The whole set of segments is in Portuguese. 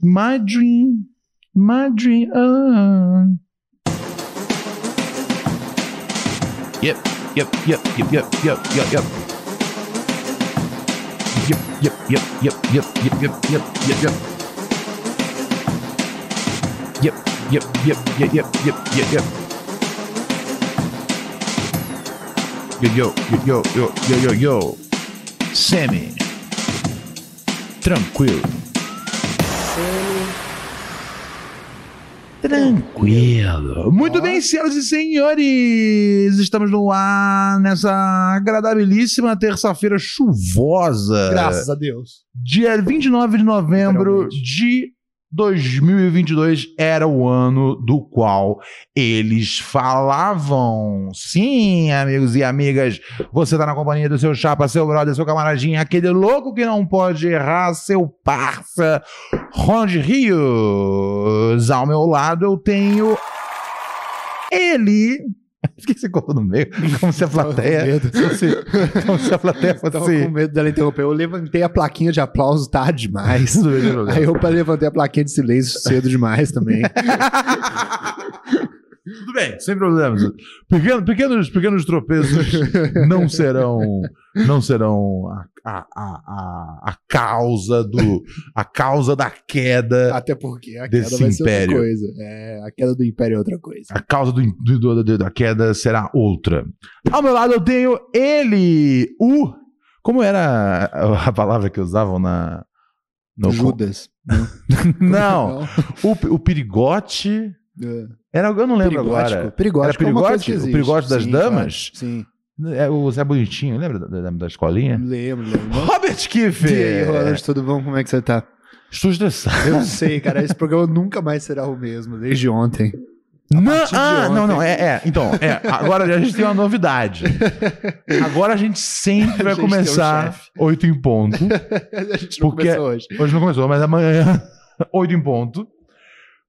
My dream, my dream. ah. Yep, yep, yep, yep, yep, yep, yep, yep. Yep, yep, yep, yep, yep, yep, yep, yep, yep, yep. Yep, yep, yep, yep, yep, yep, yep, yep. Yo, yo, yo, yo, yo, yo, yo, yo. Semi. Tranquilo. Tranquilo. Muito bem, senhoras e senhores. Estamos no ar nessa agradabilíssima terça-feira chuvosa. Graças a Deus. Dia 29 de novembro Literalmente. de 2022 era o ano do qual eles falavam. Sim, amigos e amigas, você tá na companhia do seu chapa, seu brother, seu camaradinho, aquele louco que não pode errar, seu parça, Ronde Rios. Ao meu lado eu tenho ele. Por que você colocou no meio? Como se a plateia, Tava com medo. como se a plateia Tava fosse... com medo dela interromper. Eu levantei a plaquinha de aplauso tarde demais. Tudo bem, tudo bem. Aí eu pa- levantei a plaquinha de silêncio cedo demais também. Tudo bem, sem problemas. Pequeno- pequenos, pequenos tropeços não serão, não serão a, a, a, a- a causa do, a causa da queda, Até porque a Desse queda vai ser império. outra coisa. É, a queda do império é outra coisa. a causa do, do- do- da queda será outra. Ao meu lado eu tenho ele, o, como era a, a palavra que usavam na, no- Judas. não, o, o perigote, É. era, eu não lembro agora. Perigote. Era que é uma coisa perigote? que O existe. perigote das Sim, damas? claro. Sim. É, o Zé Bonitinho, lembra da, da, da escolinha? Lembro, lembro. Robert Kiffer! Hum. E aí, Ronald, tudo bom? Como é que você tá? Estou estressado. Eu sei, cara. Esse programa nunca mais será o mesmo, desde ontem. Não, partir de ah, ontem. não, não, é, é, Então, é, agora a gente tem uma novidade. Agora a gente sempre vai gente tem um começar chefe. oito em ponto. A gente não Porque- começou hoje. Hoje não começou, mas amanhã oito em ponto.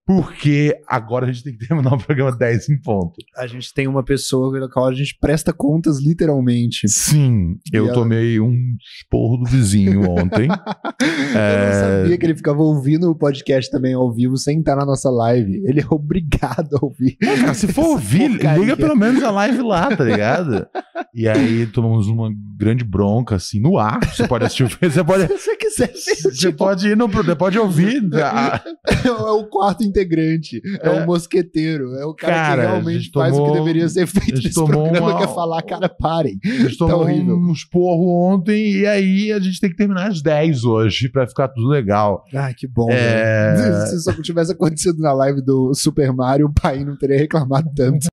Porque agora a gente tem que terminar o programa 10 em ponto. A gente tem uma pessoa pela qual a gente presta contas literalmente. Sim, eu E ela- tomei um esporro do vizinho ontem. É. Eu não sabia que ele ficava ouvindo o podcast também ao vivo sem estar na nossa live. Ele é obrigado a ouvir. É, cara, se for Essa ouvir, porcaria. liga pelo menos a live lá, tá ligado? E aí tomamos uma grande bronca, assim, no ar. Você pode assistir, o- você pode, Se você quiser você Tipo, pode ir no, você pode ouvir. né, a- é o quarto integrante, é É. o mosqueteiro, é o cara, Cara, que a realmente gente faz o que tomou- um- deveria ser a feito gente nesse tomou programa, uma- que é falar, cara, parem. A gente tomou horrível. um esporro ontem e aí a gente tem que terminar às 10 hoje pra ficar tudo legal. Ah, que bom. É. velho. Se isso tivesse acontecido na live do Super Mario, o pai não teria reclamado tanto.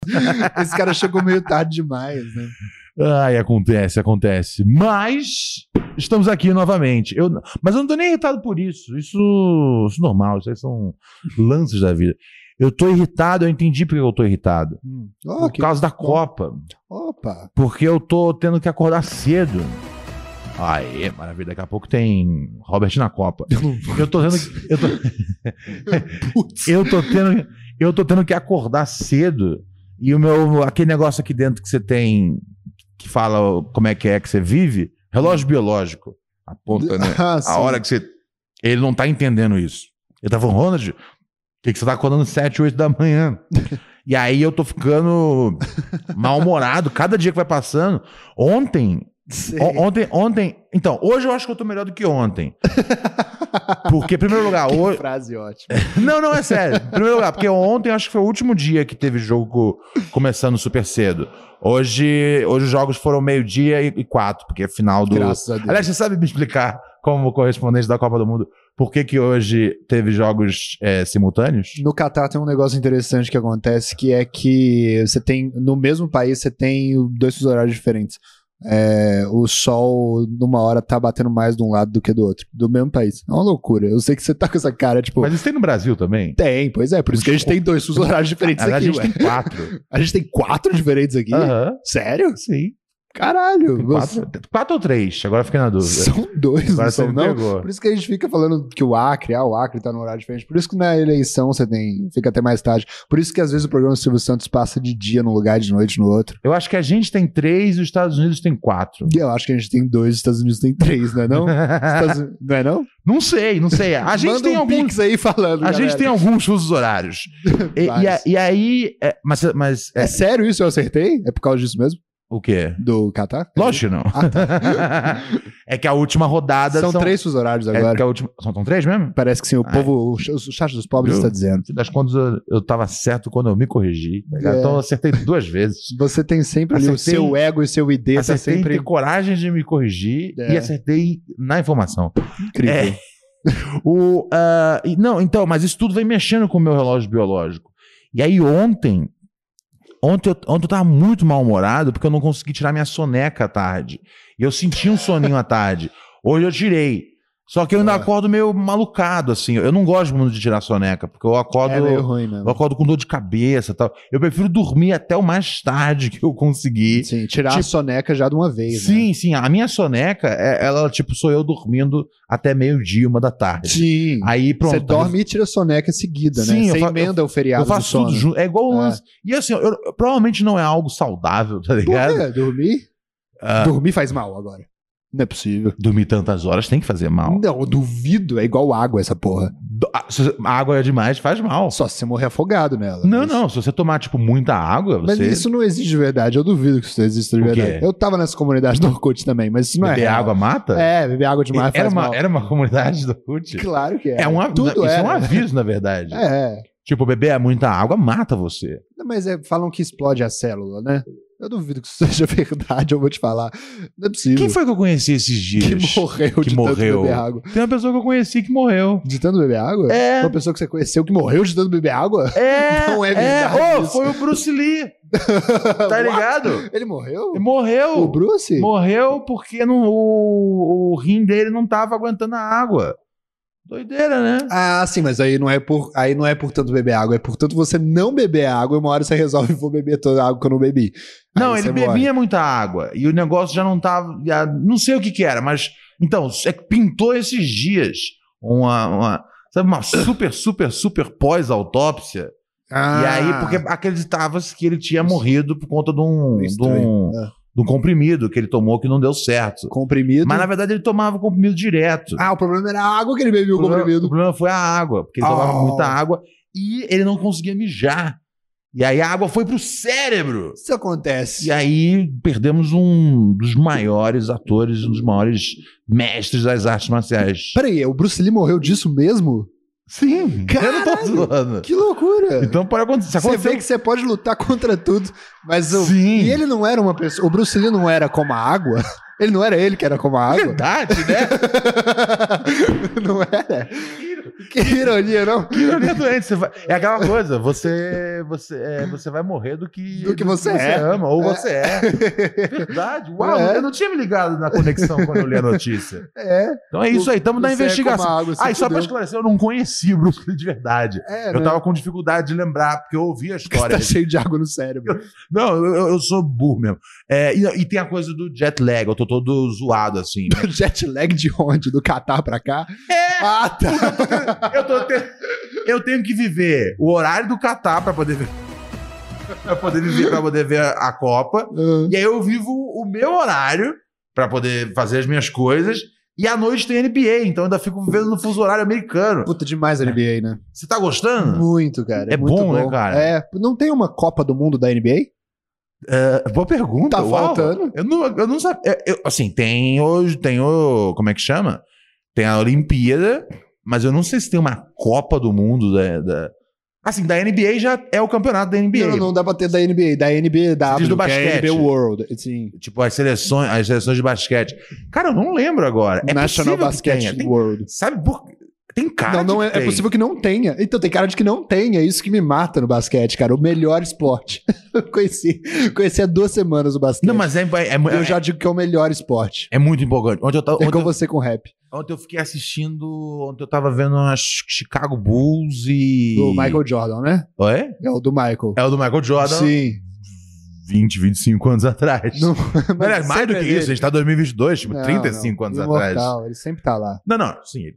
Esse cara chegou meio tarde demais, né? Ai, acontece, acontece. Mas estamos aqui novamente. Eu, mas eu não tô nem irritado por isso. Isso, isso é normal, isso aí são lances da vida. Eu tô irritado, eu entendi porque eu tô irritado. Ó, por que- causa da Copa. Opa! Porque eu tô tendo que acordar cedo. Aê, maravilha. Daqui a pouco tem Robert na Copa. Eu tô tendo que, eu, tô, Putz. eu tô tendo. Eu tô tendo que acordar cedo. E o meu. Aquele negócio aqui dentro que você tem. Que fala como é que é que você vive. Relógio biológico. Aponta, né? Ah, sim. A hora que você. Ele não tá entendendo isso. Ele tá falando, Ronald, por que, que você tá acordando 7, 8 da manhã? e aí eu tô ficando mal-humorado. Cada dia que vai passando. Ontem, Sei. O- Ontem, ontem. Então, hoje eu acho que eu tô melhor do que ontem. Porque, em primeiro lugar, Que hoje. frase ótima. Não, não, é sério. Em primeiro lugar, porque ontem eu acho que foi o último dia que teve jogo começando super cedo. Hoje, hoje os jogos foram meio-dia e, e quatro, porque é final do. Graças a Deus. Aliás, você sabe me explicar, como correspondente da Copa do Mundo, por que, que hoje teve jogos é, simultâneos? no Catar tem um negócio interessante que acontece, que é que você tem, no mesmo país, você tem dois fusos horários diferentes. É, o sol, numa hora, tá batendo mais de um lado do que do outro. Do mesmo país. É uma loucura. Eu sei que você tá com essa cara, tipo... Mas isso tem no Brasil também? Tem, pois é. Por isso que a gente tem dois fusos horários diferentes Na verdade, aqui, a gente ué. tem quatro. A gente tem quatro diferentes aqui? Aham. Sério? Sim. Caralho, você- Quatro, quatro ou três? Agora fiquei na dúvida. são dois, Agora não você são me não? pegou. Por isso que a gente fica falando que o Acre, ah, o Acre tá num horário diferente. Por isso que na eleição você tem, fica até mais tarde. Por isso que às vezes o programa do Silvio Santos passa de dia num lugar e de noite no outro. Eu acho que a gente tem três e os Estados Unidos tem quatro. E eu acho que a gente tem dois, os Estados Unidos tem três, não é não? Estados Unidos- não é não? não sei, não sei. A gente Manda tem um alguns. pix aí falando, A galera. gente tem alguns fusos horários. E, e a- Vários. e aí. é, mas mas é, É sério isso? Eu acertei? É por causa disso mesmo? o quê? Do Catar? Lógico que não. é que a última rodada. Ah, tá. São, três fusos horários é agora. que a última- são, são três mesmo? Parece que sim, o Ai. povo, o ch- o chat dos pobres Viu? está dizendo. Afinal das contas, eu, eu tava certo quando eu me corrigi. tá ligado? É. Então eu acertei duas vezes. Você tem sempre ali o Acertei. seu ego e seu ID, tá Acertei em sempre ter coragem de me corrigir É. e acertei na informação. incrível. É. O, ah, e- não, então, mas isso tudo vem mexendo com o meu relógio biológico. E aí ontem, ontem eu, ontem eu tava muito mal-humorado porque eu não consegui tirar minha soneca à tarde. E eu senti um soninho à tarde. Hoje eu tirei. Só que eu ainda Ah. acordo meio malucado, assim. Eu não gosto muito de tirar soneca, porque eu acordo... É meio ruim mesmo. Eu acordo com dor de cabeça e tal. Eu prefiro dormir até o mais tarde que eu conseguir. Sim, tirar Tipo- a soneca já de uma vez. né? Sim, sim. A minha soneca, é- ela, tipo, sou eu dormindo até meio-dia, uma da tarde. Sim. Aí, pronto. Você dorme e tira a soneca seguida, né? Sim, eu Você fa- emenda o Eu feriado do faço sono. tudo junto. É igual o É. lance. E assim, eu, eu- provavelmente não é algo saudável, tá Por ligado? quê? Dormir? Ah. Dormir faz mal agora. Não é possível. Dormir tantas horas tem que fazer mal. Não, eu duvido. É igual água essa porra. Do- a- se- a água é demais, faz mal. Só se você morrer afogado nela. Não, Mas- não. Se você tomar, tipo, muita água, Mas você isso não existe de verdade. Eu duvido que isso exista de O quê? verdade. Eu tava nessa comunidade do Orkut também, mas isso não é. beber real. água mata? É, beber água demais era, faz uma, mal. era uma comunidade do CUT. Claro que é. É um, av- Tudo isso é um era. aviso, na verdade. É, é. Tipo, beber muita água mata você. Não, Mas é- falam que explode a célula, né? Eu duvido que isso seja verdade, eu vou te falar. Não é possível. Quem foi que eu conheci esses que dias? morreu que de morreu. tanto beber água. Tem uma pessoa que eu conheci que morreu. De tanto beber água? É. Uma pessoa que você conheceu que morreu de tanto beber água? É, Não é verdade Ô, isso. foi o Bruce Lee, tá ligado? Ele morreu? E Morreu. O Bruce? Morreu porque não- o, o rim dele não tava aguentando a água. Doideira, né? Ah, sim, mas aí não é por aí não é por tanto beber água, é por tanto você não beber água e uma hora você resolve vou beber toda a água que eu não bebi. Aí não, você ele morre. bebia muita água e o negócio já não tava. já- não sei o que que era, mas. Então, é que pintou esses dias uma. uma sabe, uma super, super, super pós-autópsia. Ah, E aí, porque acreditava-se que ele tinha morrido por conta de um, de um, Estranho, é. de um comprimido que ele tomou que não deu certo. comprimido. Mas na verdade ele tomava o comprimido direto. Ah, o problema era a água que ele bebeu o, o problema, o comprimido. problema foi a água, porque ele tomava Oh. muita água e ele não conseguia mijar. E aí a água foi pro cérebro. Isso acontece. E aí perdemos um dos maiores atores, um dos maiores mestres das artes marciais. Peraí, o Bruce Lee morreu disso mesmo? Sim, eu não tô zoando. Que loucura! Então pode acontecer. Se você acontecer- vê que você pode lutar contra tudo, mas o, Sim. E ele não era uma pessoa. O Bruce Lee não era como a água? Ele não era ele que era como a água? É Verdade, né? não era? Que ironia, não? Que ironia doente. Você vai- É aquela coisa, você, você, é, você vai morrer do que, Do que você é. ama, ou você é. Verdade. Uau, É. eu não tinha me ligado na conexão quando eu li a notícia. É. Então é isso aí, estamos na Você é investigação. como a água, você ah, e só pra fudeu. esclarecer, eu não conheci o Bruce Lee de verdade. É, eu né? tava com dificuldade de lembrar, porque eu ouvi a Porque você história. tá cheio de água no cérebro. Não, eu, eu sou burro mesmo. É, e, e tem a coisa do jet lag, eu tô todo zoado assim. Do jet lag de onde? Do Catar pra cá? É. Ah, tá. Eu, tô te- eu tenho que viver o horário do Catar pra poder ver. Pra poder viver, pra poder ver a Copa. Ah, E aí eu vivo o meu horário pra poder fazer as minhas coisas. E à noite tem NBA, então eu ainda fico vivendo no fuso horário americano. Puta, demais a NBA, né? Você tá gostando? Muito, cara. É muito bom, né, cara? É. Não tem uma Copa do Mundo da NBA? É, boa pergunta. Tá uau. faltando? Eu não, eu não sabia. Eu- eu- assim, tem hoje, tem o. Como é que chama? Tem a Olimpíada, mas eu não sei se tem uma Copa do Mundo da. da- assim, da NBA já é o campeonato da NBA. Não, não, não dá pra ter da NBA. Da NBA, da Você diz do basquete. NBA World. Sim. Tipo, as seleções, as seleções de basquete. Cara, eu não lembro agora. É possível National que Basket tenha. Tem- World. sabe por Tem cara Não, não de é, que é tem. possível que não tenha. Então tem cara de que não tenha. Isso que me mata no basquete, cara. O melhor esporte. Eu conheci, conheci há duas semanas o basquete. Não, mas é, é, é, eu é, já digo que é o melhor esporte. muito empolgante. Ontem eu, tava, É ontem, com eu, você com rap. ontem eu fiquei assistindo. Ontem eu tava vendo umas Chicago Bulls e. Do Michael Jordan, né? Oi? É o do Michael. É o do Michael Jordan. Sim. 20, 25 anos atrás. Não- Aliás, mais do que sempre é isso, a gente tá em 2022, tipo, Não, 35 não. anos atrás. Imortal, Ele sempre tá lá. Não, não, sim, ele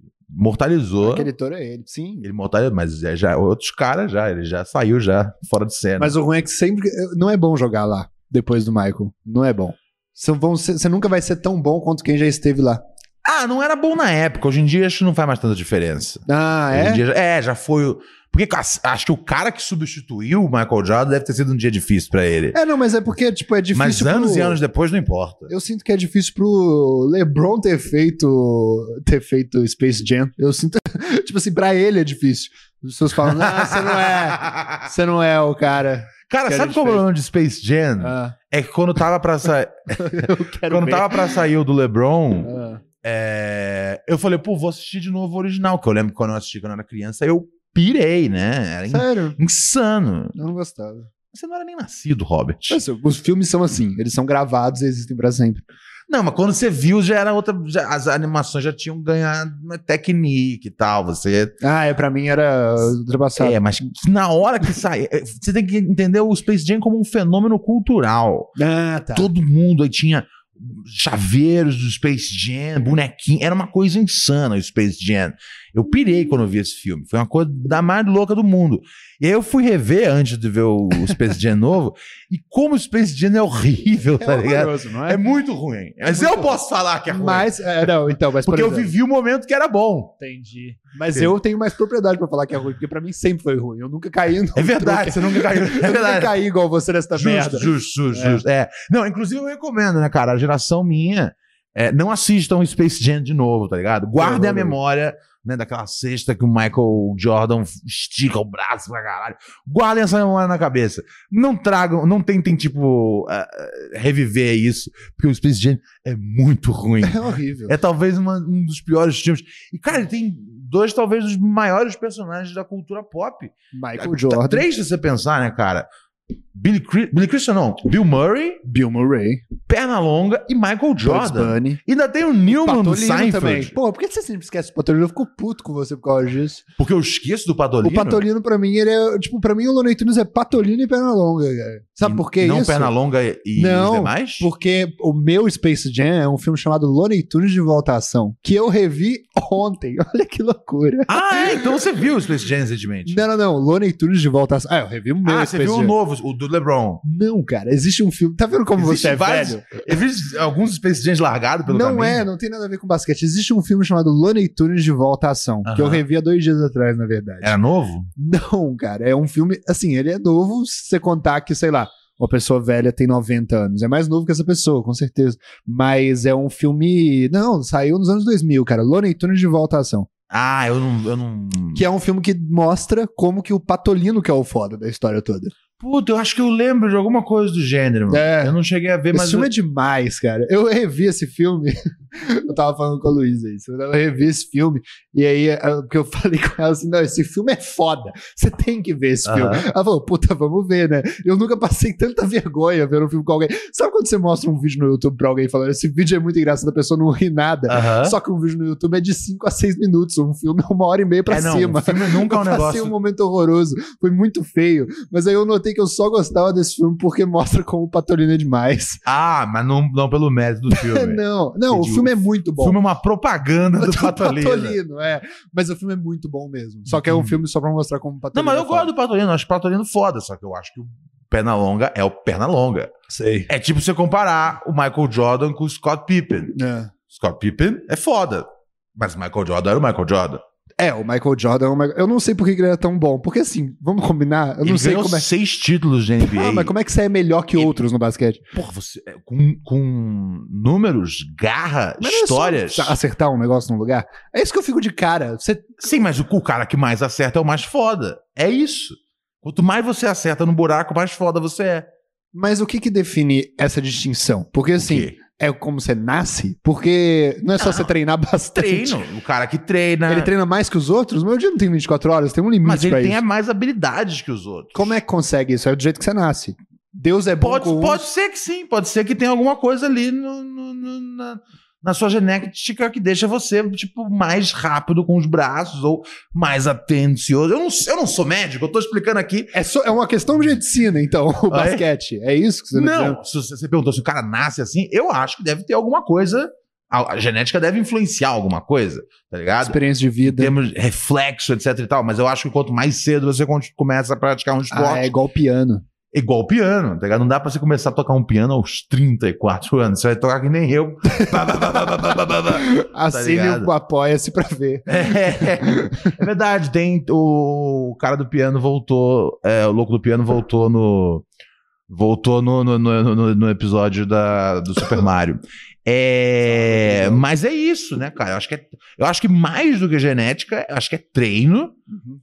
mortalizou. Aquele touro é ele, sim. Ele mortalizou, mas é já, já- outros caras já, ele já saiu já fora de cena. Mas o ruim é que sempre. Não é bom jogar lá, depois do Michael. Não é bom. Você, vão ser- você nunca vai ser tão bom quanto quem já esteve lá. Ah, não era bom na época, hoje em dia acho que não faz mais tanta diferença. Ah, Hoje em é? dia já- é, já foi. o- Porque a- acho que o cara que substituiu o Michael Jordan deve ter sido um dia difícil pra ele. É, não, mas é porque, tipo, é difícil. Mas anos pro- e anos depois não importa. Eu sinto que é difícil pro LeBron ter feito ter feito Space Jam. Eu sinto, tipo assim, pra ele é difícil. As pessoas falam, não, você não é, você não é o cara. Cara, Que a sabe gente qual é o fez. problema de Space Jam? Ah, É que quando tava pra sair. eu quero quando ver. tava pra sair o do LeBron, Ah, é, eu falei, pô, vou assistir de novo o original, que eu lembro que quando eu assisti quando eu era criança, eu pirei, né? Era in- sério? insano. Eu não gostava. Você não era nem nascido, Robert. Mas, os filmes são assim, eles são gravados e existem pra sempre. Não, mas quando você viu, já era outra. já- as animações já tinham ganhado uma técnica e tal. Você. Ah, é, pra mim era ultrapassado. É, mas na hora que sai. é, Você tem que entender o Space Jam como um fenômeno cultural. Ah, tá. Todo mundo aí tinha chaveiros do Space Jam, bonequinho. Era uma coisa insana o Space Jam. Eu pirei quando eu vi esse filme. Foi uma coisa da mais louca do mundo. E aí eu fui rever antes de ver o o Space Jam novo. E como o Space Jam é horrível, tá ligado? horroroso, não É muito ruim. Mas eu né? muito posso falar que é ruim. Mas, é, não, então, mas por porque eu exemplo- vivi o momento que era bom. Entendi. Mas eu tenho mais propriedade pra falar que é ruim, porque pra mim sempre foi ruim. Eu nunca caí no É verdade, você nunca caiu. Eu É nunca verdade. caí igual você nessa merda. Justo, justo, justo, justo. É. Não, inclusive eu recomendo, né, cara? A geração minha, é, não assistam Space Jam de novo, tá ligado? Guardem a Uhum. memória, né, daquela cesta que o Michael Jordan estica o braço pra caralho. Guardem essa memória na cabeça. Não tragam, não tentem, tipo, ah, ah, reviver isso, porque o Space Jam é muito ruim. É horrível. É talvez uma- um dos piores filmes. E, cara, ele tem dois, talvez, dos maiores personagens da cultura pop. Michael Tá, Jordan, Três se você pensar, né, cara? Billy, Cri- Billy Christian, não. Bill Murray, Bill Murray, Pernalonga e Michael Bugs Jordan. Bunny, Ainda tem o Newman do Patolino também. Seinfeld. Pô, por que você sempre esquece o Patolino? Eu fico puto com você por causa disso. Porque eu esqueço do Padolino. O Patolino, pra mim, ele é... Tipo, pra mim, o Looney Tunes é Patolino e Pernalonga, cara. Sabe por que não isso? Pernalonga e- e Não, os demais? Porque o meu Space Jam é um filme chamado Looney Tunes de Volta à Ação, que eu revi ontem. Olha que loucura. Ah, é? Então você viu o Space Jam recentemente. Não, não, não. Looney Tunes de volta à... Ah, eu revi o meu ah, você Space viu o Jam. novo, o do LeBron. Não, cara. Existe um filme... Tá vendo como Existe você é vários- velho? Eu vi alguns Space Jams largados pelo Não caminho. é, não tem nada a ver com basquete. Existe um filme chamado Looney Tunes de volta à ação, que eu Aham. É. revi há dois dias atrás, na verdade. Era novo? Não, cara. É um filme... Assim, ele é novo se você contar que, sei lá, uma pessoa velha tem 90 anos. É mais novo que essa pessoa, com certeza. Mas é um filme... Não, saiu nos anos 2000, cara. Looney Tunes de volta à ação. Ah, eu não... Eu não... Que é um filme que mostra como que o Patolino que é o foda da história toda. Puta, eu acho que eu lembro de alguma coisa do gênero. mano. É. Eu não cheguei a ver, Esse mas... filme eu- é demais, cara. Eu revi esse filme. eu tava falando com a Luísa isso. Eu revi esse filme. E aí, eh, porque eu falei com ela assim: não, esse filme é foda. Você tem que ver esse filme. Aham. Ela falou: puta, vamos ver, né? Eu nunca passei tanta vergonha vendo um filme com alguém. Sabe quando você mostra um vídeo no YouTube pra alguém falando: esse vídeo é muito engraçado, a pessoa não ri nada? Aham. Só que um vídeo no YouTube é de 5 a 6 minutos. Um filme é uma hora e meia pra é, não, cima. O filme nunca é um Eu passei negócio... um momento horroroso, foi muito feio, mas aí eu notei que eu só gostava desse filme porque mostra como o Patolino é demais. Ah, mas não, não pelo mérito do É, filme. Não, não, o Entendi. filme é muito bom. O filme é uma propaganda do Patolino. é. Mas o filme é muito bom mesmo. Só que é um Entendi. filme só pra mostrar como o Não, Patolino. mas eu é gosto foda. do Patolino, eu acho o Patolino foda, só que eu acho que o Pernalonga é o Pernalonga. Sei. É tipo você comparar o Michael Jordan com o Scott Pippen. Scott Pippen é foda, mas o Michael Jordan era o Michael Jordan. É. É, o Michael Jordan. é o Michael- Eu não sei por que que ele era tão bom. Porque assim, vamos combinar? Eu não Ele sei ganhou como é. seis títulos de NBA. Ah, mas como é que você é melhor que Ele- outros no basquete? Porra, você, é, com, com números, garra, Mas não é só histórias. Acertar um negócio num lugar? É isso que eu fico de cara. Você Sim, mas o, o cara que mais acerta é o mais foda. É isso. Quanto mais você acerta no buraco, mais foda você é. Mas o que que define essa distinção? Porque assim, Porque é como você nasce? Porque não é só Não. você treinar bastante. treino. O cara que treina. Ele treina mais que os outros? Meu dia não tem 24 horas, tem um limite Mas ele pra tem isso. mais habilidades que os outros. Como é que consegue isso? É do jeito que você nasce. Deus é bom Pode, com uns, pode ser que sim, pode ser que tenha alguma coisa ali no, no- no- na, na sua genética que deixa você, tipo, mais rápido com os braços ou mais atencioso. Eu não, eu não sou médico, eu tô explicando aqui. É, só, é uma questão de medicina, então, o Ah, é? basquete. É isso que você tá dizendo? Não, se você você perguntou se o cara nasce assim, eu acho que deve ter alguma coisa. A, a genética deve influenciar alguma coisa, tá ligado? Experiência de Em vida. termos de reflexo, etc e tal. Mas eu acho que quanto mais cedo você con- começa a praticar um esporte, Ah, é igual piano. igual piano, tá ligado? Não dá pra você começar a tocar um piano aos 34 anos. Você vai tocar que nem eu. Ba, ba, ba, ba, ba, ba, ba, ba, ba. Assine Tá ligado? o Assim apoia-se pra ver. É, é verdade, tem o, o cara do piano voltou, é, o louco do piano voltou no voltou no, no, no- no- no episódio da, do Super Mario. É, mas é isso, né, cara? Eu acho que é- eu acho que mais do que genética, eu acho que é treino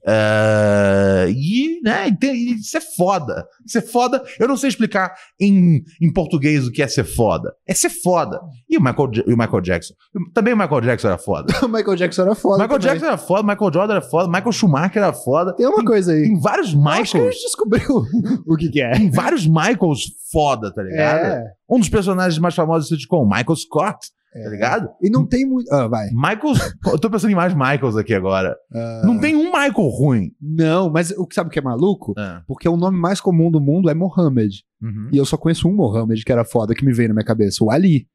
é, e, né, e tem- e ser foda, ser foda. Eu não sei explicar em, em português o que é ser foda. É ser foda. E o Michael, Ja- e o Michael Jackson, também o Michael Jackson era foda. o Michael Jackson era foda. Michael também. Jackson era foda, Michael Jordan era foda, Michael Schumacher era foda. Tem uma coisa aí. Tem vários Acho que a Michaels. gente descobriu o que, que é. Tem vários Michaels foda, tá ligado? É. Um dos personagens mais famosos do sitcom, Michael Scott, É. tá ligado? E não tem muito. Ah, vai. Michael. Eu tô pensando em mais Michaels aqui agora. Ah. Não tem um Michael ruim. Não, mas o que sabe o que é maluco? Porque o nome mais comum do mundo é Mohammed. Uhum. E eu só conheço um Mohammed que era foda que me veio na minha cabeça, o Ali.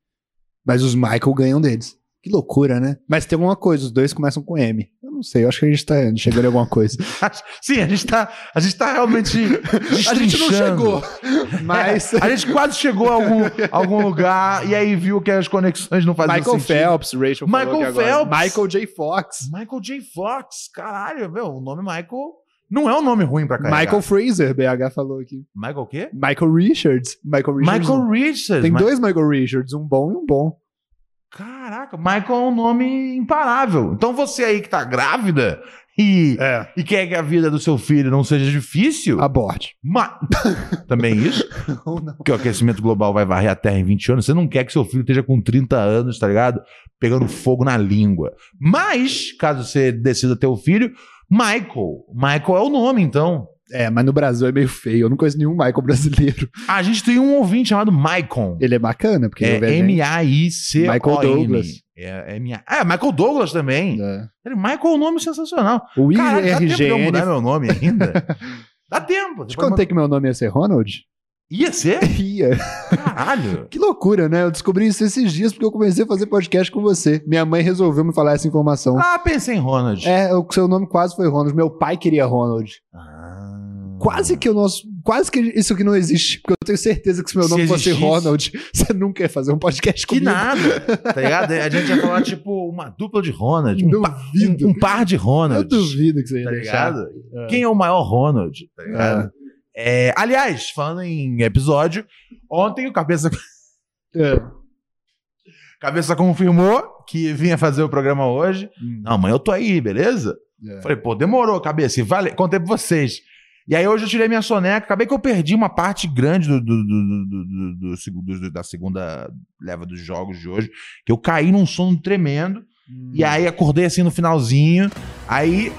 Mas os Michael ganham deles. Que loucura, né? Mas tem alguma coisa, os dois começam com M. Eu não sei, eu acho que a gente tá chegando em alguma coisa. Sim, a gente tá, a gente tá realmente. a gente não destrinchando. É, chegou, É, mas A gente quase chegou a algum, algum lugar e aí viu que as conexões não faziam Michael sentido. Phelps, Rachel falou Michael que agora- Phelps. um Michael J. Fox. Michael J. Fox, caralho, meu, o nome Michael não é um nome ruim pra carregar. Michael Fraser, BH falou aqui. Michael o quê? Michael Richards. Michael Richards. Michael Richards. Tem Ma- dois Michael Richards, um bom e um bom. Caraca, Michael é um nome imparável. Então você aí que tá grávida e, É. e quer que a vida do seu filho não seja difícil, Aborte. ma- também isso, Não, não. porque o aquecimento global vai varrer a Terra em 20 anos, você não quer que seu filho esteja com 30 anos, tá ligado? Pegando fogo na língua. Mas, caso você decida ter o filho, Michael. Michael é o nome, então. É, mas no Brasil é meio feio. Eu não conheço nenhum Michael brasileiro. A gente tem um ouvinte chamado Michael. Ele é bacana, porque ele É não vê a gente. M-A-I-C-O-N. Michael Douglas. É, é minha... Ah, Michael Douglas também. É. Ele- Michael é um nome sensacional. O Caralho, dá tempo de eu IRGN. mudar meu nome ainda? dá tempo. Te Depois contei que meu nome ia ser Ronald? manda- Ia ser? Ia. Caralho. Que loucura, né? Eu descobri isso esses dias porque eu comecei a fazer podcast com você. Minha mãe resolveu me falar essa informação. Ah, pensei em Ronald. É, o seu nome quase foi Ronald. Meu pai queria Ronald. Ah. Quase que o nosso. Quase que isso que não existe. Porque eu tenho certeza que se meu Se nome fosse existisse- Ronald, você nunca ia fazer um podcast Que comigo. nada, tá ligado? A gente ia falar, tipo, uma dupla de Ronald. Um, pa- Duvido. um- um par de Eu Ronald. duvido que você ia Tá deixar. ligado? É. Quem é o maior Ronald? Tá ligado? É. É, aliás, falando em episódio, ontem o Cabeça É. Cabeça confirmou que vinha fazer o programa hoje. Não, amanhã eu tô aí, beleza? É. Falei, pô, demorou, cabeça. E Vale, contei pra vocês. E aí hoje eu tirei minha soneca. Acabei que eu perdi uma parte grande do, do- do- do- do- do segu- do- do- da segunda leva dos jogos de hoje. Que eu caí num sono tremendo. Hum. E aí acordei assim no finalzinho. Aí.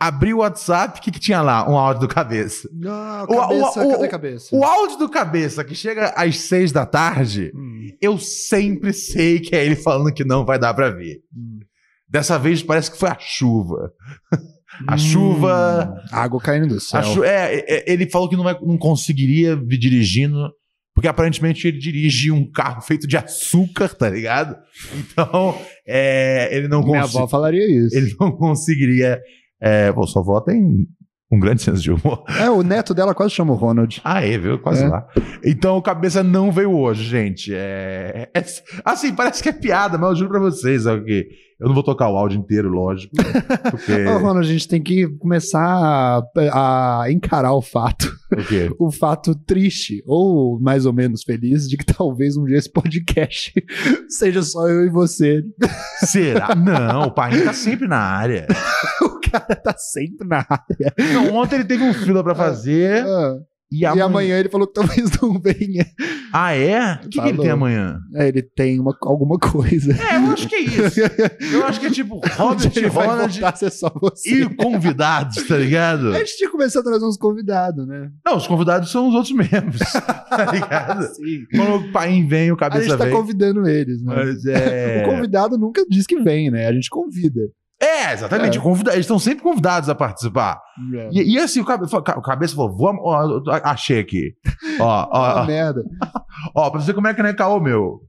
Abri o WhatsApp, o que, que tinha lá? Um áudio do cabeça. Não, O- Ah, cabeça, o- o- cadê a cabeça? O áudio do cabeça que chega às seis da tarde, Hum, eu sempre sei que é ele falando que não vai dar pra ver. hum. Dessa vez parece que foi a chuva. A chuva- Hum. Água caindo do céu. A chu- é, é, é, ele falou que não, vai- não conseguiria vir dirigindo, porque aparentemente ele dirige um carro feito de açúcar, tá ligado? Então, é, ele, não Minha consi- avó falaria isso. ele não conseguiria. É, pô, sua avó tem um grande senso de humor. É, o neto dela quase chama o Ronald. Ah, é, viu? Quase É. lá. Então, o cabeça não veio hoje, gente. É... é- Assim, parece que é piada, mas eu juro pra vocês, sabe o quê? Eu não vou tocar o áudio inteiro, lógico. né? Porque. Ô, Ronald, a gente tem que começar a, a encarar o fato. o quê? O fato triste, ou mais ou menos feliz, de que talvez um dia esse podcast seja só eu e você. Será? Não, o Parrinho tá sempre na área. O cara tá sempre na. Não, ontem ele teve um fila pra fazer. Ah, E E amanhã. amanhã Tá ele falou que talvez não venha. Ah, é? O que, que ele Falou. tem amanhã? É, ele tem uma, alguma coisa. É, eu acho que é isso. Eu acho que é tipo Robert ele vai Ronald voltar a ser só você. e convidados, tá ligado? A gente tinha começado a trazer uns convidados, né? Não, os convidados são os outros membros, tá ligado? Sim. Quando o pai vem, o Assim, A cabeça gente tá vem. convidando eles, né? Mas é... O convidado nunca diz que vem, né? A gente convida. é, exatamente. É. o convida- Eles estão sempre convidados a participar. E, e assim, o, cabe- fa- ca- o cabeça falou: vou, am- ó, ó, achei aqui. Ó, Ah, ó, ó, merda. ó, pra você ver como é que não é caô, meu.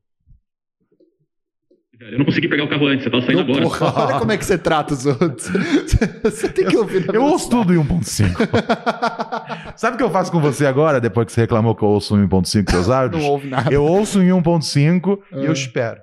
Velho, Eu não consegui pegar o carro antes, eu tava saindo Não, agora. porra, olha como é que você trata os outros. você tem que ouvir. na Eu ouço tudo em 1.5. velocidade. Sabe o que eu faço com você agora, depois que você reclamou que eu ouço um em 1.5 seus áudios? Não ouve nada. Eu ouço em 1.5 e eu Ah. espero.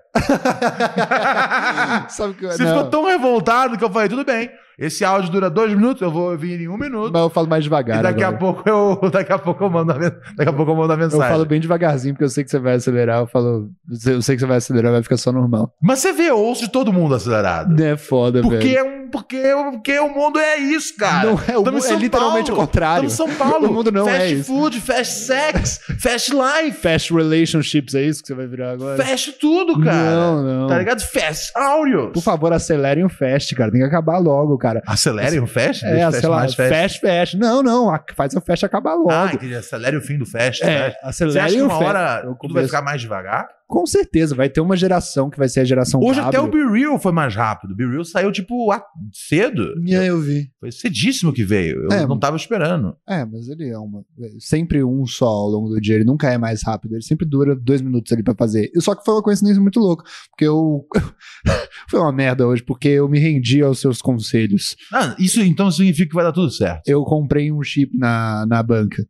Sabe o que eu- Você não, ficou tão revoltado que eu falei, tudo bem. Esse áudio dura dois minutos, eu vou ouvir em um minuto. Mas eu falo mais devagar. e daqui a, agora. pouco eu, daqui a pouco eu mando a, men- daqui a pouco eu mando a Eu mensagem. falo bem devagarzinho, porque eu sei que você vai acelerar. Eu falo. Eu sei que você vai acelerar, vai ficar só normal. Mas você vê, eu ouço de todo mundo acelerado. É foda, Porque, velho. é um- porque, porque o mundo é isso, cara. não é, o tamo em mundo é São literalmente Paulo. o contrário. Estamos em São Paulo. O mundo não fast é isso. food, fast sex, fast life, Fast relationships, é isso que você vai virar agora? fast tudo, cara. Não, não. Tá ligado? Fast áureos. Por favor, acelerem o fast, cara. Tem que acabar logo, cara. Acelerem o fast? É, Deixa o fast sei lá, mais fast. fast, fast. Não, não. a- Faz o fast acabar logo. Ah, entendi. Acelere o fim do fast. é, fast. Você acha acelerem que é o uma fast. hora Eu tudo vai começo- ficar mais devagar? Com certeza, vai ter uma geração que vai ser a geração Hoje até o W. Be Real foi mais rápido. O Be Real saiu, tipo, a- cedo. E aí eu vi. Foi cedíssimo que veio. Eu É. não tava esperando. É, mas ele é uma. Sempre um só ao longo do dia. Ele nunca é mais rápido. Ele sempre dura dois minutos ali pra fazer. E Só que foi uma coincidência muito louca. Porque eu. foi uma merda hoje, porque eu me rendi aos seus conselhos. Ah, isso então significa que vai dar tudo certo. Eu comprei um chip na, na banca.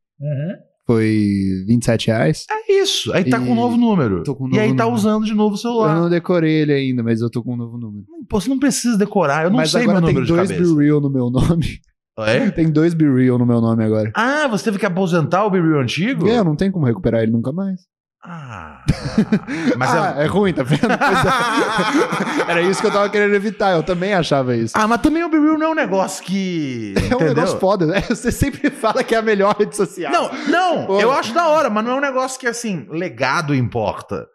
Foi 27 reais. É isso. Aí tá Uhum. E- com um novo número. Tô com um e aí novo tá número. usando de novo o Eu celular. não decorei ele ainda, mas eu tô com um novo número. Pô, você não precisa decorar. Eu não mas sei meu agora número tem de dois cabeça. Be Real no meu nome. É? Tem dois Be Real no meu nome agora. Ah, você teve que aposentar o Be Real antigo? É, eu não tem como recuperar ele nunca mais. Ah. Mas um- Mas ah, é... ruim, tá vendo? Pois é. Era isso que eu tava querendo evitar. Eu também achava isso. Ah, mas também o Be Real não é um negócio que. É um Entendeu? negócio foda, né? Você sempre fala que é a melhor rede social. Não, não, Pô. eu acho da hora, mas não é um negócio que assim, legado importa.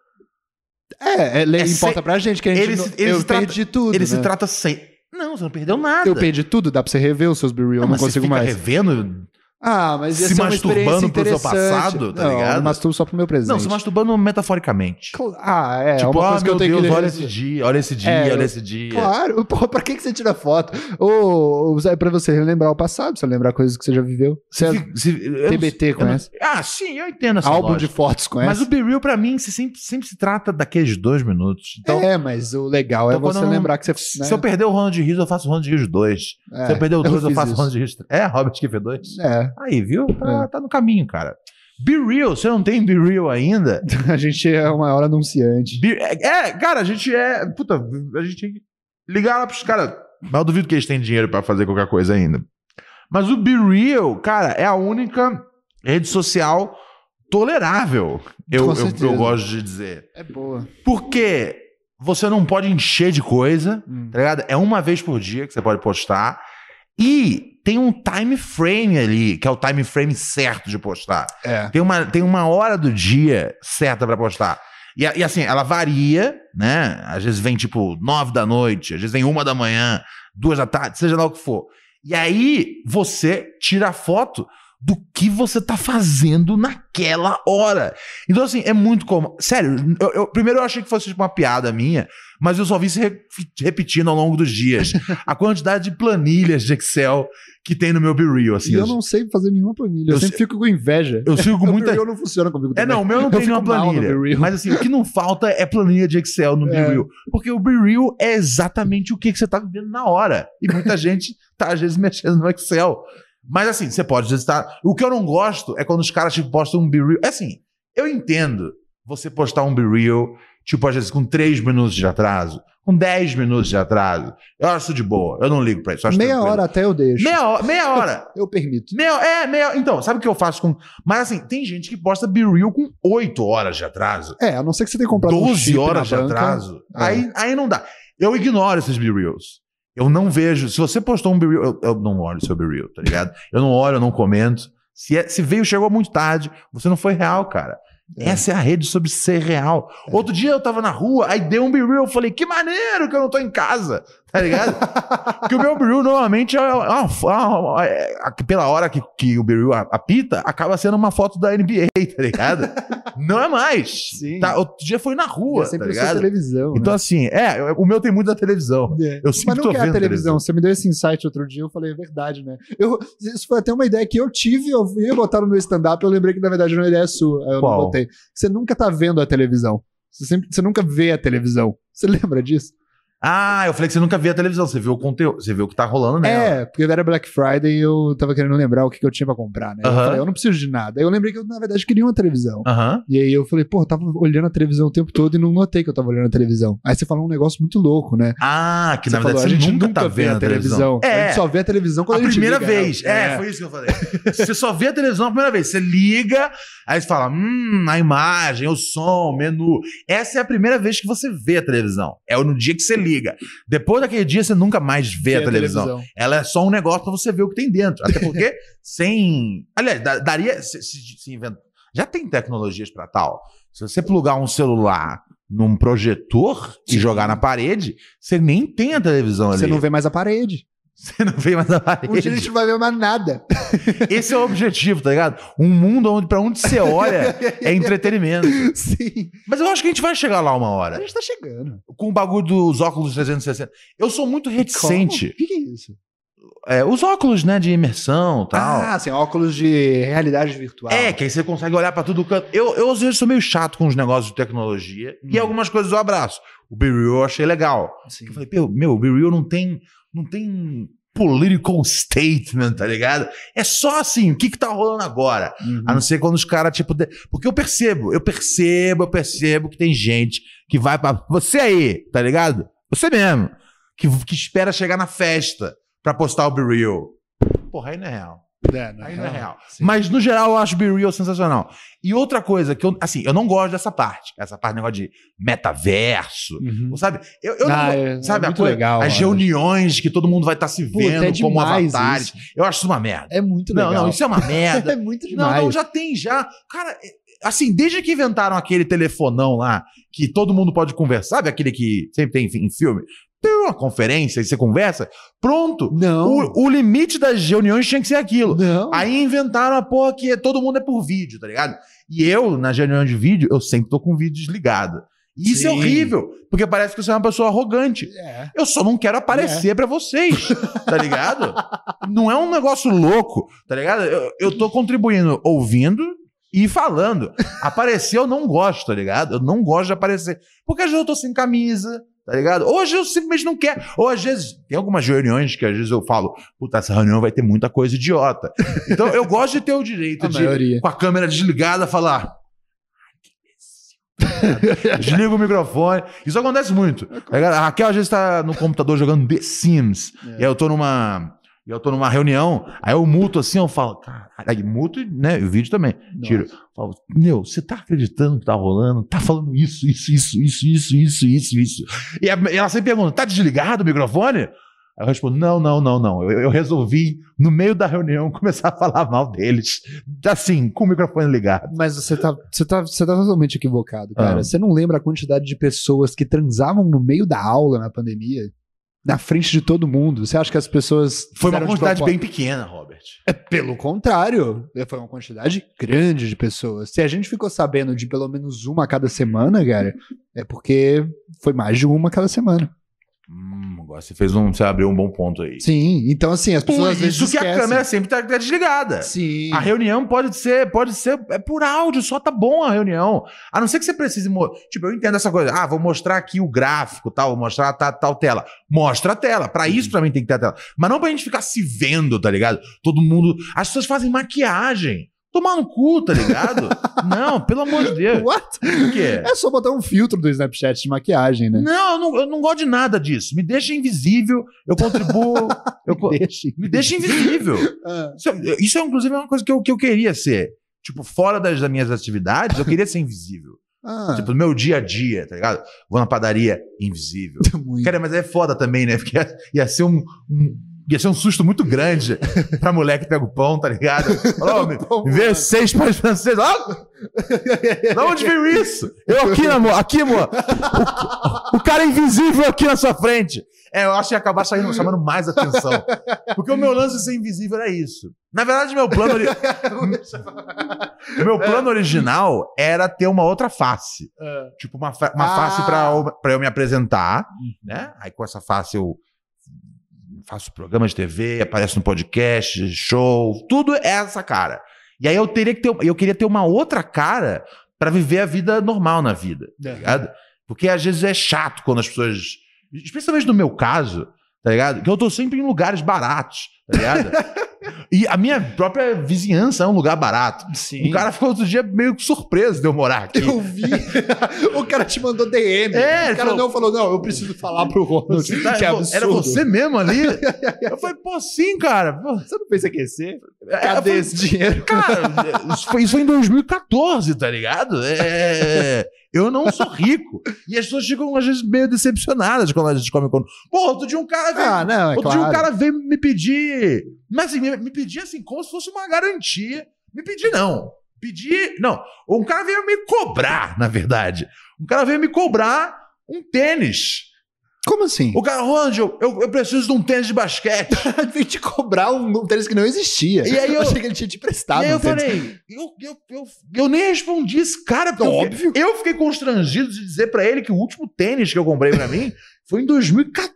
É, é, le- É se- importa pra gente que a gente. Ele não- se- ele eu se trata- perdi tudo. Ele né? se trata sem. Não, você não perdeu nada. Eu perdi tudo, dá pra você rever os seus Be Real, eu não mas consigo você fica mais. revendo. Ah, mas ia Se ser uma masturbando experiência pro seu interessante. passado, tá não, ligado? Eu me masturbo só pro meu presente. Não, se masturbando metaforicamente. Cla- Ah, é. é tipo, uma ah, coisa que meu eu tenho Deus, que olha esse dia, olha esse dia, É, olha eu- esse dia. Claro, porra, pra que, que você tira foto? Ou, ou é pra você relembrar o passado, você lembrar coisas que você já viveu. Você é Fica- se- eu- TBT eu não- conhece? Ah, sim, eu entendo essa Álbum de lógica. fotos Mas conhece? o Be Real, pra mim, se sempre, sempre se trata daqueles dois minutos. Então, é, mas o legal Então, é quando você eu não- lembrar que você. né? se eu perder o Ronald Rios, eu faço o Ronald Rios 2. é, se eu perder o 2, eu, fiz faço o isso. Ronald Rios 3. É, Robert Kiefer 2. É, Aí, viu? Tá, tá no caminho, cara. Be Real, você não tem Be Real ainda? a gente é o maior anunciante. Be- é, é, cara, a gente é. Puta, a gente tem que ligar lá pros caras. Mas eu duvido que eles têm dinheiro pra fazer qualquer coisa ainda. Mas o Be Real, cara, é a única rede social tolerável. Eu, Com eu- certeza. eu gosto de dizer. É boa. Porque você não pode encher de coisa, Hum. tá ligado? É uma vez por dia que você pode postar. E tem um time frame ali, que é o time frame certo de postar. É. Tem uma, tem uma hora do dia certa pra postar. E, a- e assim, ela varia, né? Às vezes vem tipo nove da noite, às vezes vem uma da manhã, duas da tarde, seja lá o que for. E aí você tira a foto do que você tá fazendo naquela hora. Então, assim, é muito comum. Sério, eu, eu- primeiro eu achei que fosse tipo, uma piada minha, mas eu só vi se re- repetindo ao longo dos dias. a quantidade de planilhas de Excel que tem no meu Be Real, assim. E eu eu- não sei fazer nenhuma planilha. Eu, Eu sempre fico com inveja. eu sigo com O muita Be Real não funciona comigo é, também. não, o meu não Eu tem fico nenhuma mal no planilha. Be Real. Mas assim, o que não falta é planilha de Excel no É. BeReal. Porque o BeReal é exatamente o que, que você tá vivendo na hora. E muita gente tá, às vezes, mexendo no Excel. Mas assim, você pode testar. O que eu não gosto é quando os caras tipo, postam um BeReal. É assim, eu entendo você postar um BeReal, tipo, às vezes com 3 minutos de atraso, com 10 minutos de atraso. Eu acho isso de boa, eu não ligo pra isso. eu acho Meia tranquilo. hora até eu deixo. Meia hora. Meia hora. Eu permito. Meu, é, meu. Então, sabe o que eu faço com. Mas assim, tem gente que posta Be Real com 8 horas de atraso, É, a não ser que você tenha comprado um 12 chip na horas de banca. atraso. é. Aí, aí não dá. Eu ignoro esses Be Reals. Eu não vejo. Se você postou um Be Real, eu, eu não olho o seu Be Real, tá ligado? Eu não olho, eu não comento. Se, é- se veio, chegou muito tarde, você não foi real, cara. É. Essa é a rede sobre ser real. Outro dia eu tava na rua, aí deu um be real, eu falei, que maneiro que eu não tô em casa, tá ligado? Porque o meu be real normalmente é, uma fo- é uma- é- é- pela hora que, que o be real apita, acaba sendo uma foto da NBA, tá ligado? não é mais. Sim. Tá, outro dia foi na rua, é tá sempre a sua ligado? televisão. Então assim, é, eu- o meu tem muito da televisão. né? É. Eu sempre Mas tô não que é a vendo televisão. Você me deu esse insight outro dia, eu falei, é verdade, né? Eu, isso foi até uma ideia que eu tive, eu ia botar no meu stand-up, eu lembrei que na verdade era uma ideia sua, aí eu Qual? não botei. Você nunca tá vendo a televisão. Você, sempre, você nunca vê a televisão. Você lembra disso? Ah, eu falei que você nunca via a televisão, você vê o conteúdo, você vê o que tá rolando nela. É, porque era Black Friday e eu tava querendo lembrar o que, que eu tinha pra comprar, né? Eu Aham. falei, eu não preciso de nada. Aí eu lembrei que eu, na verdade, queria uma televisão. Aham. E aí eu falei, pô, eu tava olhando a televisão o tempo todo e não notei que eu tava olhando a televisão. Aí você falou um negócio muito louco, né? Ah, que Você na verdade falou, você nunca, tá vendo a televisão. É. A gente só vê a televisão quando a a, gente primeira liga ela. vez. É, foi isso que eu falei. você só vê a televisão a primeira vez. Você liga, aí você fala, hum, a imagem, o som, o menu. Essa é a primeira vez que você vê a televisão. É no dia que você liga. Depois daquele dia, você nunca mais vê, a televisão. Ela é só um negócio pra você ver o que tem dentro. Até porque, sem. Aliás, da- daria. Se, se- se invent- Já tem tecnologias pra tal. Se você plugar um celular num projetor e jogar na parede, você nem tem a televisão ali. Você não vê mais a parede. Você não vê mais a Um dia a parede. gente não vai ver mais nada. Esse é o objetivo, tá ligado? Um mundo onde, pra onde você olha é entretenimento. Sim. Mas eu acho que a gente vai chegar lá uma A hora. gente tá chegando. Com o bagulho dos óculos 360. Eu sou muito O reticente. que, que é isso? É, os óculos, né, de imersão e tal. Ah, sem óculos de realidade virtual. É, que aí você consegue olhar pra tudo canto. Eu, eu, às vezes, sou meio chato com os negócios de tecnologia. E Hum. algumas coisas eu abraço. O Be Real eu achei legal. Sim. Eu falei, meu, meu o Be Real não tem, não tem political statement, tá ligado? É só assim, o que que tá rolando agora? Uhum. A não ser quando os caras, tipo... de- Porque eu percebo, eu percebo, eu percebo que tem gente que vai pra... Você aí, tá ligado? Você mesmo. Que, que espera chegar na festa pra postar o Be Real. Porra, aí não é real. É, não Aí não é real. Sim. Mas, no geral, eu acho Be Real sensacional. E outra coisa que eu, assim, eu não gosto dessa parte. Essa parte, negócio de metaverso. Uhum. Sabe? Eu, eu não Ah, gosto- é- sabe é a muito coisa? legal. As olha. reuniões que todo mundo vai estar se Puta, vendo é como demais avatares. isso. Eu acho isso uma merda. É muito Não, legal. não, isso é uma merda. é muito não, demais. não, já tem, já. Cara, é- assim, desde que inventaram aquele telefonão lá, que todo mundo pode conversar, sabe aquele que sempre tem em fi- em filme? Tem uma conferência e você conversa. Pronto. Não. O, o limite das reuniões tinha que ser aquilo. Não. Aí inventaram a porra que todo mundo é por vídeo, tá ligado? E eu, na reunião de vídeo, eu sempre tô com o vídeo desligado. E isso é Sim. horrível, porque parece que você é uma pessoa arrogante. É. Eu só não quero aparecer pra vocês, tá ligado? não é um negócio louco, tá ligado? Eu, eu tô contribuindo ouvindo e falando. Aparecer eu não gosto, tá ligado? Eu não gosto de aparecer. Porque às vezes eu tô sem camisa, tá ligado? Hoje eu simplesmente não quero. Ou às vezes, tem algumas reuniões que às vezes eu falo, puta, essa reunião vai ter muita coisa idiota. Então eu gosto de ter o direito A de, maioria. com a câmera desligada, falar. "Ai, que imbecil", tá ligado? Desliga o microfone. Isso acontece muito. Tá ligado? A Raquel às vezes tá no computador jogando The Sims. É. E aí eu tô numa. e eu tô numa reunião, aí eu muto assim, eu falo, caralho, aí muto, né? E o vídeo também. Tiro. Falo, meu, você tá acreditando que tá rolando? Tá falando isso, isso, isso, isso, isso, isso, isso, isso. E a- e ela sempre pergunta, tá desligado o microfone? Aí eu respondo, não, não, não, não. Eu, eu resolvi, no meio da reunião, começar a falar mal deles. Assim, com o microfone ligado. Mas você tá, você, tá, você tá totalmente equivocado, cara. Ah. Você não lembra a quantidade de pessoas que transavam no meio da aula na pandemia? Na frente de todo mundo. Você acha que as pessoas. Foi uma fizeram tipo, de quantidade propósito? bem pequena, Robert. Pelo contrário, foi uma quantidade grande de pessoas. Se a gente ficou sabendo de pelo menos uma a cada semana, cara, é porque foi mais de uma a cada semana. Hum, agora você fez um. Você abriu um bom ponto aí. Sim, então assim, as pessoas Por às vezes isso que a esquecem. câmera sempre tá, tá desligada. Sim. A reunião pode ser, pode ser, é por áudio, só tá bom a reunião. A não ser que você precise. mo- Tipo, eu entendo essa coisa. Ah, vou mostrar aqui o gráfico, tal, vou mostrar a ta- tal tela. Mostra a tela. Pra isso, pra mim, tem que ter a tela. Mas não pra gente ficar se vendo, tá ligado? Todo mundo. As pessoas fazem maquiagem. Tomar no cu, tá ligado? não, pelo amor de Deus. What? Por quê? É só botar um filtro do Snapchat de maquiagem, né? Não eu, não, eu não gosto de nada disso. Me deixa invisível, eu contribuo. eu co- Deixa. me deixa invisível. Ah, Isso, isso é, inclusive, uma coisa que eu, que eu queria ser. Tipo, fora das, das minhas atividades, eu queria ser invisível. ah. Tipo, no meu dia a dia, tá ligado? Vou na padaria, invisível. muito. Cara, mas é foda também, né? Porque ia, ia ser um, um- Ia ser um susto muito grande pra mulher que pega o pão, tá ligado? Falou, "Ô, Pão me vê seis pães franceses. Ah, da onde veio isso? Eu aqui, né, amor, aqui, amor. O, o cara invisível aqui na sua frente. É, eu acho que ia acabar saindo- chamando mais atenção. Porque o meu lance de ser invisível era isso. Na verdade, meu plano, ori- meu plano original era ter uma outra face. É. Tipo, uma, fa- uma Ah. Uhum. face pra, pra eu me apresentar, né? Aí com essa face eu faço programa de TV, apareço no podcast, show, tudo é essa cara. E aí eu teria que ter, eu queria ter uma outra cara pra viver a vida normal na vida, tá Né? ligado? Porque às vezes é chato quando as pessoas, especialmente no meu caso, tá ligado? Que eu tô sempre em lugares baratos, tá ligado? e a minha própria vizinhança é um lugar barato. Sim. Um O cara ficou outro dia meio que surpreso de eu morar aqui. Eu vi. o cara te mandou DM. É, ele o cara falou- não falou, não, eu preciso falar pro Ronald. Você tá- que era absurdo. você mesmo ali? Eu falei, pô, sim, cara. Pô, Você não fez aquecer? é, eu Cadê falei, esse dinheiro? Cara, isso foi, isso foi em 2014, tá ligado? É, eu não sou rico. E as pessoas ficam, às vezes, meio decepcionadas quando a gente come quando. Pô, outro dia um cara veio. Ah, não, é outro dia um claro. cara veio me pedir. Mas assim, me, me pedir assim, como se fosse uma garantia. Me pedir, não. Pedir. Não. Um cara veio me cobrar, na verdade. Um cara veio me cobrar um tênis. Como assim? O cara, Ronald, eu, eu- eu preciso de um tênis de basquete. cara veio te cobrar um, um tênis que não existia. E aí eu- achei que ele tinha te prestado. e aí eu um tênis. falei, eu, eu, eu, eu nem respondi esse cara, porque Óbvio. Eu, eu fiquei constrangido de dizer pra ele que o último tênis que eu comprei pra mim foi em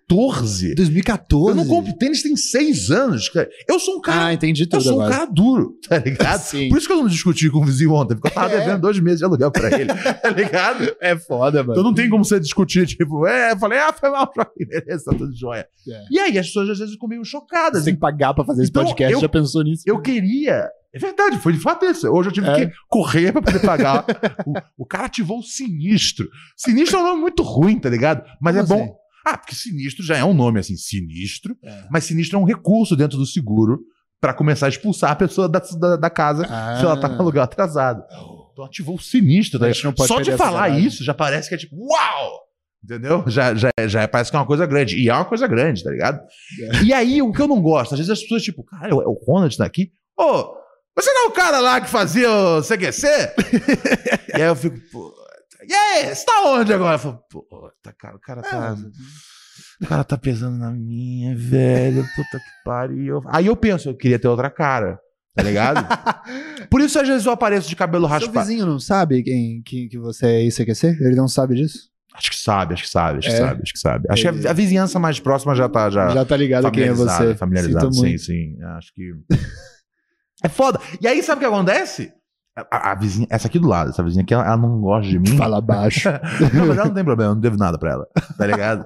2014. 2014. Eu não compro tênis tem seis anos, cara. Eu sou um cara. Ah, entendi eu tudo sou um agora. Ah, cara duro, tá ligado? Sim. Por isso que eu não discuti com o vizinho ontem, porque eu tava É. devendo dois meses de aluguel pra ele, tá ligado? É foda, Então mano. não tem como você discutir, tipo, é, eu falei, ah, foi mal, beleza, tá tudo jóia. É. E aí as pessoas às vezes ficam meio chocadas. Você tem que pagar pra fazer esse Então, podcast, eu- já pensou nisso? Eu queria. É verdade, foi de fato isso. Hoje eu tive É. que correr pra poder pagar. o, o cara ativou o sinistro. Sinistro é um nome muito ruim, tá ligado? Mas Como é bom. assim? Ah, porque sinistro já é um nome assim, sinistro. É. Mas sinistro é um recurso dentro do seguro pra começar a expulsar a pessoa da, da, da casa Ah. se ela tá no lugar atrasado. Então ativou o sinistro. Tá A ligado? gente não pode Só perder de essa falar garagem. isso já parece que é tipo, uau! Entendeu? Já, já, já é- parece que é uma coisa grande. E é uma coisa grande, tá ligado? E aí, o que eu não gosto, às vezes as pessoas, tipo, caralho, é o Ronald tá aqui? Ô, você não é o cara lá que fazia o CQC? e aí eu fico, pô. E aí, você tá onde agora? Eu falo, pô, tá, cara, o cara tá. O cara tá pesando na minha, velho. Puta que pariu. Aí eu penso, eu queria ter outra cara, tá ligado? Por isso, às vezes, eu apareço de cabelo Seu raspado. vizinho não sabe quem, que, que você é ICQC? Ele não sabe disso? Acho que sabe, acho que sabe, acho que É. sabe, acho que sabe. Acho que Ele- a, a vizinhança mais próxima já tá já, Já tá ligado quem é familiarizada, você. familiarizada, Sinto sim, muito. sim. Acho que é foda. E aí sabe o que acontece? A- A, a vizinha, essa aqui do lado, essa vizinha aqui, ela, ela não gosta de mim. Fala baixo. Não, mas ela não tem problema, eu não devo nada pra ela, tá ligado?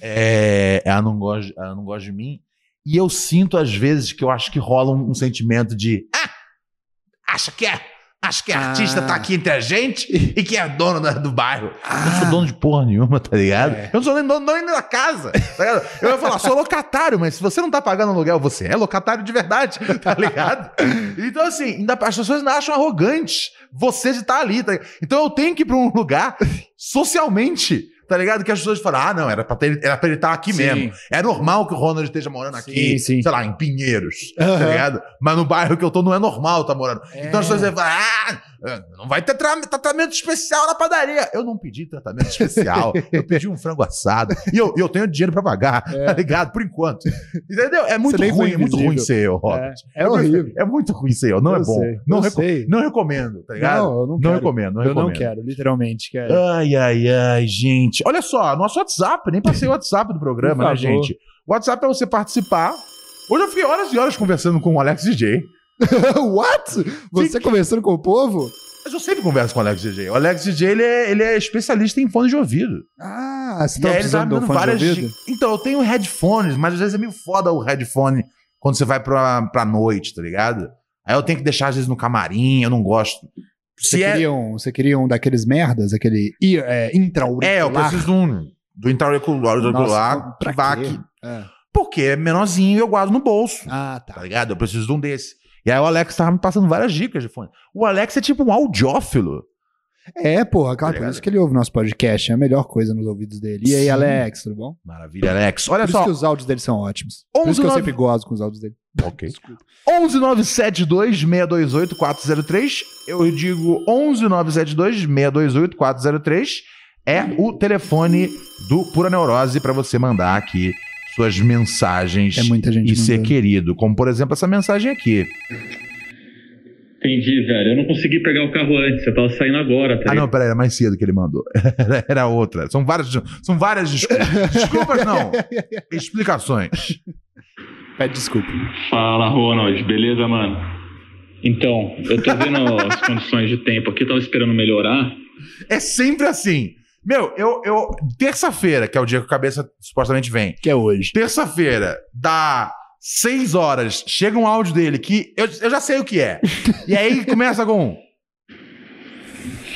É, ela, não gosta, ela não gosta de mim. E eu sinto, às vezes, que eu acho que rola um, um sentimento de. Ah! Acha que é? Acha que é artista, Ah. tá aqui entre a gente e que é dono da- do bairro. Eu não sou dono de porra nenhuma, tá ligado? Ah. É. Eu não sou nem dono, dono nem da casa, tá ligado? Eu ia falar, sou locatário, mas se você não tá pagando aluguel, você é locatário de verdade, tá ligado? Então, assim, ainda, as pessoas ainda acham arrogante você de estar ali, tá ligado? Então eu tenho que ir pra um lugar socialmente, tá ligado? Que as pessoas falam, ah, não, era pra, ter, era pra ele estar aqui Sim. mesmo. É normal que o Ronald esteja morando Sim, aqui, sim. sei lá, em Pinheiros, tá Aham. ligado? Mas no bairro que eu tô não é normal tá morando. É, Então as pessoas falam, ah, não vai ter tra- tratamento especial na padaria. Eu não pedi tratamento especial, eu pedi um frango assado. E eu, e eu tenho dinheiro pra pagar, tá ligado? Por enquanto. Entendeu? É muito É. Você nem foi ruim, é muito invisível. ruim ser eu, Ronald. É, é horrível. É muito ruim ser eu, não é Eu bom. sei, não, eu reco- sei. não recomendo, tá ligado? Não, eu não Não quero. recomendo, não eu recomendo. não quero, literalmente. Cara. Ai, ai, ai, gente. Olha só, nosso WhatsApp, nem passei o WhatsApp do programa, Por né, favor. gente? O WhatsApp é você participar. Hoje eu fiquei horas e horas conversando com o Alex DJ. What? Você conversando com o povo? Mas eu sempre converso com o Alex DJ. O Alex DJ, ele é, ele é especialista em fone de ouvido. Ah, você E tá aí ele tá me precisando de dando um fone várias... de ouvido? Então, eu tenho headphones, mas às vezes é meio foda o headphone quando você vai pra, pra noite, tá ligado? Aí eu tenho que deixar, às vezes, no camarim, eu não gosto. Você, Se é... queria um, você queria um daqueles merdas, aquele i- é, intra-auricular? É, eu preciso de um... Do intraocular, do Nossa, ocular, pra vá quê? aqui. É. Porque é menorzinho e eu guardo no bolso. Ah, tá tá. ligado? Eu preciso de um desse. E aí o Alex tava me passando várias dicas de fone. O Alex é tipo um audiófilo. É, porra, claro, por ligado? isso que ele ouve nosso podcast, é a melhor coisa nos ouvidos dele. E aí, Sim. Alex, tudo bom? Maravilha, Alex. Olha Por isso só. que os áudios dele são ótimos. Por 11, isso que eu nove- sempre gosto com os áudios dele. Ok. 11972-628-403. Eu digo 11972-628-403. É o telefone do Pura Neurose para você mandar aqui suas mensagens É muita gente. e ser mandando. querido. Como, por exemplo, essa mensagem aqui. Entendi, velho. Eu não consegui pegar o carro antes, eu tava saindo agora, tá Ah, ligado? não, peraí, era mais cedo que ele mandou. Era, era outra. São várias, são várias desculpas. Desculpas, não. Explicações. Pede desculpa. Fala, Ronald. Beleza, mano? Então, eu tô vendo as condições de tempo aqui, eu tava esperando melhorar. É sempre assim. Meu, eu. eu Terça-feira, que é o dia que a cabeça supostamente vem. Que é hoje. terça-feira, dá seis horas, chega um áudio dele que eu, eu já sei o que é. E aí começa com. um.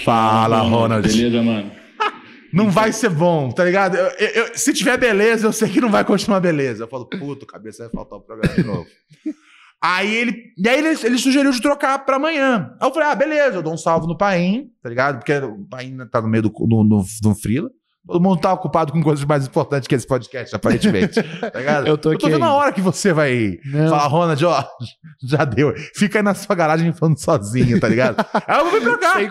Fala, Ronald. Então, Beleza, mano? Não vai ser bom, tá ligado? Eu- eu- eu- se tiver beleza, eu sei que não vai continuar beleza. Eu falo, puto, cabeça vai faltar o programa de novo. aí ele. E aí ele, ele sugeriu de trocar pra amanhã. Aí eu falei, ah, beleza, eu dou um salvo no Paim, tá ligado? Porque o Paim tá no meio do, do, do, do Frila. Todo mundo tá ocupado com coisas mais importantes que esse podcast, aparentemente. tá ligado? Eu tô aqui Eu tô vendo a ainda. hora que você vai Não. falar, Ronald, ó, já deu. Fica aí na sua garagem falando sozinho, tá ligado? aí eu vou vir pra cá. Sem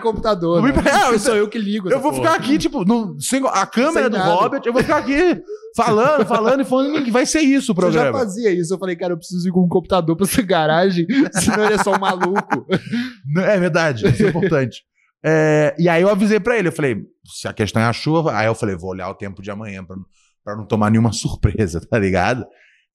Ah! computador. Não me né? pega, Isso isso- sou eu que ligo. Eu essa vou porra. ficar aqui, tipo, no- sem, a câmera Sem do nada. Robert, eu vou ficar aqui falando, falando e falando. que Vai ser isso o Eu já programa. fazia isso. Eu falei, cara, eu preciso ir com um computador pra essa garagem, senão ele é só um maluco. Não, É verdade, isso é importante. É, e aí eu avisei pra ele, eu falei, se a questão é a chuva, aí eu falei, vou olhar o tempo de amanhã pra, não- pra não tomar nenhuma surpresa, tá ligado?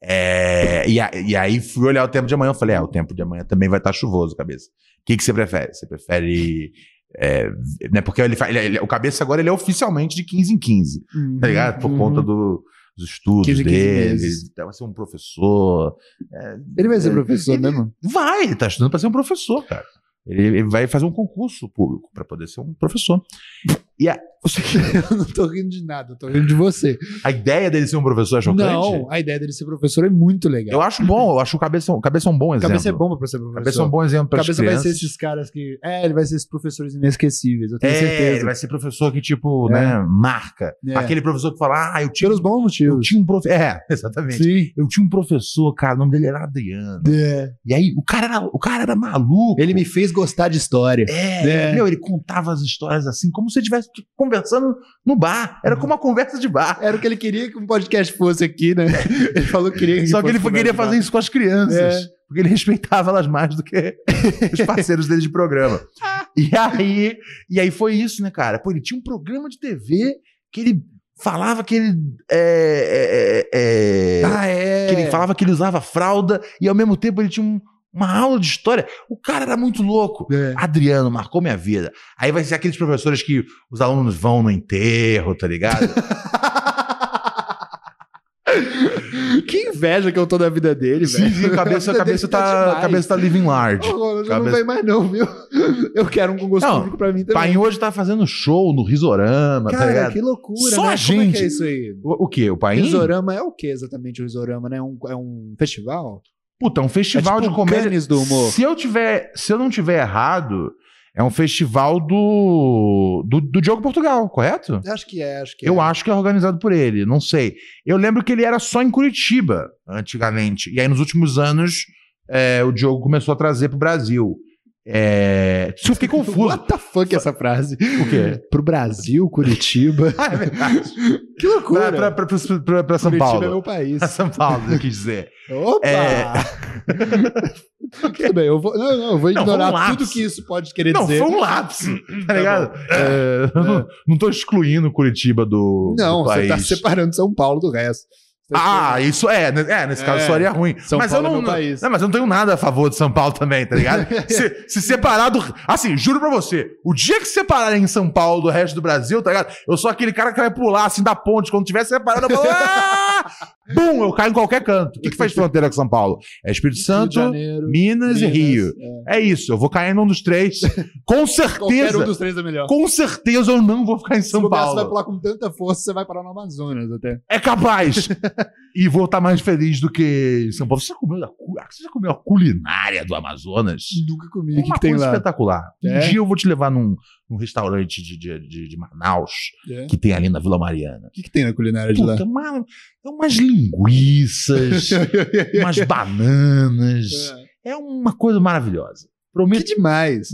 É, e, a- e aí fui olhar o tempo de amanhã, eu falei, é, o tempo de amanhã também vai estar chuvoso, cabeça. O que, que você prefere? Você prefere... é, né, porque ele, fa- ele- ele- o cabeça agora ele é oficialmente de 15 em 15. tá ligado? Por Uhum. conta do- dos estudos 15, 15 dele. meses. Vai ser um professor. É, Ele vai ser professor, Ele- né, mano? vai, ele tá estudando para ser um professor, cara. Ele, ele vai fazer um concurso público para poder ser um professor. E a, Eu não tô rindo de nada, eu tô rindo de você. a ideia dele ser um professor é chocante? Não, a ideia dele ser professor é muito legal. Eu acho bom, eu acho o cabeça, o cabeça um bom exemplo. Cabeça é bom pra ser O professor. Cabeça é um bom exemplo para Cabeça vai crianças. ser esses caras que. É, ele vai ser esses professores inesquecíveis, eu tenho É, ele certeza. vai ser professor que, tipo, É. né, marca. É. Aquele professor que fala, ah, eu tinha, Pelos bons eu motivos. tinha um professor. É, exatamente. Sim. Eu tinha um professor, cara, o nome dele era Adriano. É. E aí, o cara era, o cara era maluco. Ele me fez gostar de história. É, É. meu, ele contava as histórias assim, como se ele estivesse conversando no bar. Era como uma conversa de bar. Era o que ele queria que um podcast fosse aqui, né? Ele falou é que É. queria. Só que ele queria fazer isso com as crianças. Porque ele respeitava elas mais do que os parceiros dele de programa. E aí, e aí foi isso, né, cara? Pô, ele tinha um programa de TV que ele falava que ele. é, é, é, é, Ah, é. que ele falava que ele usava fralda e ao mesmo tempo ele tinha um- uma aula de história. O cara era muito louco. É. Adriano marcou minha vida. Aí vai ser aqueles professores que os alunos vão no enterro, tá ligado? que inveja que eu tô da vida dele, Sim, velho. sim, cabeça, A vida cabeça, dele tá, demais. cabeça tá living large. Ô, Ronald, cabeça- não vem mais, não, viu? Eu quero um com gosto Não, público pra mim também. Paim hoje tá fazendo show no Risorama, tá Cara, ligado? que loucura, Só a né? Como é gente. Tá que é isso aí? O, o quê? O Paim? Risorama é o que exatamente o Risorama, né? É um- é um festival? Puta, é um festival É tipo de o comédia. Cannes do humor. Se eu tiver, se eu não tiver errado, é um festival do do, do Diogo Portugal, correto? Acho que é, acho que Eu é. acho que é organizado por ele, não sei. Eu lembro que ele era só em Curitiba, antigamente. E aí, nos últimos anos, é, o Diogo começou a trazer pro Brasil. É... Isso eu fiquei confuso. What the fuck é essa frase? Por quê? Pro Brasil, Curitiba. Ah, é verdade. que loucura. Pra, pra- pra- pra- pra- pra São Curitiba é Paulo. meu país. Pra São Paulo, eu quis dizer. Opa! tudo bem, eu vou, não, não, eu vou É. Não, ignorar foi um lapso. tudo que isso pode querer Não, dizer. foi um lapso, tá ligado? bom. É, eu não, não tô excluindo Curitiba do, Não, do você país. tá separando São Paulo do resto. Você tá- Ah, isso é. né? É, nesse caso É. só seria ruim. São mas Paulo eu é não, meu país. não, mas eu não tenho nada a favor de São Paulo também, tá ligado? se, se separar do. Assim, juro pra você, o dia que separarem São Paulo do resto do Brasil, tá ligado? Eu sou aquele cara que vai pular assim da ponte. Quando tiver separado, eu falo. "Ah!" Bum! Eu caio em qualquer canto. O que, que faz fronteira com São Paulo? É Espírito Rio de Santo, Janeiro, Minas e Rio. é. É isso, eu vou cair num dos três. Com Qualquer um certeza. dos três é melhor. Com certeza eu não vou ficar em São Se bobear, Você vai Paulo. pular com tanta força, você vai parar no Amazonas até. É capaz. e vou estar mais feliz do que em São Paulo. Você comeu a, cu- a que você já comeu a culinária do Amazonas? Nunca comi. Uma O que, que tem coisa lá? espetacular. É? Um dia eu vou te levar num, num restaurante de, de, de- de Manaus É. que tem ali na Vila Mariana. O que, que tem na culinária de lá? Puta, uma, é umas linguiças, umas bananas. É uma coisa maravilhosa. que Prometo. demais.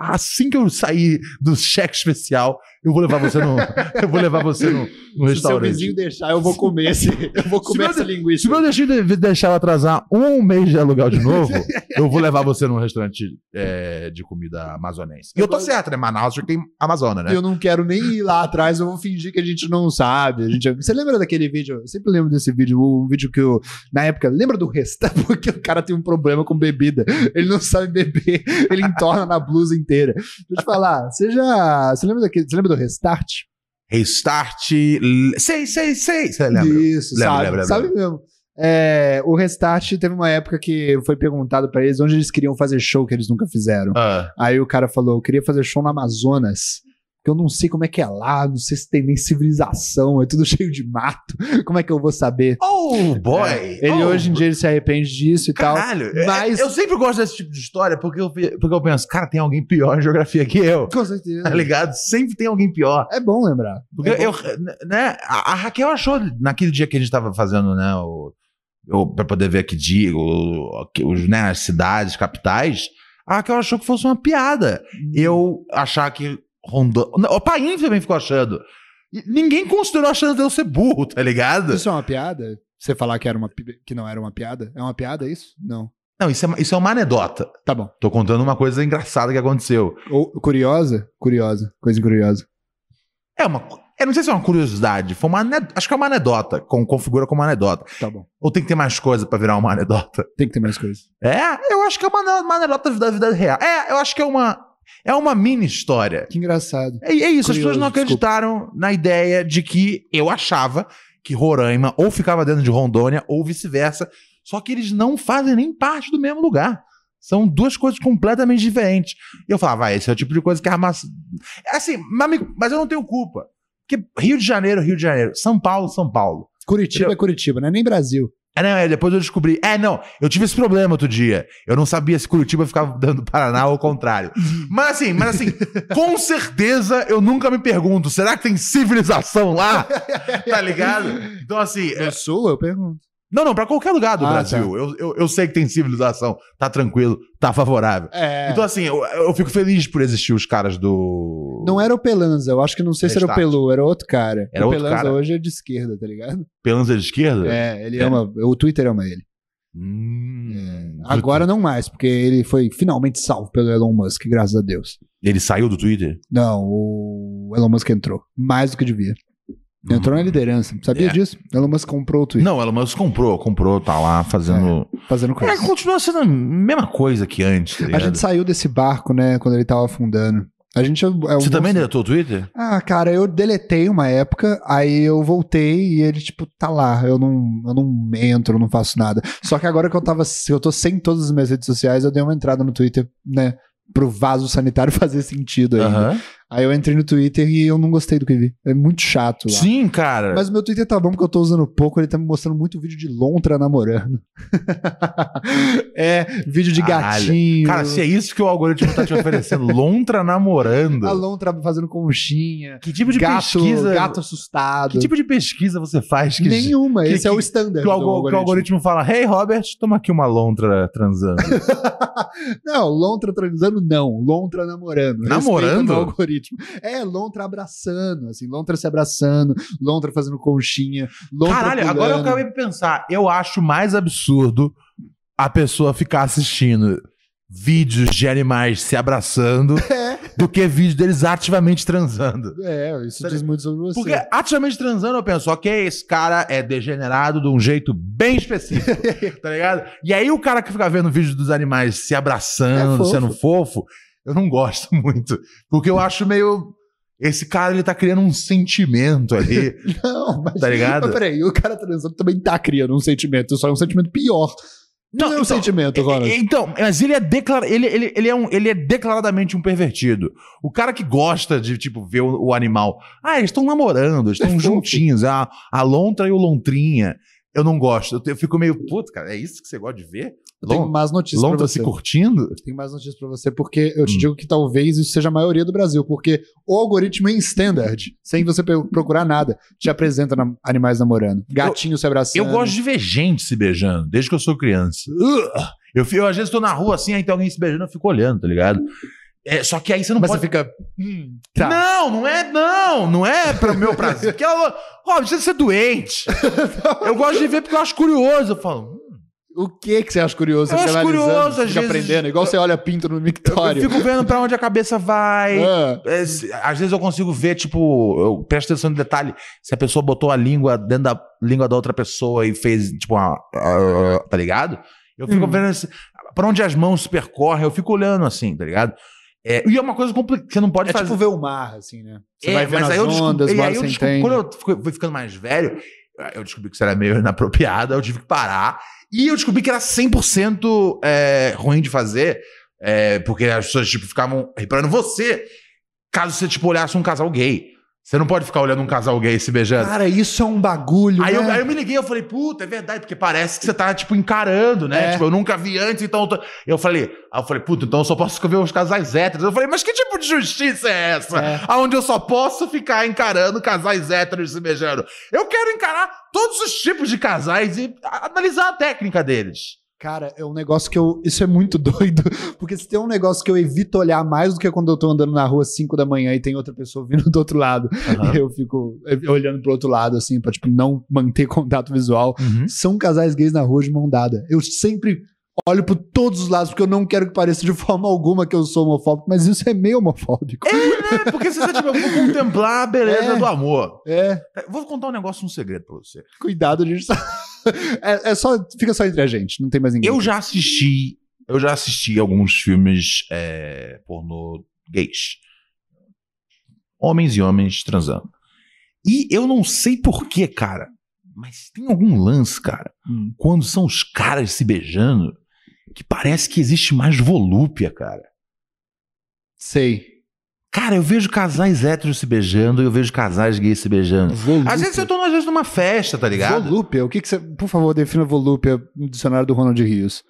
Assim que eu sair do cheque especial, eu vou levar você no, eu vou levar você no, no Se seu restaurante. vizinho deixar, eu vou comer esse, eu vou comer meu essa Se linguiça. eu deixar de deixar eu atrasar um mês de aluguel de novo, eu vou levar você num restaurante é, de comida amazonense. E eu tô certo, né? Manaus já tem Amazônia, né? Eu não quero nem ir lá atrás, eu vou fingir que a gente não sabe. A gente... Você lembra daquele vídeo? Eu sempre lembro desse vídeo, um vídeo que eu. Na época, lembra do restaurante? Porque o cara tem um problema com bebida. Ele não sabe beber, ele entorna na blusa inteira. Deixa eu te falar, você já. Você lembra daquele. Você lembra do restart? Restart. l- Sei, sei, sei. Você lembra? Isso, Lembro, sabe? lembro, lembro. sabe mesmo. É, o Restart teve uma época que foi perguntado pra eles onde eles queriam fazer show que eles nunca fizeram. Ah, Aí o cara falou: Eu queria fazer show no Amazonas. Porque eu não sei como é que é lá, não sei se tem nem civilização, é tudo cheio de mato. Como é que eu vou saber? Oh, boy! É, Ele Oh, hoje em dia ele se arrepende disso e tal. Caralho, é- mas- eu sempre gosto desse tipo de história porque eu, pe- porque eu penso, cara, tem alguém pior em geografia que eu. Com Tá certeza. ligado? Sempre tem alguém pior. É bom lembrar. Eu, eu- né, a, a Raquel achou naquele dia que a gente tava fazendo, né, o, o, pra poder ver que dia, o, que- os, né, as cidades, capitais, a Raquel achou que fosse uma piada. Eu achar que Rondônia... não, O Paim também ficou achando. E Ninguém considerou achando de eu ser burro, tá ligado? Isso é uma piada? Você falar que, era uma, pi- que não era uma piada? É uma piada isso? Não. Não, isso é, isso é uma anedota. Tá bom. Tô contando uma coisa engraçada que aconteceu. Ou, curiosa? Curiosa. Coisa curiosa. É uma... Eu não sei se é uma curiosidade, foi uma ane- acho que é uma anedota, com, configura como anedota. Tá bom. Ou tem que ter mais coisa pra virar uma anedota? Tem que ter mais coisa. É, eu acho que é uma, ane- uma anedota da vida real. É, eu acho que é uma, é uma mini história. Que engraçado. É, é isso, as Curioso, pessoas não desculpa. acreditaram na ideia de que eu achava que Roraima ou ficava dentro de Rondônia ou vice-versa. Só que eles não fazem nem parte do mesmo lugar. São duas coisas completamente diferentes. E eu falava, ah, esse é o tipo de coisa que armaça. É Assim, mas, me- mas eu não tenho culpa. Porque Rio de Janeiro, Rio de Janeiro. São Paulo, São Paulo. Curitiba é Curitiba, não é nem Brasil. É, não, é, depois eu descobri. É, não, eu tive esse problema outro dia. Eu não sabia se Curitiba ficava dando Paraná ou ao contrário. Mas assim, mas assim, com certeza eu nunca me pergunto, será que tem civilização lá? Tá ligado? Então assim, é- No sul, eu pergunto. não, não, pra qualquer lugar do Ah, Brasil. Eu, eu, eu sei que tem civilização, tá tranquilo, tá favorável. É. Então assim, eu, eu fico feliz por existir os caras do... Não é- era o Pelanza, eu acho que não sei se era o Restart. Pelu, era outro cara. É Era o outro Pelanza cara. hoje é de esquerda, tá ligado? Pelanza de esquerda? É, ele É. ama, o Twitter ama ele. Hum, É. Agora não mais, porque ele foi finalmente salvo pelo Elon Musk, graças a Deus. Ele saiu do Twitter? Não, o Elon Musk entrou, mais do que devia. Uhum. Entrou na liderança, sabia Yeah. disso? Elon Musk comprou o Twitter, Não, Elon Musk comprou, comprou, tá lá fazendo. fazendo É, coisa. continua sendo a mesma coisa que antes. Tá a ligado? gente saiu desse barco, né, quando ele tava afundando. A gente é um Você bom também deletou o Twitter? Ah, cara, eu deletei uma época, aí eu voltei e ele, tipo, tá lá. Eu não, eu não entro, eu não faço nada. Só que agora que eu tava. Eu tô sem todas as minhas redes sociais, eu dei uma entrada no Twitter, né? Pro vaso sanitário fazer sentido ainda. Aham. Aí eu entrei no Twitter e eu não gostei do que vi. É muito chato lá. Sim, cara. Mas o meu Twitter tá bom porque eu tô usando pouco, ele tá me mostrando muito vídeo de lontra namorando. é, vídeo de Caralho. gatinho. Cara, se é isso que o algoritmo tá te oferecendo, lontra namorando. a lontra fazendo conchinha. que tipo de gato, pesquisa. gato assustado. Que tipo de pesquisa você faz que, Nenhuma, que- esse é que- o standard que o, algo- que o algoritmo. fala: Hey, Robert, toma aqui uma lontra transando. Não, lontra transando não, lontra namorando. Namorando? Respeita o algoritmo. É, lontra abraçando, assim, lontra se abraçando, lontra fazendo conchinha, lontra Caralho, pulando. agora eu acabei de pensar. Eu acho mais absurdo a pessoa ficar assistindo vídeos de animais se abraçando do que vídeos deles ativamente transando. É, isso Peraí. diz muito sobre você. Porque ativamente transando eu penso, ok, esse cara é degenerado de um jeito bem específico, tá ligado? E aí o cara que fica vendo vídeo dos animais se abraçando, É fofo. sendo fofo, eu não gosto muito. Porque eu acho meio. Esse cara, ele tá criando um sentimento ali. Não, mas, Tá ligado? mas peraí, o cara transando também tá criando um sentimento, só é um sentimento pior. Não, é um então- sentimento, Ronald. Então, mas ele é, declara ele, ele, ele, é um, ele é declaradamente um pervertido. O cara que gosta de, tipo, ver o, o animal. Ah, eles estão namorando, eles estão fofo. juntinhos. Ah, A, a lontra e o lontrinha. Eu não gosto. Eu, te- eu fico meio, puto, cara, é isso que você gosta de ver? Eu tenho Lon- mais notícias Lon pra tá você. se curtindo? Tenho mais notícias pra você, porque eu te Hum. digo que talvez isso seja a maioria do Brasil, porque o algoritmo é em standard, sem você pe- procurar nada, te apresenta na- animais namorando. Gatinho se abraçando. Eu gosto de ver gente se beijando, desde que eu sou criança. Ugh! Eu, fi- eu, às vezes tô na rua assim, aí tem alguém se beijando, eu fico olhando, tá ligado? É, só que aí você não Mas pode. você fica. "Hum, tá. Não, não é, não, não é para o meu prazer. Porque ela, Rob, você você é doente. eu gosto de ver porque eu acho curioso. Eu falo, hum, O que que você acha curioso? Eu Você acho vai analisando, curioso, você às fica vezes- aprendendo, igual você olha pinto no eu mictório. fico vendo pra onde a cabeça vai. Ah, É, se- Às vezes eu consigo ver, tipo, eu presto atenção no detalhe, se a pessoa botou a língua dentro da língua da outra pessoa e fez, tipo, uma, ah, tá ligado? Eu fico Hum. vendo esse- pra onde as mãos se percorrem, eu fico olhando assim, tá ligado? É, e é uma coisa complicada, você não pode é fazer. tipo ver o mar, assim, né? Você É, vai vendo mas as aí eu descobri- ondas, e uma aí hora eu você descobri- entende. Quando eu fico- fui ficando mais velho, ah, eu descobri que isso era meio inapropriado, aí eu tive que parar. E eu descobri que era 100% é, ruim de fazer, é, porque as pessoas tipo, ficavam reparando você, caso você tipo, olhasse um casal gay. Você não pode ficar olhando um casal gay se beijando. Cara, isso é um bagulho, Aí né? eu, aí eu me liguei, eu falei, puta, é verdade, porque parece que você tá, tipo, encarando, né? É. Tipo, eu nunca vi antes, então... Eu, tô- eu falei, aí eu falei, puta, então eu só posso ver os casais héteros. Eu falei, mas que tipo de justiça é essa? É. Onde eu só posso ficar encarando casais héteros se beijando. Eu quero encarar todos os tipos de casais e a- analisar a técnica deles. Cara, é um negócio que eu. Isso é muito doido. Porque se tem um negócio que eu evito olhar mais do que quando eu tô andando na rua às 5 da manhã e tem outra pessoa vindo do outro lado. E eu fico eh, olhando pro outro lado, assim, pra, tipo, não manter contato visual. Uhum. São casais gays na rua de mão dada. Eu sempre olho por todos os lados, porque eu não quero que pareça de forma alguma que eu sou homofóbico, mas isso é meio homofóbico. É, porque você tá tipo, eu vou contemplar a beleza É. do amor. É, É, Vou contar um negócio, um segredo pra você. cuidado, a gente. só- É, é só. Fica só entre a gente, não tem mais ninguém. Eu já assisti, eu já assisti alguns filmes é, pornô gays. Homens e homens transando. E eu não sei porquê, cara, mas tem algum lance, cara, Hum. quando são os caras se beijando, que parece que existe mais volúpia, cara. Sei. Cara, eu vejo casais héteros se beijando, eu vejo casais gays se beijando. Volúpia. Às vezes eu tô, às vezes, numa festa, tá ligado? Volúpia, o que que você. Por favor, defina volúpia no dicionário do Ronald Rios.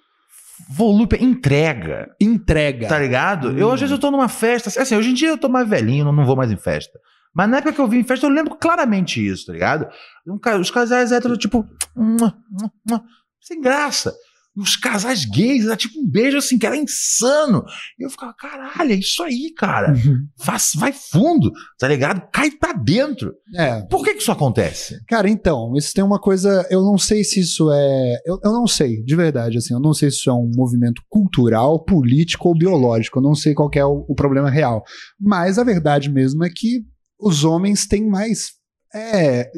volúpia, entrega. Entrega. Tá ligado? Hum. Eu, às vezes, eu tô numa festa. Assim, hoje em dia eu tô mais velhinho, não, não vou mais em festa. Mas na época que eu vim em festa, eu lembro claramente isso, tá ligado? Um ca- Os casais héteros, tipo, mua, mua, mua, sem graça. E Os casais gays, era tipo um beijo assim, que era insano. E eu ficava, caralho, é isso aí, cara. Uhum. Faz- vai fundo, tá ligado? Cai pra dentro. É. Por que que isso acontece? Cara, então, isso tem uma coisa. Eu não sei se isso é. Eu, eu não sei, de verdade, assim. Eu não sei se isso é um movimento cultural, político ou biológico. Eu não sei qual que é o, o problema real. Mas a verdade mesmo é que os homens têm mais. É.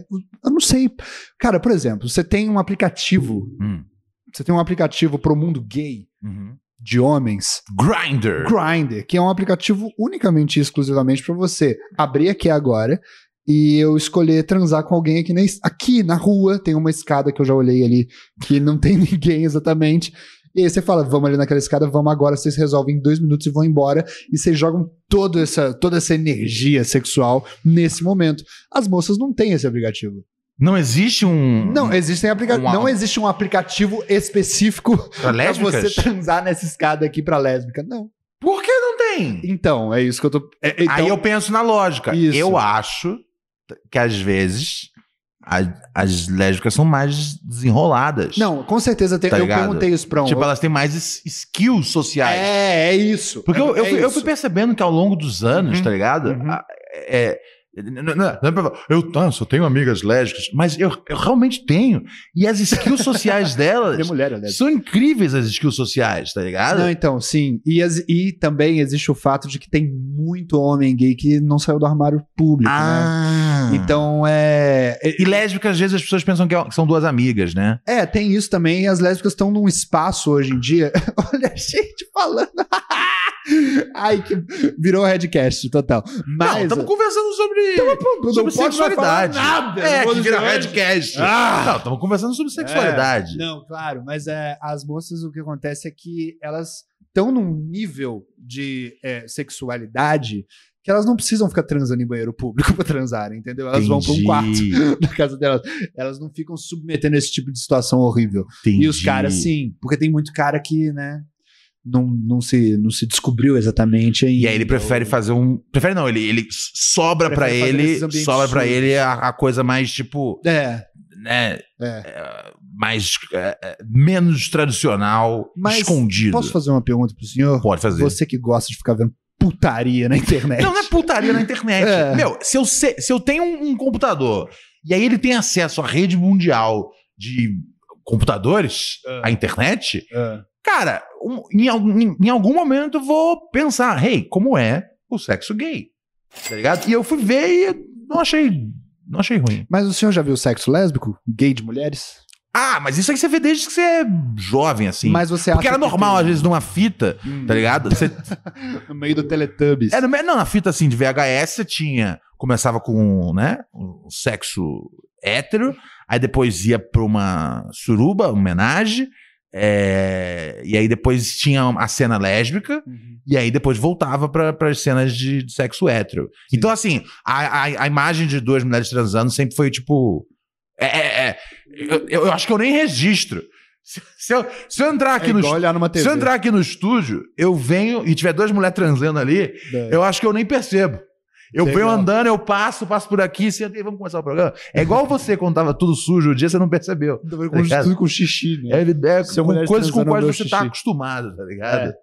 Eu não sei. Cara, por exemplo, você tem um aplicativo. Hum. Você tem um aplicativo pro mundo gay de homens. Grinder. Grindr, que é um aplicativo unicamente e exclusivamente pra você abrir aqui agora e eu escolher transar com alguém aqui na, es- aqui na rua. Tem uma escada que eu já olhei ali que não tem ninguém exatamente. E aí você fala, vamos ali naquela escada, vamos agora, vocês resolvem em dois minutos e vão embora. E vocês jogam toda essa, toda essa energia sexual nesse momento. As moças não têm esse aplicativo. Não existe um. Não, é, existem aplica Uma- não existe um aplicativo específico pra pra você tá- lésbicas? transar nessa escada aqui pra lésbica. Não. Por que não tem? Então, é isso que eu tô. é- então- Aí eu penso na lógica. Isso. Eu acho que às vezes a- as lésbicas são mais desenroladas. Não, com certeza tem. Tá eu ligado? perguntei isso pra um. Tipo, elas têm mais es- skills sociais. é, é isso. Porque é, eu, eu é fui, eu isso. fui percebendo que ao longo dos anos, Uhum. tá ligado? Uhum. A- é- n- n- não é pra falar, eu tá, só tenho amigas lésbicas, mas eu, eu realmente tenho. E as skills sociais De delas mulher, aliás. são incríveis, as skills sociais, tá ligado? Não, então, sim. E, as- e também existe o fato de que tem muito homem gay que não saiu do armário público, ah. né? Então, é, é. E lésbicas, às vezes, as pessoas pensam que é- que são duas amigas, né? É, tem isso também. E as lésbicas estão num espaço hoje em dia. Olha a gente falando. Ai, que virou headcast total. Não, Mas. tipo, estamos conversando sobre. não pode mais falar nada. tipo, É, no que vira podcast. headcast. Ah! Não, estamos conversando sobre sexualidade. Não, claro, mas é, as moças, o que acontece é que elas estão num nível de é, sexualidade que elas não precisam ficar transando em banheiro público pra transarem, entendeu? Elas vão pra um Entendi, quarto na casa delas. Elas não ficam submetendo a esse tipo de situação horrível. E os entendi. caras, sim, porque tem muito cara que, né, não, não, se, não se descobriu exatamente ainda. E aí ele prefere fazer um. Prefere não, ele, ele sobra pra Prefere fazer ele. nesses ambientes Sobra pra sujos. ele a, a coisa mais, tipo, É, né? é. eh, Mais. eh, eh, menos tradicional, Mas escondido. Posso fazer uma pergunta pro senhor? Pode fazer. Você que gosta de ficar vendo putaria na internet. Não, não é putaria na internet. É. Meu, se eu, se, se eu tenho um, um computador e aí ele tem acesso à rede mundial de computadores, É. à internet, É. cara, um- em, algum- em- em algum momento eu vou pensar, hey, como é o sexo gay? Tá ligado? E eu fui ver e não achei, não achei ruim. Mas o senhor já viu sexo lésbico? Gay de mulheres? Ah, mas isso aí você vê desde que você é jovem, assim. Mas você acha Porque era que normal, às tem- vezes, numa fita, Hum, tá ligado? Você No meio do Teletubbies. É, no me- não, na fita assim de VHS você tinha. Começava com, né? Um sexo hétero, aí depois ia pra uma suruba, homenagem. é, e aí depois tinha a cena lésbica, Uhum. e aí depois voltava para as cenas de, de sexo hétero. Então, assim, a, a, a imagem de duas mulheres transando sempre foi tipo. É, é, é, eu, eu acho que eu nem registro. Se, se eu, se eu entrar É aqui no. igual olhar numa TV. Se eu entrar aqui no estúdio, eu venho e tiver duas mulheres transando ali, É. eu acho que eu nem percebo. Eu Legal. venho andando, eu passo, passo por aqui, sento e vamos começar o programa. É igual você quando tava tudo sujo o dia, você não percebeu. Tá vendo Tá ligado? Tudo com xixi, né? É, é Se a com mulher coisas com transando, quais eu dou você xixi. É, tá acostumado, tá ligado?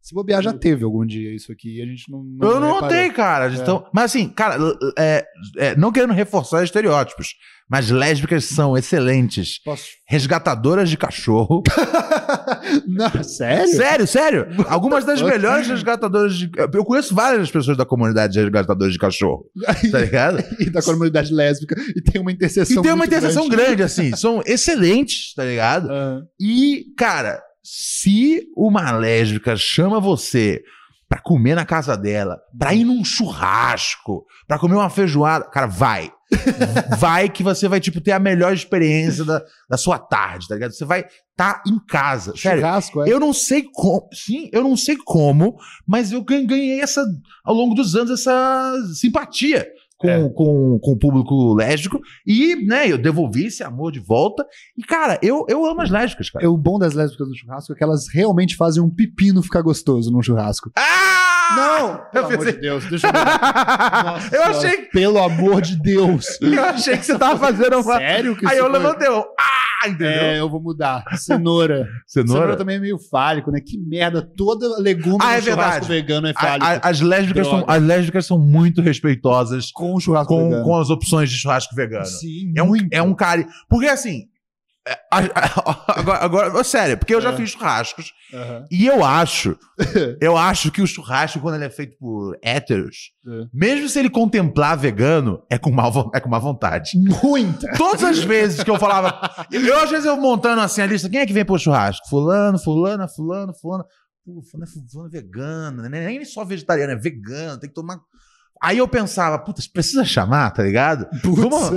Se bobear, já teve algum dia isso aqui e a gente não. eu não reparou. notei, cara. É. Então, mas assim, cara, l- l- é- é, não querendo reforçar estereótipos, mas lésbicas são excelentes. Posso... Resgatadoras de cachorro. não, sério? Sério, sério. Algumas das fuck? melhores resgatadoras de. Eu conheço várias pessoas da comunidade de resgatadores de cachorro, tá ligado? E da comunidade lésbica. E tem uma interseção. E tem uma muito interseção grande. assim. São excelentes, tá ligado? grande. E, cara, se uma lésbica chama você pra comer na casa dela, pra ir num churrasco, pra comer uma feijoada, cara, vai. vai que você vai, tipo, ter a melhor experiência da, da sua tarde, tá ligado? Você vai estar em casa. Ah, Sério, churrasco, é. eu não sei como, sim, eu não sei como, mas eu gan- ganhei essa, ao longo dos anos, essa simpatia com, É. com, com o público lésbico. E, né, eu devolvi esse amor de volta. E, cara, eu, eu amo as lésbicas, cara. É O bom das lésbicas no churrasco é que elas realmente fazem um pepino ficar gostoso num churrasco. Ah! Não! Pelo amor pensei- de Deus, deixa eu ver. Nossa eu, Senhora, achei, que- Pelo amor de Deus. eu achei que você tava fazendo uma. Sério que Aí isso eu foi? levantei. eu, Ah! Entendeu? É, eu vou mudar. Cenoura. Cenoura, também é meio fálico, né? Que merda. Toda legume Ah, no é churrasco verdade. ah, vegano é A- fálico. a- as, lésbicas são, Droga. as lésbicas são muito respeitosas com o churrasco com, vegano. com as opções de churrasco vegano. Sim, É um, muito. é um cari. Porque assim. é, a- a- Agora, agora- sério, porque eu já É. fiz churrascos Aham. e eu acho, eu acho que o churrasco, quando ele é feito por héteros, É. mesmo se ele contemplar vegano, é com, mal, vo- é com má vontade. Muita. Todas as vezes que eu falava. Eu, às vezes, eu montando assim a lista, quem é que vem pro churrasco? Fulano, fulana, fulano, fulano. Pô, fulano é fulano vegano, né? nem só vegetariano, é vegano, tem que tomar. Aí eu pensava, puta, precisa chamar, tá ligado? Vamos-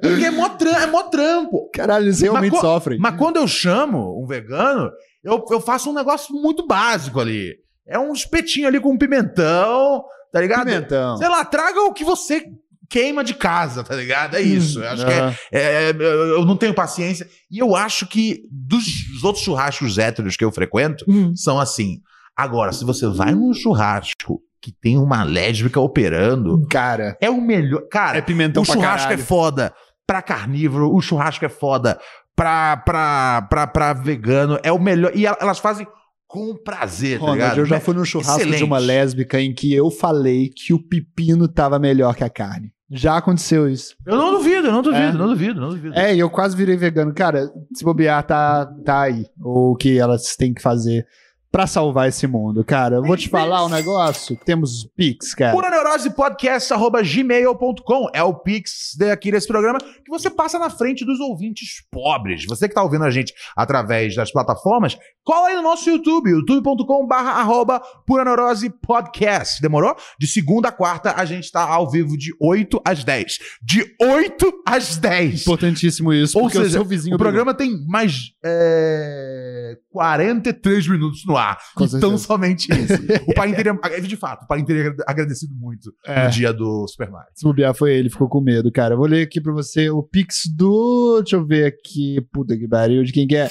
Porque é mó, tram- é mó trampo. Caralho, eles realmente Mas co- sofrem. Mas quando eu chamo um vegano, eu, eu faço um negócio muito básico ali. É um espetinho ali com pimentão, tá ligado? Pimentão. Sei lá, traga o que você queima de casa, tá ligado? É isso. Eu acho que é, Hum, Aham. É, eu- eu não tenho paciência. E eu acho que dos dos outros churrascos héteros que eu frequento, Hum. são assim. Agora, se você vai num churrasco que tem uma lésbica operando, Cara, é o melhor. Cara, é pimentão o pra churrasco é caralho. foda pra carnívoro, o churrasco é foda pra, pra, pra, pra vegano, é o melhor. E el- elas fazem com prazer, tá Ronald, ligado? eu já fui num churrasco de Excelente. uma lésbica em que eu falei que o pepino tava melhor que a carne. Já aconteceu isso. Eu não duvido, eu não duvido, É. não duvido, não duvido. É, e eu quase virei vegano. Cara, se bobear, tá, tá aí. O que elas têm que fazer pra salvar esse mundo, cara. Eu vou te falar um negócio. Temos Pix, cara. Pura Neurose Podcast, arroba gmail.com. É o Pix daqui desse programa que você passa na frente dos ouvintes pobres. Você que está ouvindo a gente através das plataformas, cola aí no nosso YouTube, youtube.com barra arroba Pura Neurose Podcast. Demorou? De segunda a quarta, a gente está ao vivo de 8 às 10. De 8 às 10. Importantíssimo isso, Ou porque seja, o seu vizinho... O programa tem mais é, 43 minutos no ar. Com então, certeza. somente isso. O pai inteiro, de fato, o pai inteiro é agradecido muito É. no dia do Super Mario. Se bobear foi ele, ficou com medo, cara. Eu vou ler aqui pra você o pix do. Deixa eu ver aqui. Puta que pariu, de quem que é?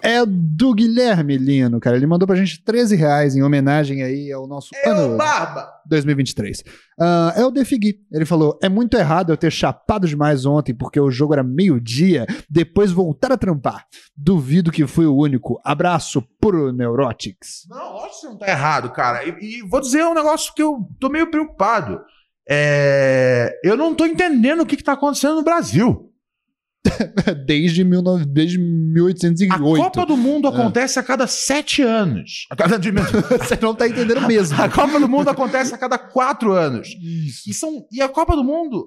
É do Guilherme Lino, cara. Ele mandou pra gente 13 reais em homenagem aí ao nosso ano Barba! 2023. Ah, é o Defigui. Ele falou: é muito errado eu ter chapado demais ontem porque o jogo era meio-dia, depois voltar a trampar. Duvido que fui o único. Abraço, puro Neurotics. Não, lógico que você não tá errado, cara. E, e vou dizer um negócio que eu tô meio preocupado. É, eu não tô entendendo o que, que tá acontecendo no Brasil. Desde, 19 desde A 1808. Copa do Mundo acontece a cada sete anos. A cada de- Você não tá entendendo mesmo. A Copa do Mundo acontece a cada quatro anos. Isso. E, são, e a Copa do Mundo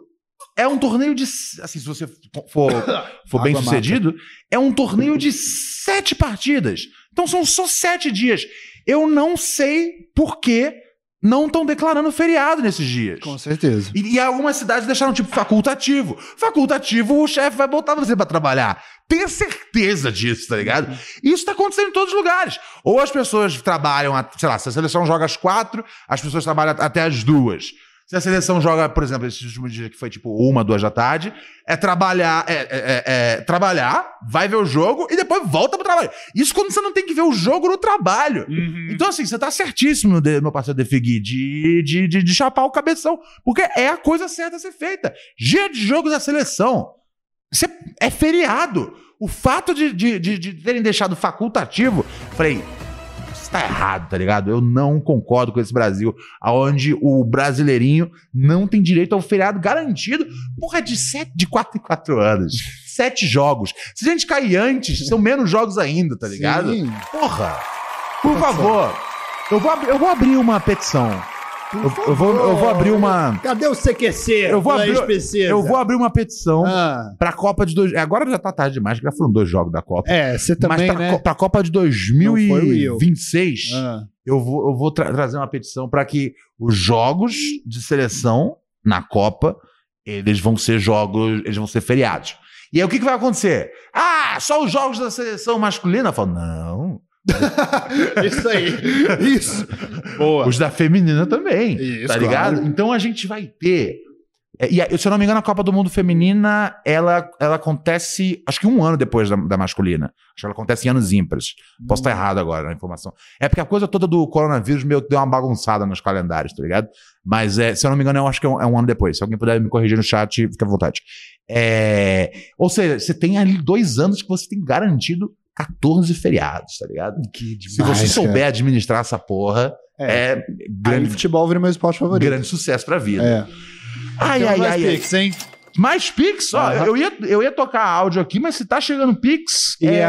é um torneio de. Assim, se você for, for bem Água sucedido, é um torneio de sete partidas. Então são só sete dias. Eu não sei por que não estão declarando feriado nesses dias. Com certeza. E, e algumas cidades deixaram tipo facultativo. Facultativo, o chefe vai botar você pra trabalhar. Tenha certeza disso, tá ligado? E Isso tá acontecendo em todos os lugares. Ou as pessoas trabalham, a- sei lá, se a seleção joga às quatro, as pessoas trabalham at- até às duas. Se a seleção joga, por exemplo, esse último dia que foi tipo uma, duas da tarde, é trabalhar, é, é- é- é trabalhar, vai ver o jogo e depois volta pro trabalho. Isso quando você não tem que ver o jogo no trabalho. Então, assim, você tá certíssimo, de- meu parceiro Defigui, de, de, de, de chapar o cabeção, porque é a coisa certa a ser feita. Dia de jogo da seleção. Isso é- é feriado. O fato de, de, de, de terem deixado facultativo, falei, isso tá errado, tá ligado? Eu não concordo com esse Brasil, aonde o brasileirinho não tem direito ao feriado garantido. Porra, é de, sete, de quatro em quatro anos. Sete jogos. Se a gente cair antes, são menos jogos ainda, tá ligado? Sim, Porra! Por favor, eu vou, ab- eu vou abrir uma petição. por Eu, eu vou, eu vou abrir uma. Cadê o CQC? Eu vou Lá abrir- eles precisam. Eu vou abrir um- uma petição Ah, pra Copa de dois. Agora já tá tarde demais, que já foram dois jogos da Copa. é, você também, Mas tá pra, né? co- pra Copa de Não foi o Will. 2026, Ah, eu vou, eu vou tra- trazer uma petição pra que os jogos de seleção na Copa, eles vão ser jogos, eles vão ser feriados. E aí o que, que vai acontecer? Ah, só os jogos da seleção masculina? Eu falo, não. isso aí. Isso. Boa. Os da feminina também. Isso, tá claro. ligado? Então a gente vai ter. é, E aí, se eu não me engano, a Copa do Mundo Feminina, ela, ela acontece, acho que um ano depois da, da masculina. Acho que ela acontece em anos ímpares. Posso Hum. estar errado agora na informação. É porque a coisa toda do coronavírus meio que deu uma bagunçada nos calendários, tá ligado? Mas, é, se eu não me engano, eu acho que é um, é um ano depois. Se alguém puder me corrigir no chat, fica à vontade. É, ou seja, você tem ali dois anos que você tem garantido 14 feriados, tá ligado? Que Se você demais, souber cara. administrar essa porra, É. é, Aí, grande, futebol vira meu esporte favorito. grande sucesso pra vida. É. Ai, Então, ai, mais ai, ai. picks, hein? Mais Pix, ó. Aham. Eu, ia, eu ia tocar áudio aqui, mas se tá chegando Pix, E é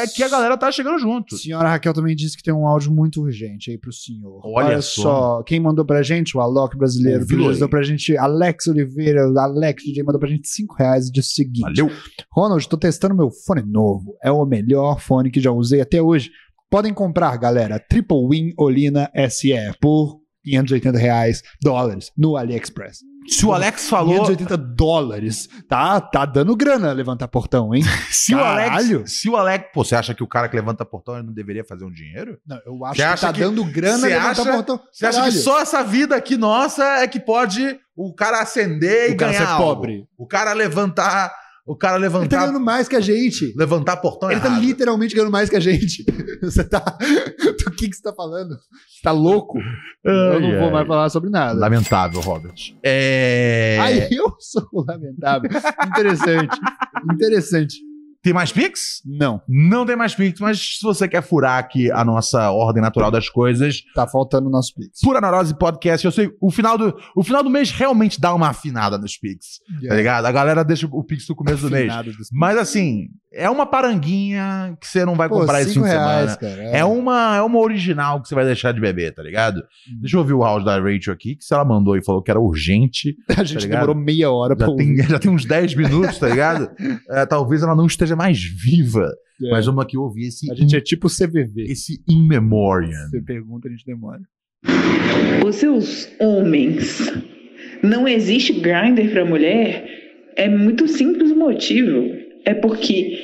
as- que a galera tá chegando junto. Senhora Raquel também disse que tem um áudio muito urgente aí pro senhor. Olha só. Quem mandou pra gente, o Alok brasileiro, Ouvi-lo aí. mandou pra gente, Alex Oliveira, o Alex DJ mandou pra gente 5 reais e disse o seguinte: Valeu. Ronald, tô testando meu fone novo. É o melhor fone que já usei até hoje. Podem comprar, galera. Triple Win Olina SE por 580 reais dólares no AliExpress. Se o Alex falou. 580 dólares. Tá, tá dando grana levantar portão, hein? Se o Caralho. Alex. Se o Alex. Pô, você acha que o cara que levanta portão ele não deveria fazer um dinheiro? Não, eu acho Você que acha tá que- dando grana você levantar acha- portão. Você acha Caralho. que só essa vida aqui nossa é que pode o cara acender e O cara é ganhar ser algo? pobre. O cara levantar. O cara Ele tá levantar. ganhando mais que a gente. levantar portão Ele tá errado. literalmente ganhando mais que a gente. Você tá. Do que, que você tá falando? Você tá louco? eu não Ai, vou ai. mais falar sobre nada. Lamentável, Robert. É. Aí eu sou o lamentável. Interessante. Interessante. Tem mais Pix? Não, Não tem mais Pix, mas se você quer furar aqui a nossa ordem natural das coisas, tá faltando o nosso Pix. Pura Neurose Podcast, eu sei, o final do, o final do mês realmente dá uma afinada nos Pix, tá É. ligado? A galera deixa o Pix no começo do mês. Afinado dos- Mas assim, é uma paranguinha que você não vai Pô, comprar esse fim cinco de semana. reais, cara. É uma, é uma original que você vai deixar de beber, tá ligado? Hum. Deixa eu ouvir o áudio da Rachel aqui, que se ela mandou e falou que era urgente, A gente tá ligado? demorou meia hora pra já tem, já tem uns 10 minutos, tá ligado? É, talvez ela não esteja mais viva, ouvir. É. mas vamos aqui ouvir esse, A gente é tipo o CVV. esse In Memoriam. Você pergunta, a gente demora. Os seus homens, não existe grinder para mulher? É muito simples o motivo. É porque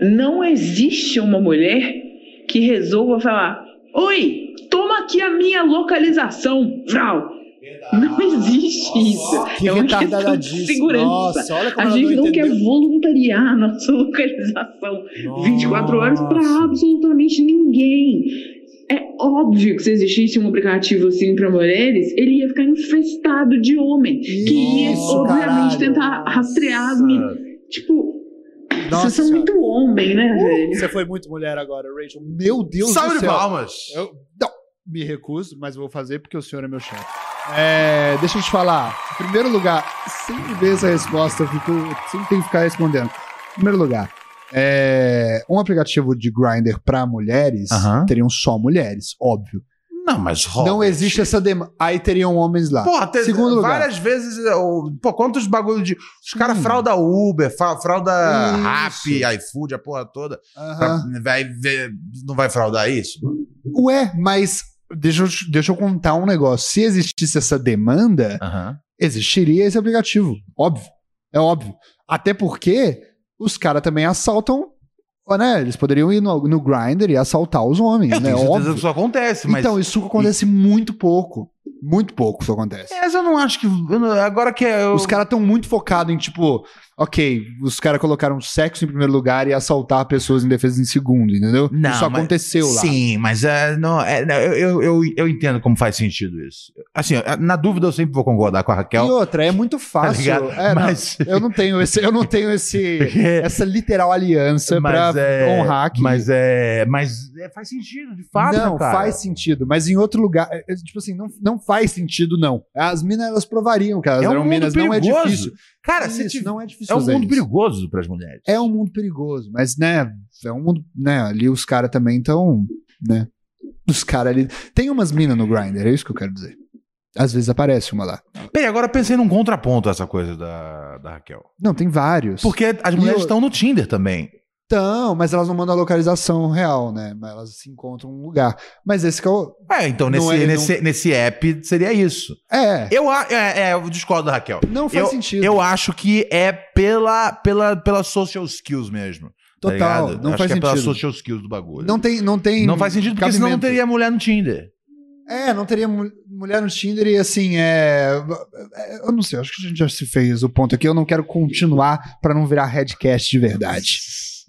não existe uma mulher que resolva falar: Oi, toma aqui a minha localização, Vral. Não existe isso. Que é uma questão de retardadadíssimo. segurança. Nossa, olha como A ela gente não quer entendeu. voluntariar a nossa localização 24 horas para Nossa. absolutamente ninguém. É óbvio que se existisse um aplicativo assim para mulheres, ele ia ficar infestado de homem. Que ia, Isso, obviamente, caralho. tentar rastrear as meninas. Tipo, Nossa vocês são senhora. Uh, muito homem, né, velho? Você foi muito mulher agora, Rachel. Meu Deus Salve do de céu. palmas. Eu não, me recuso, mas vou fazer porque o senhor é meu chefe. É, deixa eu te falar. Em primeiro lugar, sempre ver essa resposta, eu fico, eu sempre tenho que ficar respondendo. Em primeiro lugar, é, um aplicativo de grinder para mulheres Aham. teriam só mulheres, óbvio. Não, mas rola. Não existe essa demanda. Aí teriam homens lá. Porra, tem, Segundo lugar. várias vezes. é, o- Pô, quantos bagulho de. Os caras Hum. frauda Uber, fa- frauda Isso. Rap, iFood, a porra toda. Pra- Aham. vai ver- não vai fraudar isso? Ué, mas deixa eu, te- deixa eu contar um negócio. Se existisse essa demanda, existiria esse aplicativo. Óbvio. É óbvio. Até porque os caras também assaltam, né? Eles poderiam ir no, no Grindr e assaltar os homens, Eu né? tenho certeza Óbvio. que isso acontece, mas. Então, isso acontece muito pouco. Muito pouco isso acontece. Essa eu não acho que. eu não- Agora que eu. Os caras estão muito focados em, tipo, ok, os caras colocaram sexo em primeiro lugar e assaltar pessoas indefesas em segundo, entendeu? Não, isso mas- aconteceu lá. Sim, mas é, não, é, não, eu, eu, eu- eu entendo como faz sentido isso. Assim, na dúvida eu sempre vou concordar com a E Raquel. outra, é muito Tá fácil. ligado? É, não, mas. eu não tenho esse, eu não tenho esse, essa literal aliança mas pra é, honrar aqui. Mas é. Mas é, faz sentido, de fato. não, né, cara? faz sentido, mas em outro lugar, é, é, tipo assim, não, não faz sentido não. As minas elas provariam que elas É um eram mundo minas, não é perigoso. difícil. Cara, Isso, se tiver- não é difícil é um fazer mundo isso. perigoso para as mulheres. É um mundo perigoso, mas né, é um mundo, né, ali os caras também estão, né? Os caras ali, tem umas minas no grinder, é isso que eu quero dizer. Às vezes aparece uma lá. Peraí, agora eu pensei num contraponto a essa coisa da, da Raquel. Não, tem vários. Porque as E mulheres eu- estão no Tinder também. Então, mas elas não mandam a localização real, né? Mas elas se encontram em um lugar. Mas esse que é o É, então Não nesse, é, não- nesse, nesse app seria isso. é, Eu, a- é, é, eu discordo da Raquel. não faz sentido. Eu acho que é pela, pela, pela social skills mesmo. tá Total, ligado? não acho faz que é pela sentido. social skills do bagulho. Não tem, não tem. Não faz sentido, porque senão não cabimento. teria mulher no Tinder. É, não teria mu- mulher no Tinder e assim, é. Eu não sei, acho que a gente já se fez o ponto aqui. Eu não quero continuar pra não virar headcast de verdade.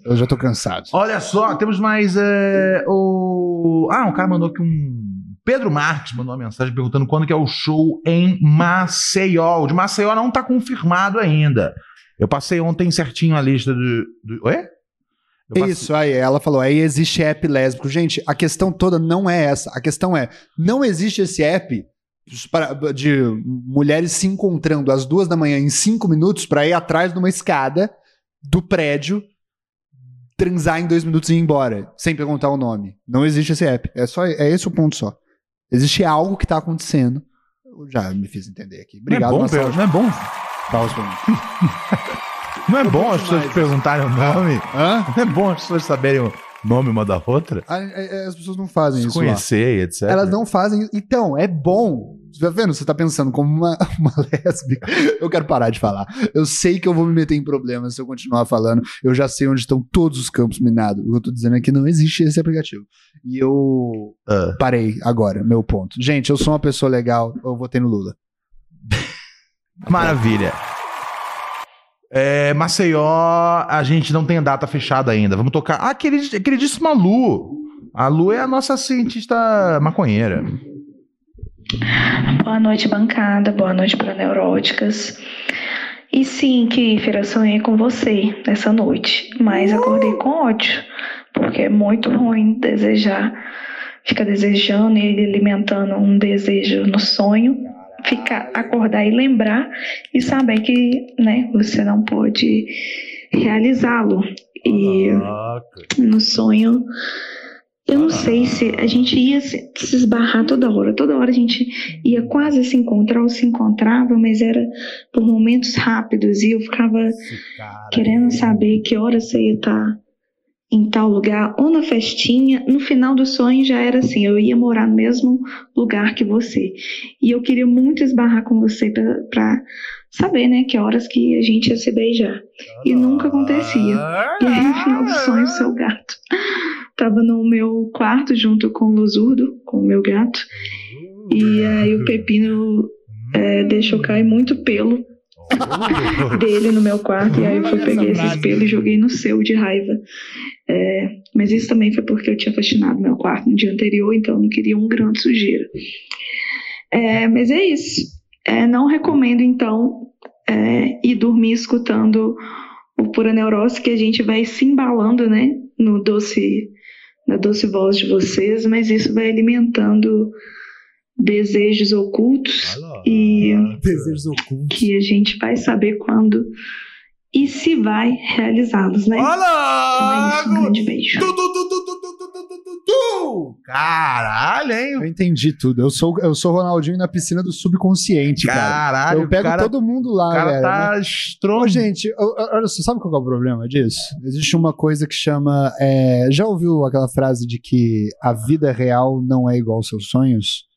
Eu já tô cansado. Olha só, temos mais é, o... Ah, um cara mandou aqui um... Pedro Marques mandou uma mensagem perguntando quando que é o show em Maceió. O de Maceió não tá confirmado ainda. Eu passei ontem certinho a lista do... do... Ué? Eu É Isso, aí ela falou, aí existe app lésbico. Gente, a questão toda não é essa. A questão é, não existe esse app para- de mulheres se encontrando às duas da manhã em cinco minutos pra ir atrás de uma escada do prédio, transar em dois minutos e ir embora, sem perguntar o nome. Não existe esse app. É só é esse o ponto só. Existe algo que tá acontecendo. Eu já me fiz entender aqui. Obrigado, não é bom, Marcelo. Pedro, não é bom, Palmas pra mim. não é bom bom as pessoas demais. perguntarem o nome. Hã? Não é bom as pessoas saberem o nome uma da outra. A- a- é, As pessoas não fazem Se isso. lá. conhecer e etc. Elas não fazem. Então, é bom. Você tá vendo? Você tá pensando como uma, uma lésbica. Eu quero parar de falar. Eu sei que eu vou me meter em problemas se eu continuar falando. Eu já sei onde estão todos os campos minados. O que eu tô dizendo é que não existe esse aplicativo. E eu Ah. parei agora, meu ponto. Gente, eu sou uma pessoa legal, eu votei no Lula. Maravilha. É, Maceió, a gente não tem data fechada ainda. Vamos tocar. Ah, querid- queridíssima Lu. A Lu é a nossa cientista maconheira. Boa noite, bancada. Boa noite para neuróticas. E sim, Kiffer, eu sonhei com você nessa noite, mas acordei com ódio, porque é muito ruim desejar, ficar desejando e alimentando um desejo no sonho, ficar, acordar e lembrar e saber que, né, você não pôde realizá-lo. E no sonho. Eu não sei se a gente ia se se esbarrar toda hora. Toda hora a gente ia quase se encontrar ou se encontrava, mas era por momentos rápidos e eu ficava querendo saber que hora você ia estar em tal lugar ou na festinha. No final do sonho já era assim, eu ia morar no mesmo lugar que você. E eu queria muito esbarrar com você pra- pra saber, né, que horas que a gente ia se Ah. um beijar. E nunca acontecia. E aí, no final do sonho, seu gato Tava no meu quarto junto com o Losurdo, com o meu gato. E aí o Pepino é, deixou cair muito pelo dele no meu quarto. E aí eu fui, Olha peguei essa esses frase. pelos e joguei no seu de raiva. É, mas isso também foi porque eu tinha faxinado meu quarto no dia anterior, então eu não queria um grão de sujeira. É, mas é isso. É, não recomendo, então, é, ir dormir escutando o Pura Neurose, que a gente vai se embalando, né? No doce, na doce voz de vocês, mas isso vai alimentando desejos ocultos e Desejos ocultos. que a gente vai saber quando e se vai realizá-los, né? Então é isso, um Olha! grande beijo. Tu, tu, tu, tu, tu, tu, tu, tu, tu, tu, tu. Caralho, hein? Eu entendi tudo. Eu sou eu sou Ronaldinho na piscina do subconsciente, cara. Caralho, eu pego o cara, todo mundo lá, o cara velho. tá Ô, estrondando. gente, ô, ô, olha só, sabe qual que é o problema disso? Existe uma coisa que chama. é, já ouviu aquela frase de que a vida real não é igual aos seus sonhos?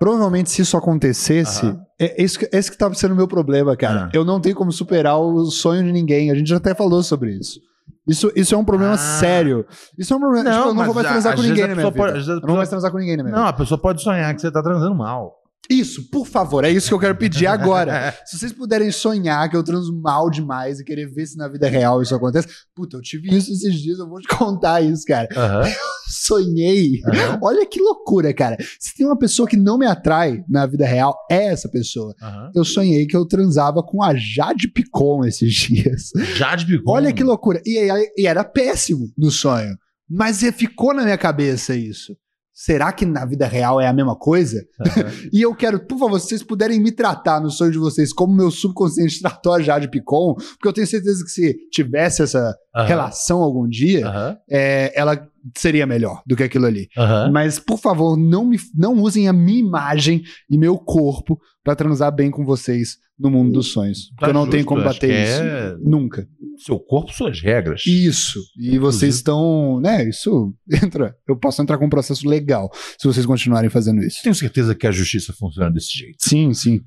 Provavelmente, se isso acontecesse, Aham. é, é isso que- esse que tá sendo o meu problema, cara. Ah. Eu não tenho como superar o sonho de ninguém. A gente já até falou sobre isso. Isso, isso é um problema Ah. sério. Isso é um problema. tipo, eu não mas vou mais a- transar às com vezes ninguém a na minha pessoa pode- vida. às Eu vezes a não vou mais pessoa- transar com ninguém na minha Não, vida. a pessoa pode sonhar que você tá transando mal. É. Isso, por favor, é isso que eu quero pedir agora. Se vocês puderem sonhar que eu transo mal demais e querer ver se na vida real isso acontece. Puta, eu tive isso esses dias, eu vou te contar isso, cara. Aham. Sonhei. Olha que loucura, cara. Se tem uma pessoa que não me atrai na vida real, é essa pessoa. Aham. Eu sonhei que eu transava com a Jade Picon esses dias. Hum. Jade Picon. Olha que loucura. E, aí- e era péssimo no sonho. Mas eh, ficou na minha cabeça isso. Será que na vida real é a mesma coisa? E eu quero, por favor, se vocês puderem me tratar no sonho de vocês como meu subconsciente tratou a Jade Picon, porque eu tenho certeza que se tivesse essa Aham. relação algum dia, Aham. é, ela seria melhor do que aquilo ali. Aham. Mas, por favor, não, me, não usem a minha imagem e meu corpo pra transar bem com vocês no mundo dos sonhos. Porque Tá eu não tenho justo, como acho que bater isso. é Nunca. Seu corpo, suas regras. Isso. E vocês estão, né? Isso entra. Eu posso entrar com um processo legal se vocês continuarem fazendo isso. Tenho certeza que a justiça funciona desse jeito. Sim, sim.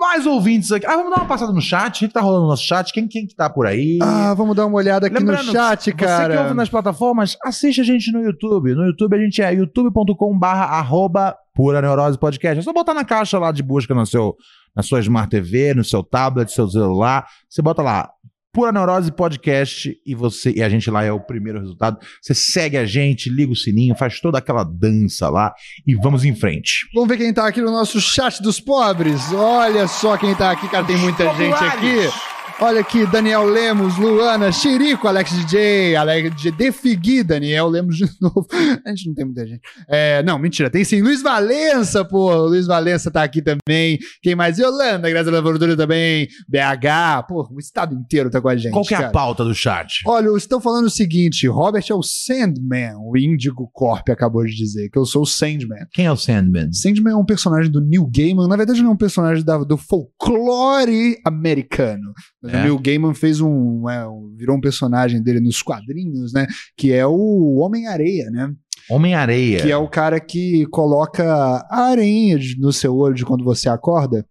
Mais ouvintes aqui. Ah, vamos dar uma passada no chat. O que que tá rolando no nosso chat? Quem, quem que tá por aí? Ah, vamos dar uma olhada aqui Lembrando, no chat, cara. Você que ouve nas plataformas, assiste a gente no YouTube. No YouTube a gente é youtube.com.br arroba Pura Neurose Podcast. É só botar na caixa lá de busca no seu, na sua Smart TV, no seu tablet, seu celular. Você bota lá Pura Neurose Podcast e você e a gente lá é o primeiro resultado. Você segue a gente, liga o sininho, faz toda aquela dança lá e vamos em frente. Vamos ver quem tá aqui no nosso chat dos pobres. Olha só quem tá aqui, cara. Tem muita gente aqui. Olha aqui, Daniel Lemos, Luana, Chirico, Alex DJ, Alex DJ de Figui, Daniel Lemos de novo. A gente não tem muita gente. É, não, mentira, tem sim. Luiz Valença, pô. Luiz Valença tá aqui também. Quem mais? Yolanda, Graça da Fortuna também. BH, pô, o estado inteiro tá com a gente. Qual que é a cara. pauta do chat? Olha, estão falando o seguinte: Robert é o Sandman, o Índigo Corp acabou de dizer, que eu sou o Sandman. Quem é o Sandman? Sandman é um personagem do Neil Gaiman. Na verdade, ele é um personagem da- do folclore americano. É. Mas O Neil Gaiman fez um, é, um- Virou um personagem dele nos quadrinhos, né? Que é o Homem-Areia, né? Homem-Areia. Que é o cara que coloca a aranha de- no seu olho de quando você acorda.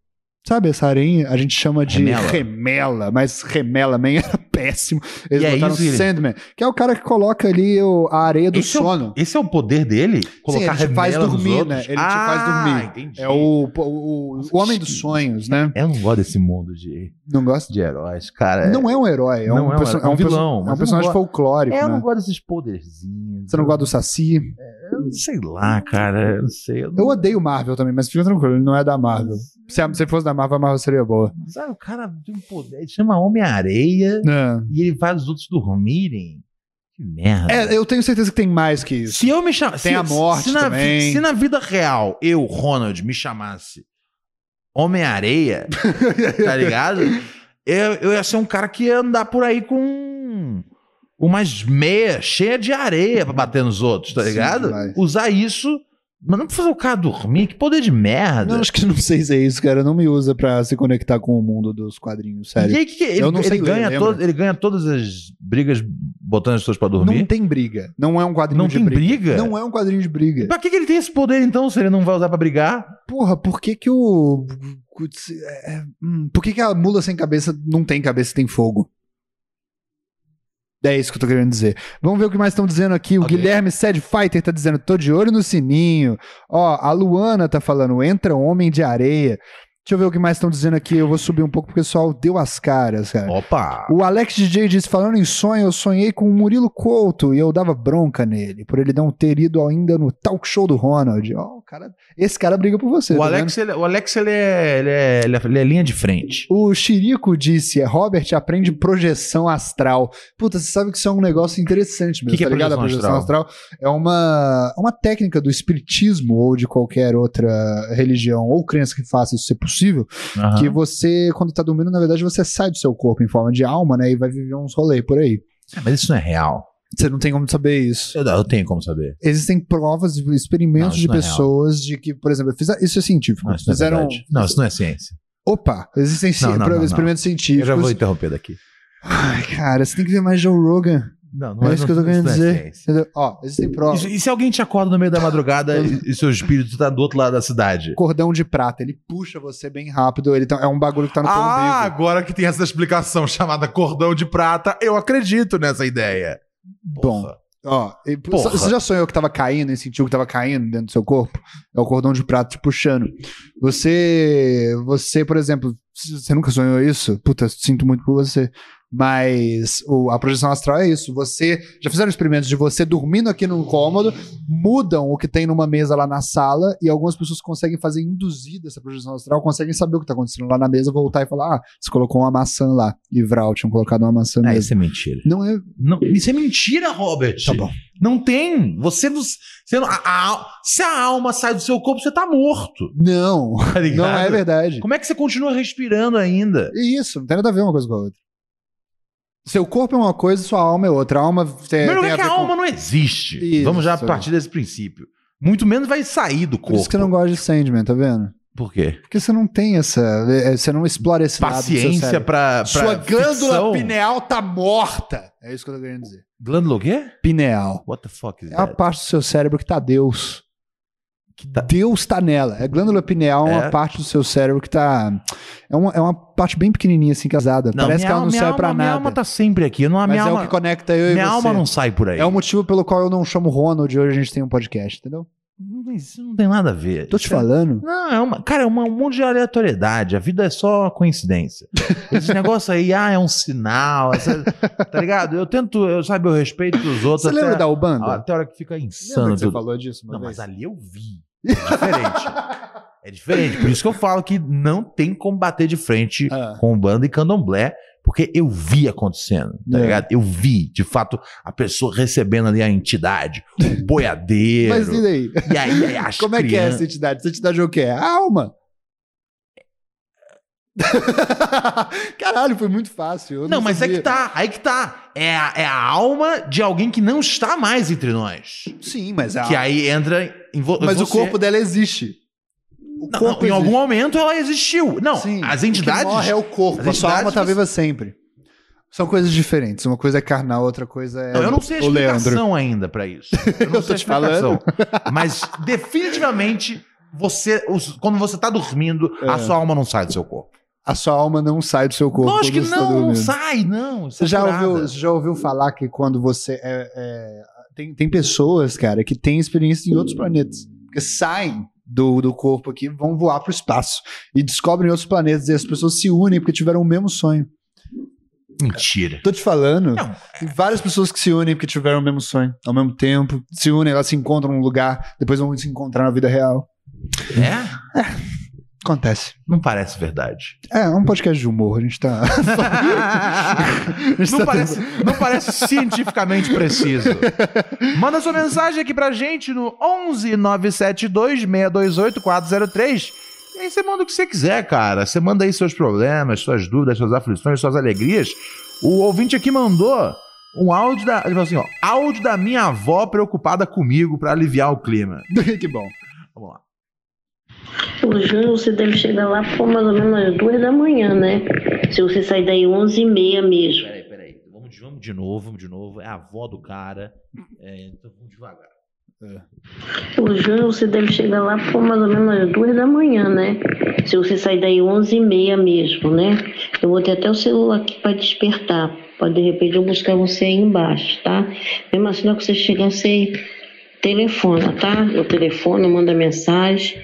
Sabe, essa aranha a gente chama de Remela. remela, mas remela man era péssimo. Eles E é botaram isso, Guilherme? Sandman, que é o cara que coloca ali o- a areia do Esse é o- sono. Esse é o poder dele? Colocar ele te faz remela nos dormir, outros? Ah, né? Ele te faz dormir. entendi. É, É o, o, o homem dos sonhos, né? Eu não gosto desse mundo de, Não gosta? de heróis, cara. Não é um herói, é Não um, é um perso- herói, é um perso- vilão, mas É eu um não personagem folclórico, É, eu não né? gosto desses poderzinhos. Você não gosta do Saci? Eu não sei lá, cara. Eu não sei. Eu não- Eu odeio Marvel também, mas fica tranquilo, ele não é da Marvel. Se, a- se fosse da Marvel, a Marvel seria boa. Sabe, o cara tem um poder. Ele chama Homem-Areia Não. e ele faz os outros dormirem. Que merda. É, eu tenho certeza que tem mais que isso. se eu me chamasse. Tem a morte se na, vi- também. se na vida real eu, Ronald, me chamasse Homem-Areia, tá ligado? Eu, eu ia ser um cara que ia andar por aí com umas meias cheias de areia pra bater nos outros, tá Sim, ligado? vai. Usar isso, mas não pra fazer o cara dormir, que poder de merda. Não, acho que não sei se é isso, cara. Não me usa pra se conectar com o mundo dos quadrinhos, e sério. aí, que que ele, Eu não ele sei ler, ganha lembra? todo, ele ganha todas as brigas botando as pessoas pra Não dormir? tem briga. Não é um quadrinho Não de tem briga. briga? Não é um quadrinho de briga. Pra que, que ele tem esse poder então, se ele não vai usar pra brigar? Porra, por que que o... Putz, é, hum, Por que que a mula sem cabeça não tem cabeça e tem fogo? É isso que eu tô querendo dizer. Vamos ver o que mais estão dizendo aqui. O Ok. Guilherme Sad Fighter tá dizendo: tô de olho no sininho. Ó, a Luana tá falando: entra homem de areia. Deixa eu ver o que mais estão dizendo aqui. Eu vou subir um pouco porque o pessoal deu as caras, cara. Opa! O Alex DJ diz: falando em sonho, eu sonhei com o Murilo Couto e eu dava bronca nele por ele não ter ido ainda no talk show do Ronald. Ó, o cara, esse cara briga por você. O tá Alex, ele, o Alex ele, é, ele, é, ele é- ele é linha de frente. O Chirico disse, é, Robert aprende projeção astral. Puta, você sabe que isso é um negócio interessante mesmo, Que que é tá ligado? projeção a projeção astral, é uma, uma técnica do espiritismo ou de qualquer outra religião ou crença que faça isso ser possível, Aham. que você, quando tá dormindo, na verdade, você sai do seu corpo em forma de alma, né? E vai viver uns rolês por aí. Mas isso não é real. Você não tem como saber isso. Eu, eu tenho como saber. Existem provas, experimentos Não, isso de não é real. pessoas de que, por exemplo, fiz- isso é científico. Não, isso não é fizeram. verdade. Não, isso não é ciência. Opa! Existem ci- Não, não, não, não. experimentos Eu científicos. já vou interromper daqui. Ai, cara, você tem que ver mais Joe Rogan. Não, é isso que eu tô querendo não é dizer. ciência. Entendeu? Ó, existem provas. Isso- E, se alguém te acorda no meio da madrugada e, e seu espírito tá do outro lado da cidade? Cordão de prata, ele puxa você bem rápido. Ele tá- é um bagulho que tá no teu Ah, umbigo. agora que tem essa explicação chamada cordão de prata, eu acredito nessa ideia. Bom. Porra. Ó, e- Porra. você já sonhou que tava caindo e sentiu que tava caindo dentro do seu corpo? É o cordão de prata te puxando. Você, você, por exemplo, c- você nunca sonhou isso? Puta, sinto muito por você. Mas o- a projeção astral é isso. Você já fizeram experimentos de você dormindo aqui num cômodo, mudam o que tem numa mesa lá na sala e algumas pessoas conseguem fazer induzida essa projeção astral, conseguem saber o que tá acontecendo lá na mesa, voltar e falar: "Ah, você colocou uma maçã lá". E Vral tinham colocado uma maçã Ah, mesmo. isso é mentira. Não é, Não, isso é mentira, Robert. tá bom. Não tem. Você não. você não- a- a- se a alma sai do seu corpo, você tá morto. Não. Tá ligado? Não é verdade. Como é que você continua respirando ainda? E É Isso, não tem nada a ver uma coisa com a outra. Seu corpo é uma coisa, sua alma é outra. A alma tem, Primeiro tem lugar a que ver a com- alma não é- existe. Isso. Vamos já partir desse princípio. Muito menos vai sair do Por corpo. isso que eu não gosto de Sandman, tá vendo? Por quê? Porque você não tem essa. é, Você não explora esse lado do seu Paciência cérebro. pra, pra. Sua glândula ficção. pineal tá morta. É isso que eu tô querendo dizer. Glândula o quê? Pineal. What the fuck is É a that? parte do seu cérebro que tá Deus. Que tá- Deus tá nela. A glândula pineal é É? uma parte do seu cérebro que tá. É uma, é uma parte bem pequenininha, assim, casada. Não, minha Parece que ela não alma- minha serve pra alma- Minha nada. alma tá sempre aqui. Não, a Mas minha é alma, o que conecta eu e minha você. alma não sai por aí. É o motivo pelo qual eu não chamo Ronald e hoje a gente tem um podcast, entendeu? Não, Isso não tem nada a ver. Tô te Isso é- falando. Não, é uma, cara, é uma- um monte de aleatoriedade. A vida é só coincidência. Esse negócio aí, ah, é um sinal, essa- tá ligado? Eu tento, eu sabe, eu respeito os outros. Você até, lembra da Ubanda? Até a hora que fica Lembra insano. que você tudo. falou disso uma Ah, Não, vez? mas ali eu vi. É diferente. é diferente. Por isso que eu falo que não tem como bater de frente Ah. com banda e candomblé, porque eu vi acontecendo, tá É. ligado? Eu vi, de fato, a pessoa recebendo ali a entidade, o boiadeiro. Mas e daí? E aí, aí as Como é que é crianças- essa entidade? Essa entidade é o quê? A alma. Caralho, foi muito fácil. eu Não, mas é sabia. que tá, aí que tá. É a, é a alma de alguém que não está mais entre nós. Sim, mas a Que aí entra em vo- Tá. Mas o você- corpo dela existe. O Não, corpo não, em existe. algum momento ela existiu. Não, Sim, as O que entidades. morre é o corpo. as A sua entidades alma tá você- viva sempre. São coisas diferentes. Uma coisa é carnal, outra coisa é. Não, eu não sei a o Leandro. explicação ainda pra isso. Eu não Eu sei tô a te falando. explicação. Mas definitivamente você, os- quando você tá dormindo, a É. sua alma não sai do seu corpo. A sua alma não sai do seu corpo. Lógico que quando você tá não, não dormindo. sai, não. Isso Você é já furada. ouviu, você já ouviu falar que quando você. é- é- tem, tem pessoas, cara, que têm experiência em outros planetas. Porque saem do, do corpo aqui, vão voar pro espaço. E descobrem outros planetas. E as pessoas se unem porque tiveram o mesmo sonho. Mentira. Tô te falando. Não. é. Tem várias pessoas que se unem porque tiveram o mesmo sonho. Ao mesmo tempo, se unem, elas se encontram num lugar. Depois vão se encontrar na vida real. É? Acontece. Não parece verdade. É, é um podcast de humor. A tá gente tá. não, parece, não parece cientificamente preciso. Manda sua mensagem aqui pra gente no 11 972 628 403. E aí você manda o que você quiser, cara. Você manda aí seus problemas, suas dúvidas, suas aflições, suas alegrias. O ouvinte aqui mandou um áudio da. Ele falou assim: ó, áudio da minha avó preocupada comigo pra aliviar o clima. que bom. Vamos lá. O Jânio, você deve chegar lá por mais ou menos às duas da manhã, né? Se você sair daí 11 e meia mesmo. Peraí, peraí. Vamos de, vamos de novo, vamos de novo. É a avó do cara. É, então vamos devagar. O Jânio, você deve chegar lá por mais ou menos às duas da manhã, né? Se você sair daí 11 e meia mesmo, né? Eu vou ter até o celular aqui para despertar. Pode, de repente, eu buscar você aí embaixo, tá? Mesmo assim, na hora que você chegar, você telefona, tá? Eu telefono, manda mensagem.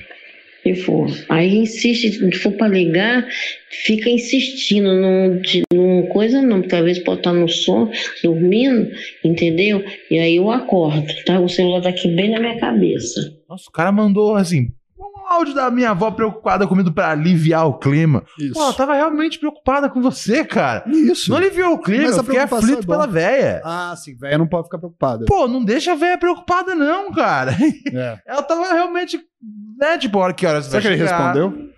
E for. Aí insiste, se for pra ligar, fica insistindo, não, de- não coisa não, porque às vezes pode estar no sono, dormindo, entendeu? E aí eu acordo, tá? O celular tá aqui bem na minha cabeça. Nossa, o cara mandou assim. Um áudio da minha avó preocupada comigo pra aliviar o clima. Pô, ela Isso. tava realmente preocupada com você, cara. Isso. Não aliviou o clima, Mas a eu fiquei preocupação aflito é bom. pela véia. Ah, sim, velho, não pode ficar preocupada. Pô, não deixa a véia preocupada, não, cara. É. Ela tava realmente. Né, tipo, hora que horas você Será que vai ele chegar? respondeu?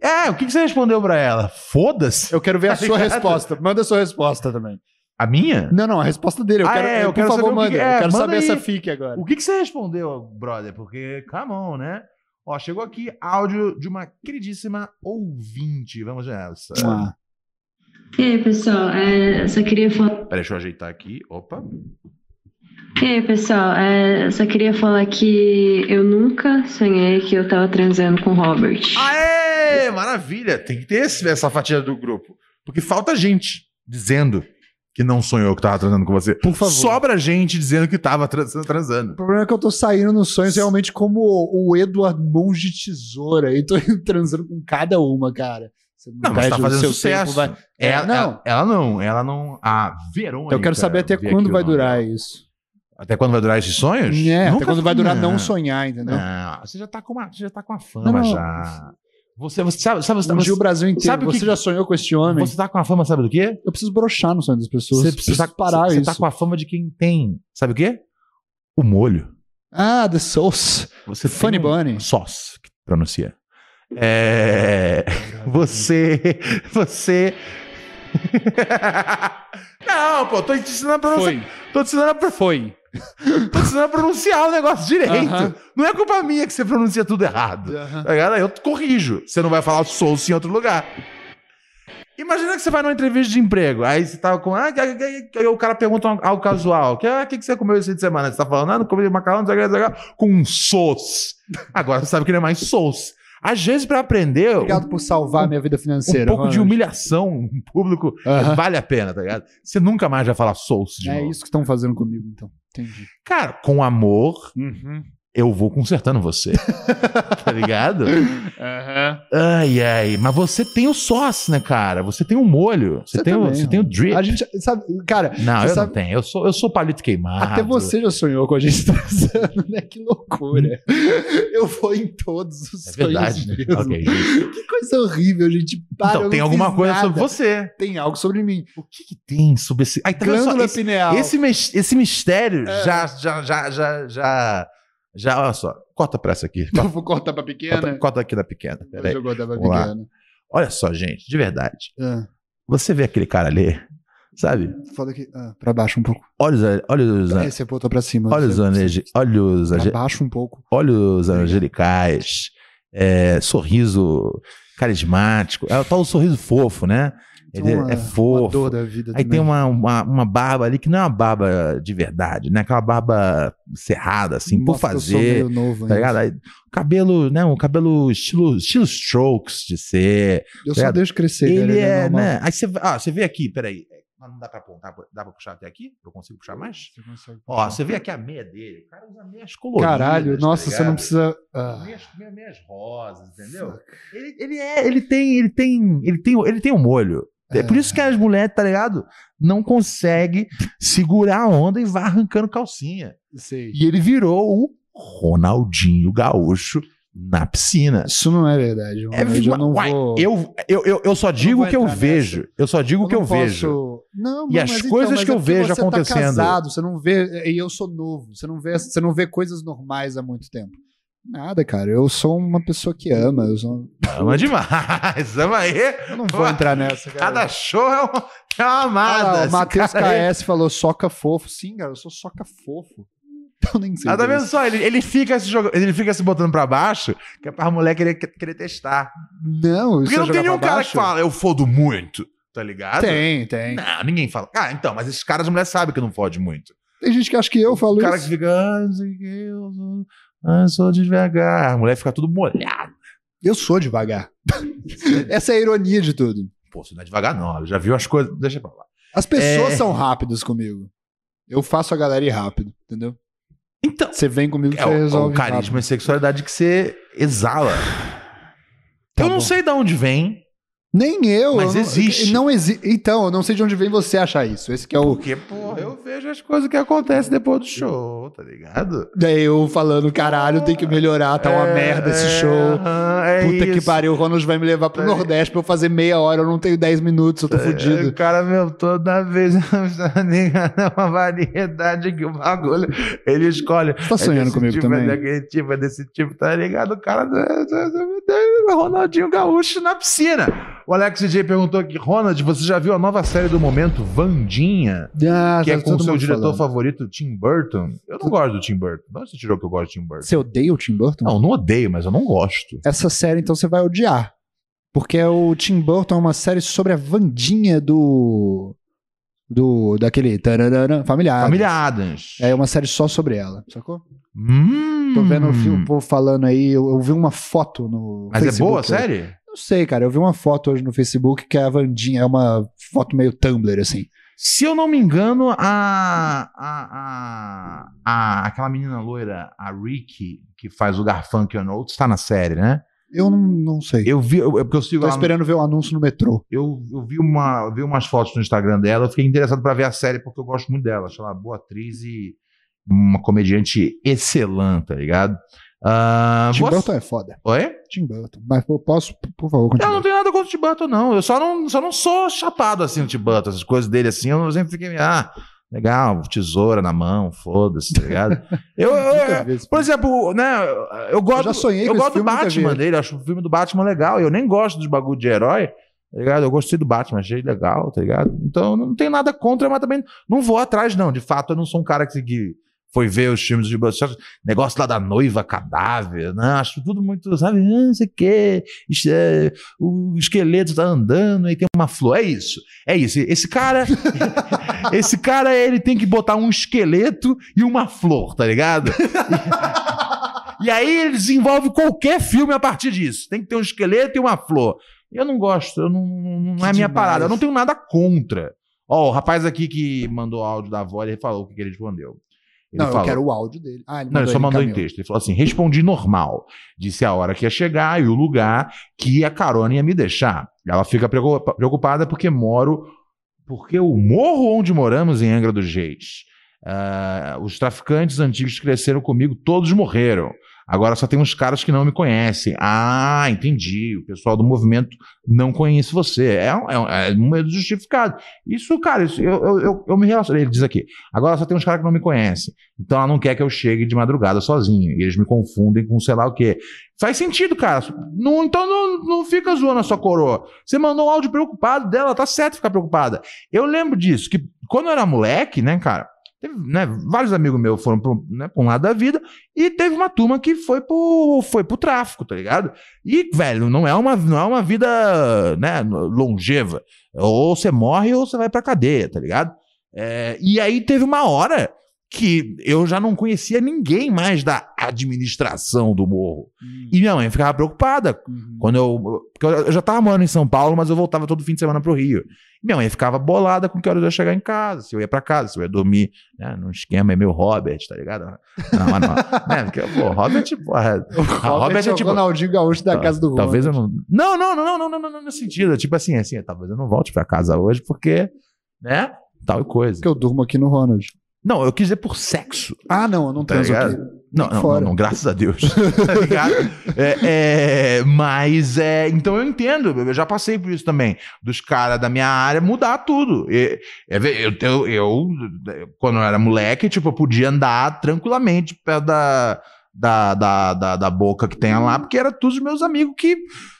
É, o que, que você respondeu pra ela? Foda-se. Eu quero ver a Tá sua ligado? resposta. Manda a sua resposta também. A minha? Não, não, a resposta dele. Eu Ah, quero, é, eu por quero favor, saber o que manda. que- é, eu quero manda saber aí. essa fique agora. O que, que você respondeu, brother? Porque, come on, né? Ó, chegou aqui áudio de uma queridíssima ouvinte. Vamos nessa. Ah, E aí, pessoal, é, eu só queria falar. Peraí, deixa eu ajeitar aqui. Opa. E aí, pessoal, é, eu só queria falar que eu nunca sonhei que eu tava transando com o Robert. Aê! Maravilha! Tem que ter esse- né, essa fatia do grupo. Porque falta gente dizendo que não sonhou que tava transando com você. por favor. Sobra gente dizendo que tava trans- transando. O problema é que eu tô saindo nos sonhos realmente como o Edward Monge Tesoura. E tô transando com cada uma, cara. Você Não, mas tá perde o fazendo seu sucesso. tempo, vai- É, Ela, Não. Ela, ela não, ela não. A Verônica. Eu quero saber até vi quando aqui o vai nome durar dela. isso. Até quando vai durar esses sonhos? É, até Nunca- né? quando vai durar não Não. sonhar, entendeu? Não, você já tá com uma, você já tá com uma fama Não, não. já. Você, você sabe, sabe, você, Um dia o você, Brasil inteiro. sabe o que- você já sonhou com esse é homem? você tá com a fama, sabe do quê? Eu preciso brochar no sonho das pessoas. Você Você precisa tá- parar você isso. tá com a fama de quem tem, sabe o quê? O molho. Ah, The Souls. Você tem Funny um- Bunny. Sós, que pronuncia. É, você, você. Não, pô, tô te ensinando a pronunciar. Tô te ensinando a, pro- Foi. tô te ensinando a pronunciar o negócio direito. Aham. Não é culpa minha que você pronuncia tudo errado. Tá ligado? Aí eu corrijo. Você não vai falar Souls em outro lugar. Imagina que você vai numa entrevista de emprego. Aí você tá com. Ah, que- que- que- que- o cara pergunta um- algo casual. O que, ah, que, que você comeu esse fim de semana? Você tá falando, ah, não comi macarrão, não sei o que, não sei o que, com um Souls. Agora você sabe que não é mais Souls. Às vezes, pra aprender, um, Obrigado por salvar minha vida um financeira. pouco de Ronald. humilhação, um público, Aham. vale a pena, tá ligado? Você nunca mais vai falar Souls de É novo. isso que estão fazendo comigo, então. Entendi. Cara, com amor, eu vou consertando você. tá ligado? Ai, ai. Mas você tem o sauce, né, cara? Você tem o molho. Você, Você tem, o, também, você tem o mano. drip. A gente, sabe, cara, Não, você eu não sabe- tenho. Eu sou, eu sou palito queimado. até você já sonhou com a gente transando, né? Que loucura. Eu vou em todos os É sonhos verdade, né? mesmo. Ok, justo. Que coisa horrível, gente. Para, eu então, não tem fiz alguma coisa nada. sobre você. Tem algo sobre mim. O que, que tem sobre esse... Ai, tá vendo só? Glândula Esse, pineal. esse, mis- esse mistério É. já, já, já, já, já... Já, olha só. Corta pra essa aqui. Eu vou cortar pra Corta, pequena. corta aqui da pequena. Tá Peraí. Hoje É, né? eu cortar pra Vamos lá. pequena. Olha só, gente. De verdade. Ah, Você vê aquele cara ali, sabe? foda aqui. Ah, pra baixo um pouco. Olha os... Olha os... É, você botou pra cima. Olha os... Você- ane- Olha os... Pra baixo um pouco. olhos angelicais, é, sorriso carismático. É o tal do sorriso fofo, né? Tem Ele uma- é fofo. Uma dor da vida Aí também. tem uma, uma, uma barba ali que não é uma barba de verdade, né? Aquela barba cerrada, assim, por Mostra que eu sou fazer. meio novo Tá ainda. ligado? Aí, cabelo, né? Um cabelo estilo, estilo strokes de ser. Eu Tá só ligado? deixo crescer. Ele velho, é, normal. né? Aí você, ah, você vê aqui, peraí. é, Não dá pra apontar, dá pra puxar até aqui? Eu consigo puxar mais? Você consegue Tá, Ó, você vê aqui a meia dele. O cara usa meias coloridas. Caralho, tá nossa, você ligado? não precisa. Ah, Meias, meia- meias rosas, entendeu? Ele, ele é, ele tem, ele tem, ele tem, ele tem um molho. É. por isso que as mulheres, tá ligado? Não consegue segurar a onda e vai arrancando calcinha. sei. E ele virou o Ronaldinho Gaúcho na piscina. Isso não é verdade. É, mano, eu já não uai, vou. eu, eu, eu, eu só digo vou o que eu entrar vejo. Eu só digo o que eu vejo. Não, E mas as então, coisas mas que eu é porque vejo você tá acontecendo. casado, você não vê. E eu sou novo. Você não vê, você não vê coisas normais há muito tempo. Nada, cara. Eu sou uma pessoa que ama. Eu, sou- Ama demais. Ama aí. eu não vou entrar nessa, cara. Cada show é uma, é uma Ah, amada. lá, o Esse Matheus cara aí- KS falou soca fofo. Sim, cara, eu sou soca fofo. Então nem sei. Ah, tá o que é vendo só? Ele, ele fica se jogando, ele fica se botando pra baixo, que é pra mulher querer, querer testar. Não, Porque isso não é tem jogar nenhum pra cara baixo. que fala, eu fodo muito, tá ligado? Tem, tem. Não, ninguém fala. Ah, então, mas esses caras, as mulheres sabem que não fode muito. Tem gente que acha que eu falo o cara isso. que fica, ah, não sei o que, eu sou, ah, eu sou devagar. A mulher fica tudo molhada. Eu sou devagar. Essa é a ironia de tudo. Pô, você não é devagar, não. Ela já viu as coisas. Deixa pra lá. As pessoas É. são rápidas comigo. Eu faço a galera ir rápido, entendeu? Então, Você vem comigo que é você o, resolve. o carisma e sexualidade que você exala. rápido. Tá eu não bom. sei de onde vem, Nem eu. Mas eu não- existe. Não exi então, eu não sei de onde vem você achar isso. Esse que é o. porque, porra, eu vejo as coisas que acontecem depois do show, tá ligado? Daí eu falando, caralho, tem que melhorar, tá uma É, merda esse é, show. aham, é Puta que isso. pariu, o Ronald vai me levar pro É. Nordeste pra eu fazer meia hora, eu não tenho 10 minutos, eu tô É, O fudido. cara, meu, toda vez é uma variedade que o bagulho ele escolhe. Você tá sonhando desse comigo tipo, É também? daquele tipo, é desse tipo, tá ligado? O cara é, do, do- do é, Ronaldinho Gaúcho na piscina. O Alex J perguntou aqui, Ronald, você já viu a nova série do momento, Vandinha? Ah, Que é tá com o todo seu mundo diretor falando. favorito, Tim Burton. Eu não gosto do Tim Burton. De onde você tirou que eu gosto do Tim Burton? Você odeia o Tim Burton? Não, não odeio, mas eu não gosto. Essa série, então, você vai odiar. Porque o Tim Burton é uma série sobre a Vandinha do. Do. Daquele. tararara, familiar. Família Adams. Ah, É uma série só sobre ela, sacou? Hum. Tô vendo o fi- o povo falando aí, eu, eu vi uma foto no. Mas é Facebook, boa a eu- série? Não sei, cara. Eu vi uma foto hoje no Facebook que é a Vandinha é uma foto meio Tumblr, assim. Se eu não me engano, a, a, a, a- aquela menina loira, a Ricky, que faz o Garfunkel Notes, tá na série, né? Eu não, não sei. Eu vi, eu, é porque eu sigo Tô ela, esperando ver o anúncio no metrô. eu, eu vi uma, eu vi umas fotos no Instagram dela, eu fiquei interessado pra ver a série porque eu gosto muito dela, acho ela uma boa atriz e uma comediante excelente, tá ligado? Ah, Tim você- Burton é foda. Oi? Tim Burton. Mas eu posso, p- por favor, Eu continuar. não tenho nada contra o Tibanto, não. Eu só não, só não sou chapado assim no Tibanto. Essas coisas dele assim, eu sempre fiquei, meio, ah, legal, tesoura na mão, foda-se, tá ligado? eu, eu- Nunca eu- vi esse é, por filme. exemplo, né, eu gosto, já sonhei eu com gosto esse do filme, nunca vi Batman ele. dele, eu acho o filme do Batman legal. Eu nem gosto dos bagulho de herói. Tá ligado? Eu gostei do Batman, achei legal, tá ligado? Então eu não tenho nada contra, mas também não vou atrás, não. De fato, eu não sou um cara que, que foi ver os filmes de negócio lá da noiva cadáver, né? Acho tudo muito, sabe, ah, não sei o quê. Isso é- o esqueleto tá andando e tem uma flor. É isso. É isso. Esse cara. esse cara, ele tem que botar um esqueleto e uma flor, tá ligado? E, e aí ele desenvolve qualquer filme a partir disso. Tem que ter um esqueleto e uma flor. Eu não gosto, eu não, não- não é a Que minha demais. parada. Eu não tenho nada contra. Ó, o rapaz aqui que mandou o áudio da avó, ele falou o que que ele respondeu. Ele Não, eu falou- quero o áudio dele. Ah, ele não, ele só no mandou em caminhão. texto. Ele falou assim: respondi normal. Disse a hora que ia chegar e o lugar que a carona ia me deixar. Ela fica preocupa- preocupada porque moro. Porque o morro onde moramos em Angra dos Reis. ah, os traficantes antigos que cresceram comigo, todos morreram. Agora só tem uns caras que não me conhecem. Ah, entendi. O pessoal do movimento não conhece você. É um, é um- é um medo justificado. Isso, cara, isso- eu, eu, eu, eu me relaciono. Ele diz aqui. Agora só tem uns caras que não me conhecem. Então ela não quer que eu chegue de madrugada sozinho. E eles me confundem com sei lá o quê. Faz sentido, cara. Não- então não, não fica zoando a sua coroa. Você mandou um áudio preocupado dela, tá certo ficar preocupada. Eu lembro disso, que quando eu era moleque, né, cara, teve, né, vários amigos meus foram pro, né, pra um lado da vida e teve uma turma que foi pro, foi pro tráfico, tá ligado? E, velho, não é uma, não é uma vida né, longeva. Ou você morre ou você vai pra cadeia, tá ligado? É, e aí teve uma hora que eu já não conhecia ninguém mais da administração do morro. E minha mãe ficava preocupada. Uhum. Quando eu, porque eu já tava morando em São Paulo, mas eu voltava todo fim de semana pro Rio. Minha mãe ficava bolada com que horas eu ia chegar em casa, se eu ia pra casa, se eu ia dormir, né? Num esquema é meu Robert, tá ligado? Não, mas não. né, porque, pô, Robert, porra, O Robert Robert é é o tipo- Ronaldinho Gaúcho da Tá, casa do Ronald. Talvez eu não. Não, não, não, não, não, não, não, não, no sentido. é Tipo assim, assim, talvez eu não volte pra casa hoje, porque, né? Tal coisa. Porque eu durmo aqui no Ronald. Não, eu quis dizer por sexo. Ah, não, eu não Tá transo ligado? aqui. Não, Nem não, fora. não, não, graças a Deus. tá ligado? É, é, mas é. Então eu entendo, eu já passei por isso também. Dos caras da minha área mudar tudo. E- é ver, Eu, eu, eu- quando eu era moleque, tipo, eu podia andar tranquilamente perto da, da, da, da, da boca que tem lá, porque era todos os meus amigos que,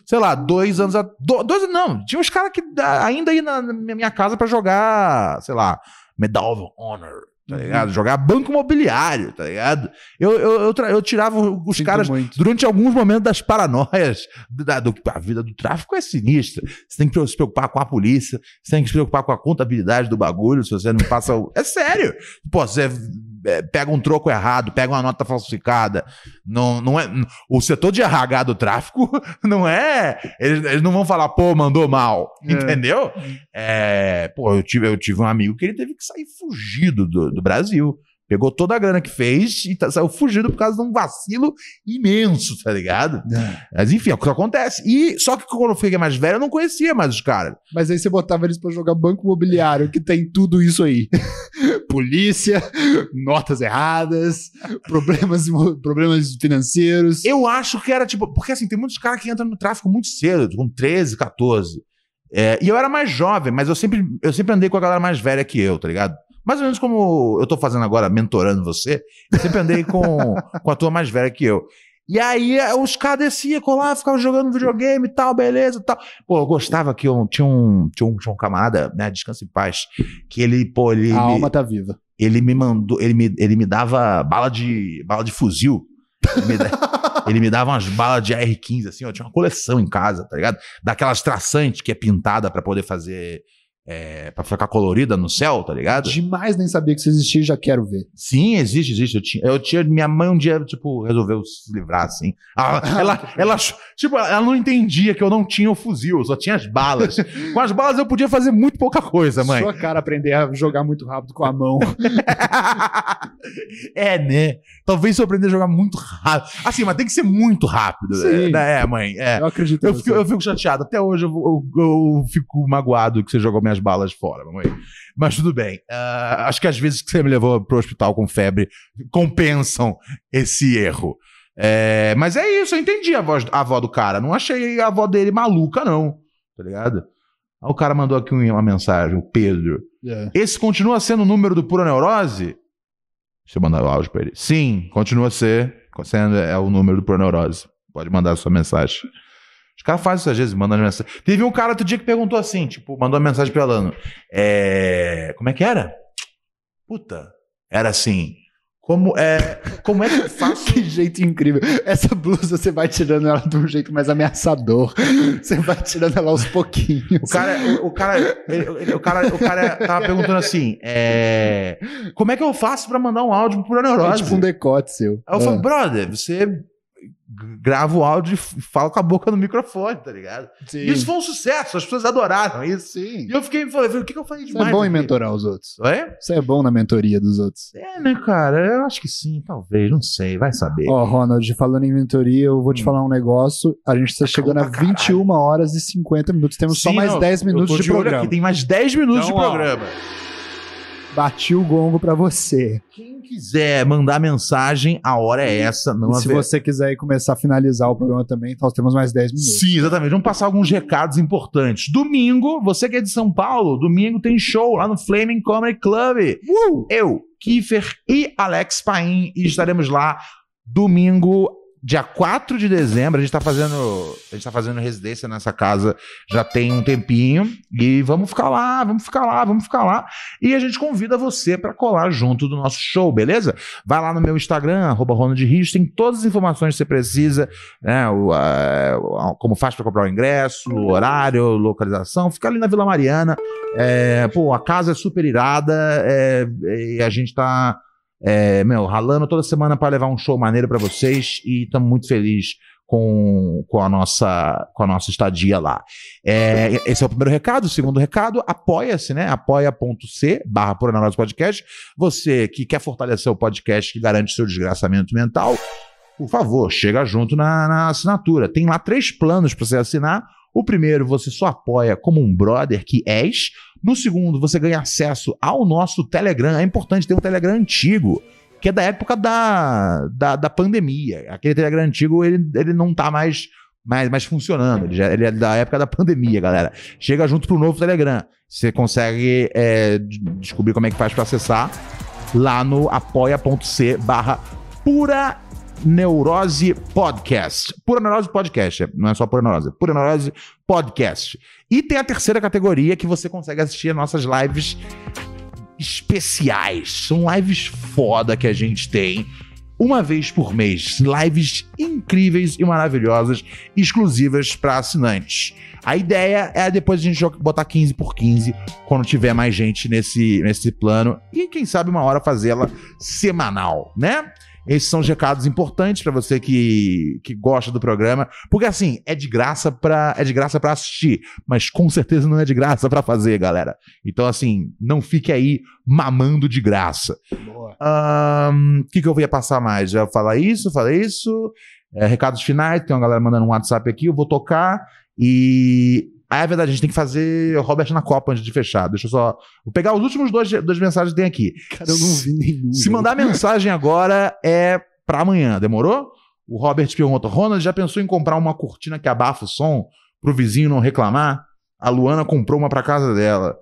sei lá, dois anos. A, do- dois não, tinha uns caras que da- ainda iam na na minha casa pra jogar, sei lá, Medal of Honor. Tá Uhum. ligado? Jogar banco imobiliário, tá ligado? Eu, eu, eu, tra- eu tirava os Sinto caras muito. durante alguns momentos das paranoias. da- do- a vida do tráfico é sinistra. Você tem que se preocupar com a polícia, você tem que se preocupar com a contabilidade do bagulho, se você não passa. o- É sério! Pô, você é, pega um troco errado, pega uma nota falsificada. Não, não é, n- o setor de RH do tráfico não é. Eles, eles não vão falar, pô, mandou mal. É. Entendeu? É, pô, eu tive, eu tive um amigo que ele teve que sair fugido do, do Brasil. Pegou toda a grana que fez e tá- saiu fugido por causa de um vacilo imenso, tá ligado? Mas enfim, é o que acontece. E só que quando eu fiquei mais velho, eu não conhecia mais os caras. Mas aí você botava eles pra jogar banco imobiliário, que tem tudo isso aí. Polícia, notas erradas, problemas, imo- problemas financeiros. Eu acho que era tipo. Porque assim, tem muitos caras que entram no tráfico muito cedo, tipo, com 13, 14. É, e eu era mais jovem, mas eu sempre, eu sempre andei com a galera mais velha que eu, tá ligado? Mais ou menos como eu tô fazendo agora, mentorando você. Eu sempre andei com, com a tua mais velha que eu. E aí eh, os caras desciam, colavam, ficavam jogando videogame e tal, beleza e tal. Pô, eu gostava que eu, tinha, um, tinha, um, tinha um camarada, né, Descansa em Paz, que ele, pô, ele... A alma tá viva. ele me mandou, ele me, ele me dava bala de, bala de fuzil. Ele me, da- ele me dava umas balas de AR-15, assim, eu tinha uma coleção em casa, tá ligado? Daquelas traçantes que é pintada pra poder fazer. É, pra ficar colorida no céu, tá ligado? Demais nem sabia que isso existia e já quero ver. Sim, existe, existe. Eu tinha, eu tinha. Minha mãe um dia, tipo, resolveu se livrar, assim. Ela, ela, ela ach- tipo, ela não entendia que eu não tinha o fuzil, eu só tinha as balas. Com as balas eu podia fazer muito pouca coisa, mãe. Sua cara aprender a jogar muito rápido com a mão. é, né? Talvez se eu aprender a jogar muito rápido. Assim, mas tem que ser muito rápido. Sim. Né? É, mãe. É. Eu acredito em Eu você. fico, eu fico chateado. Até hoje eu, eu- eu fico magoado que você jogou minhas balas fora, mamãe. Mas tudo bem. Ah, acho que as vezes que você me levou pro hospital com febre compensam esse erro. É, mas é isso, eu entendi a, voz, a avó do cara. Não achei a avó dele maluca, não. Tá ligado? Aí o cara mandou aqui uma mensagem, o Pedro. É. Esse continua sendo o número do Pura Neurose? Deixa eu mandar o áudio pra ele. Sim, continua a ser. Sendo, é o número do Pura Neurose. Pode mandar a sua mensagem. Os caras fazem isso às vezes, mandam as mensagens. Teve um cara outro dia que perguntou assim, tipo, mandou uma mensagem pra Alano. É... Como é que era? Puta. Era assim. Como é, como é que eu faço... Que jeito incrível. Essa blusa você vai tirando ela de um jeito mais ameaçador. Você vai tirando ela aos pouquinhos. O cara, o, o cara, ele- ele- o cara, o cara tava perguntando assim, é, como é que eu faço pra mandar um áudio pro Pura é Neurose? tipo um decote seu. Aí eu falo, brother, você g- grava o áudio e f- fala com a boca no microfone, tá ligado? É. Sim. E Isso foi um sucesso, as pessoas adoraram isso. Sim. E eu fiquei, falei, o que, que eu falei Você demais? é bom em aqui? mentorar os outros. É? Você é bom na mentoria dos outros. É, né, cara? Eu acho que sim, talvez, não sei, vai saber. Ó, Ronald, falando em mentoria, eu vou te Hum. falar um negócio. A gente tá chegando a calor pra 21 horas e 50 minutos. Temos só Sim, mais não, 10 eu tô minutos de, olho programa. Aqui, tem mais 10 minutos Então, de ó. programa. Bati o gongo pra você. Quem quiser mandar mensagem, a hora é essa, não E se haver- você quiser aí começar a finalizar o programa também, nós temos mais 10 minutos. Sim, exatamente. Vamos passar alguns recados importantes. Domingo, você que é de São Paulo, domingo tem show lá no Flaming Comedy Club. Eu, Kiefer e Alex Paim estaremos lá domingo, dia 4 de dezembro. A gente tá fazendo, a gente tá fazendo residência nessa casa já tem um tempinho e vamos ficar lá, vamos ficar lá, vamos ficar lá. E a gente convida você para colar junto do nosso show, beleza? Vai lá no meu Instagram, arroba Ronald Rios, tem todas as informações que você precisa né, o, a- o- como faz para comprar o ingresso, o horário, localização. Fica ali na Vila Mariana. É, pô, a casa é super irada é, e a gente tá, é, meu, ralando toda semana para levar um show maneiro para vocês e estamos muito felizes. Com, com, a nossa, com a nossa estadia lá. É, esse é o primeiro recado. O segundo recado, apoia-se, né? apoia.c barra Pura Neurose Podcast. Você que quer fortalecer o podcast que garante seu desgraçamento mental, por favor, chega junto na, na assinatura. Tem lá três planos para você assinar. O primeiro, você só apoia como um brother que és. No segundo, você ganha acesso ao nosso Telegram. É importante ter um Telegram antigo, que é da época da, da, da pandemia. Aquele Telegram antigo, ele, ele não tá mais, mais, mais funcionando. Ele, já- ele é da época da pandemia, galera. Chega junto pro novo Telegram. Você consegue é, d- descobrir como é que faz para acessar lá no apoia.c barra pura Neurose Podcast. Pura Neurose Podcast, é, não é só Pura Neurose, é Pura Neurose Podcast. E tem a terceira categoria que você consegue assistir as nossas lives especiais. São lives foda que a gente tem. uma vez por mês. Lives incríveis e maravilhosas, exclusivas para assinantes. A ideia é depois a gente jo- botar 15 por 15 quando tiver mais gente nesse, nesse plano e quem sabe uma hora fazê-la semanal, né? Esses são os recados importantes para você que, que gosta do programa, porque assim, é de graça para é de graça para assistir, mas com certeza não é de graça para fazer, galera. Então assim, não fique aí mamando de graça. Boa. Ahn, O que, que eu ia passar mais? Já falar isso, falar isso. É, recados finais, tem uma galera mandando um WhatsApp aqui, eu vou tocar. E. Ah, é verdade, a gente tem que fazer o Robert na Copa antes de fechar. Deixa eu só. Vou pegar os últimos dois, dois mensagens que tem aqui. Cara, eu não vi nenhum. Se mandar mensagem agora é pra amanhã, demorou? O Robert pergunta: Ronald, já pensou em comprar uma cortina que abafa o som pro vizinho não reclamar? A Luana comprou uma pra casa dela.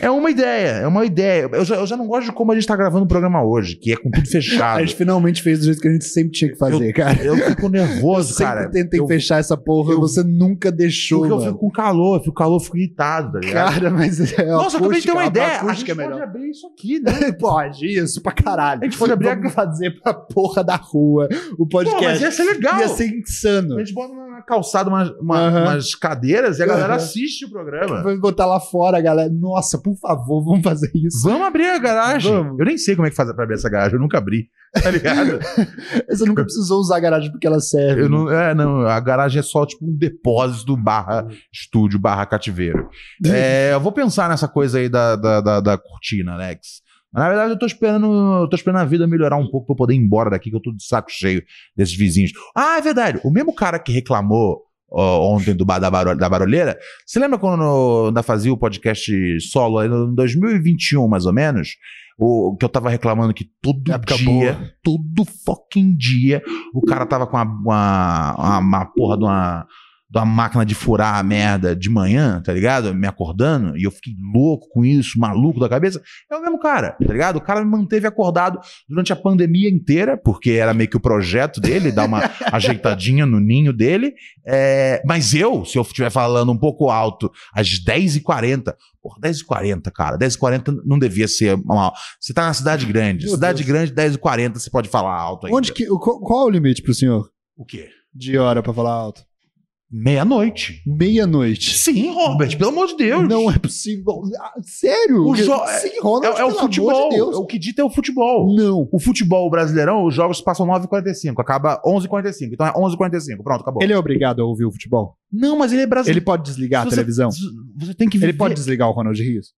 É uma ideia, é uma ideia. Eu já, eu já não gosto de como a gente tá gravando o programa hoje, que é com tudo A fechado. gente finalmente fez do jeito que a gente sempre tinha que fazer, cara. Eu fico nervoso, sempre cara. tentei eu, fechar essa porra, eu- você nunca deixou, Porque eu mano. fico com calor, eu fico com calor, eu fico irritado, tá ligado? Cara, mas é Nossa, eu acabei de ter uma acústica, ideia. A A gente acústica é pode melhor. abrir isso aqui, né? Pode, isso, pra caralho. A gente pode abrir a- Vamos fazer pra porra da rua o Pô, podcast. mas ia ser legal. Ia ser insano. A gente bota na calçada umas, uma- Aham. umas cadeiras e a galera Aham. assiste o programa. Vamos botar lá fora, galera. Nossa, por favor, vamos fazer isso. Vamos abrir a garagem. Vamos. Eu nem sei como é que faz pra abrir essa garagem, eu nunca abri. Tá ligado? Você nunca precisou usar a garagem porque ela serve. eu não, é, não, a garagem é só tipo um depósito barra estúdio barra cativeiro. É, eu vou pensar nessa coisa aí da, da, da, da cortina, Alex. Mas, Na verdade, eu tô esperando. Eu tô esperando a vida melhorar um pouco pra eu poder ir embora daqui, que eu tô de saco cheio desses vizinhos. Ah, é verdade. O mesmo cara que reclamou ó, ontem do bar da, barol- da barulheira, você lembra quando ainda fazia o podcast solo aí, em 2021, mais ou menos? O, que eu tava reclamando que todo Época dia, todo fucking dia, o cara tava com uma, uma, uma- uma porra de uma, de uma máquina de furar a merda de manhã, tá ligado? Me acordando, e eu fiquei louco com isso, maluco da cabeça. É o mesmo cara, tá ligado? O cara me manteve acordado durante a pandemia inteira, porque era meio que o projeto dele, dar uma ajeitadinha no ninho dele. É, mas eu, se eu estiver falando um pouco alto, às 10h40, porra, 10h40, cara, 10h40 não devia ser mal. Você tá na cidade grande, Meu cidade grande, 10h40, você pode falar alto ainda. Onde que, o- qual, qual é o limite pro senhor O quê? de hora pra falar alto? Meia-noite. Meia-noite. Sim, Robert, pelo amor de Deus. Não é possível. Ah, sério? O jo- Sim, Ronald, É, é o pelo futebol. amor de Deus. O que dita é o futebol. Não. O futebol brasileirão, os jogos passam 9h45, acaba 11h45. Então é 11h45. Pronto, acabou. Ele é obrigado a ouvir o futebol? Não, mas ele é brasileiro. Ele pode desligar a Se você- televisão? Você tem que Ele viver- pode desligar o Ronald Rios?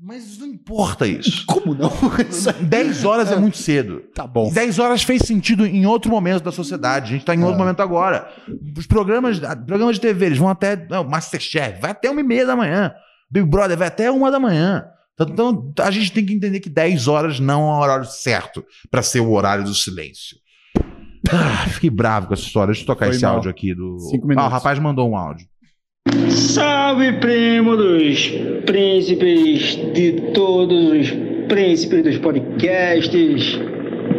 Mas não importa isso. Como não? Isso 10 horas é muito cedo. tá bom. 10 horas fez sentido em outro momento da sociedade. A gente tá em outro É. momento agora. Os programas, a- programas de TV, eles vão até. Não, Masterchef, vai até uma e meia da manhã. Big Brother vai até uma da manhã. Então, a gente tem que entender que 10 horas não é o horário certo pra ser o horário do silêncio. Ah, fiquei bravo com essa história. Deixa eu tocar Foi esse mal. áudio aqui do. Cinco Ah, o minutos. rapaz mandou um áudio. Salve, primo dos príncipes de todos os príncipes dos podcasts.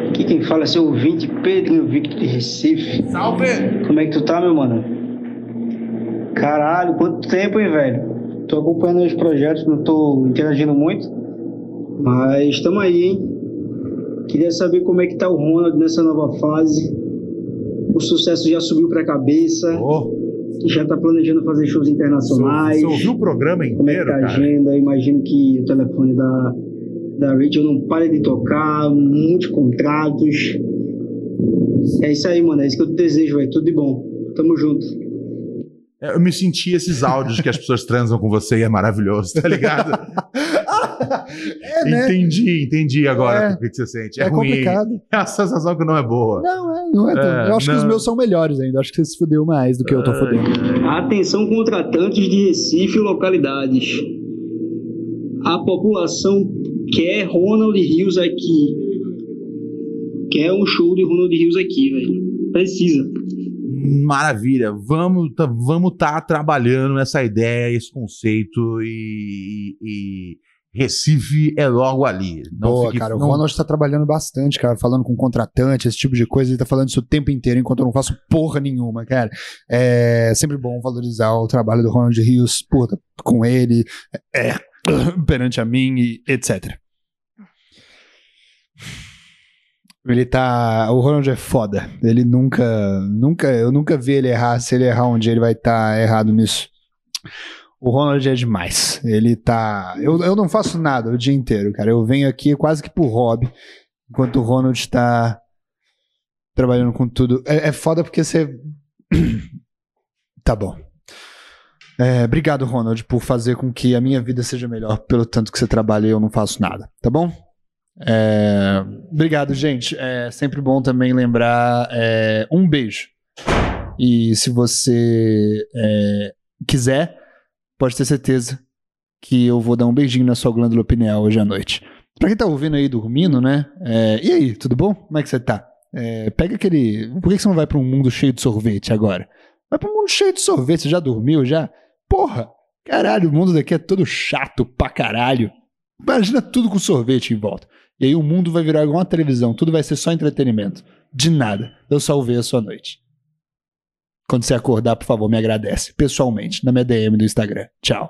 Aqui quem fala é seu ouvinte, Pedro Victor de Recife. Salve! Como é que tu tá, meu mano? Caralho, quanto tempo, hein, velho? Tô acompanhando os projetos, não tô interagindo muito, mas estamos aí, hein? Queria saber como é que tá o Ronald nessa nova fase. O sucesso já subiu pra cabeça já está planejando fazer shows internacionais. você ouviu o programa Como é que inteiro, tá a cara? agenda? Eu Imagino que o telefone da, da Rachel não para de tocar, muitos contratos. É isso aí, mano. É isso que eu desejo, velho. Tudo de bom. Tamo junto. É, Eu me senti esses áudios que as pessoas transam com você e é maravilhoso, tá ligado? É, né? Entendi, entendi agora É. o que que você sente. É, É, ruim. complicado. É a sensação que não é boa. Não, é, não é. tão- É, eu acho que não. É. os meus são melhores ainda. Acho que você se fudeu mais do que eu tô fudendo. Atenção, contratantes de Recife e localidades. A população quer Ronald Rios aqui. Quer um show de Ronald Rios aqui, velho. Precisa. Maravilha. Vamos tá, vamos tá trabalhando essa ideia, esse conceito e, e- e Recife é logo ali. Não Boa, fique- cara. não- O Ronald tá trabalhando bastante, cara, falando com contratante, esse tipo de coisa. Ele tá falando isso o tempo inteiro, enquanto eu não faço porra nenhuma, cara. É sempre bom valorizar o trabalho do Ronald Rios, puta, com ele, é, perante a mim e etc. Ele tá. O Ronald é foda. Ele nunca. nunca Eu nunca vi ele errar. Se ele errar um dia, ele vai estar errado nisso. O Ronald é demais. Ele tá. Eu, eu não faço nada o dia inteiro, cara. Eu venho aqui quase que por hobby, enquanto o Ronald tá trabalhando com tudo. É, é foda porque você. tá bom. É, obrigado, Ronald, por fazer com que a minha vida seja melhor, pelo tanto que você trabalha e eu não faço nada, tá bom? É, obrigado, gente. É sempre bom também lembrar é, um beijo. E se você é, quiser, pode ter certeza que eu vou dar um beijinho na sua glândula pineal hoje à noite. Pra quem tá ouvindo aí dormindo, né? É, e aí, tudo bom? Como é que você tá? É, pega aquele. Por que que você não vai pra um mundo cheio de sorvete agora? Vai pra um mundo cheio de sorvete, você já dormiu já? Porra! Caralho, o mundo daqui é todo chato pra caralho. Imagina tudo com sorvete em volta. E aí o mundo vai virar igual uma televisão, tudo vai ser só entretenimento. De nada. Eu salvei a sua noite. Quando você acordar, por favor, me agradece. Pessoalmente, na minha DM do Instagram. Tchau.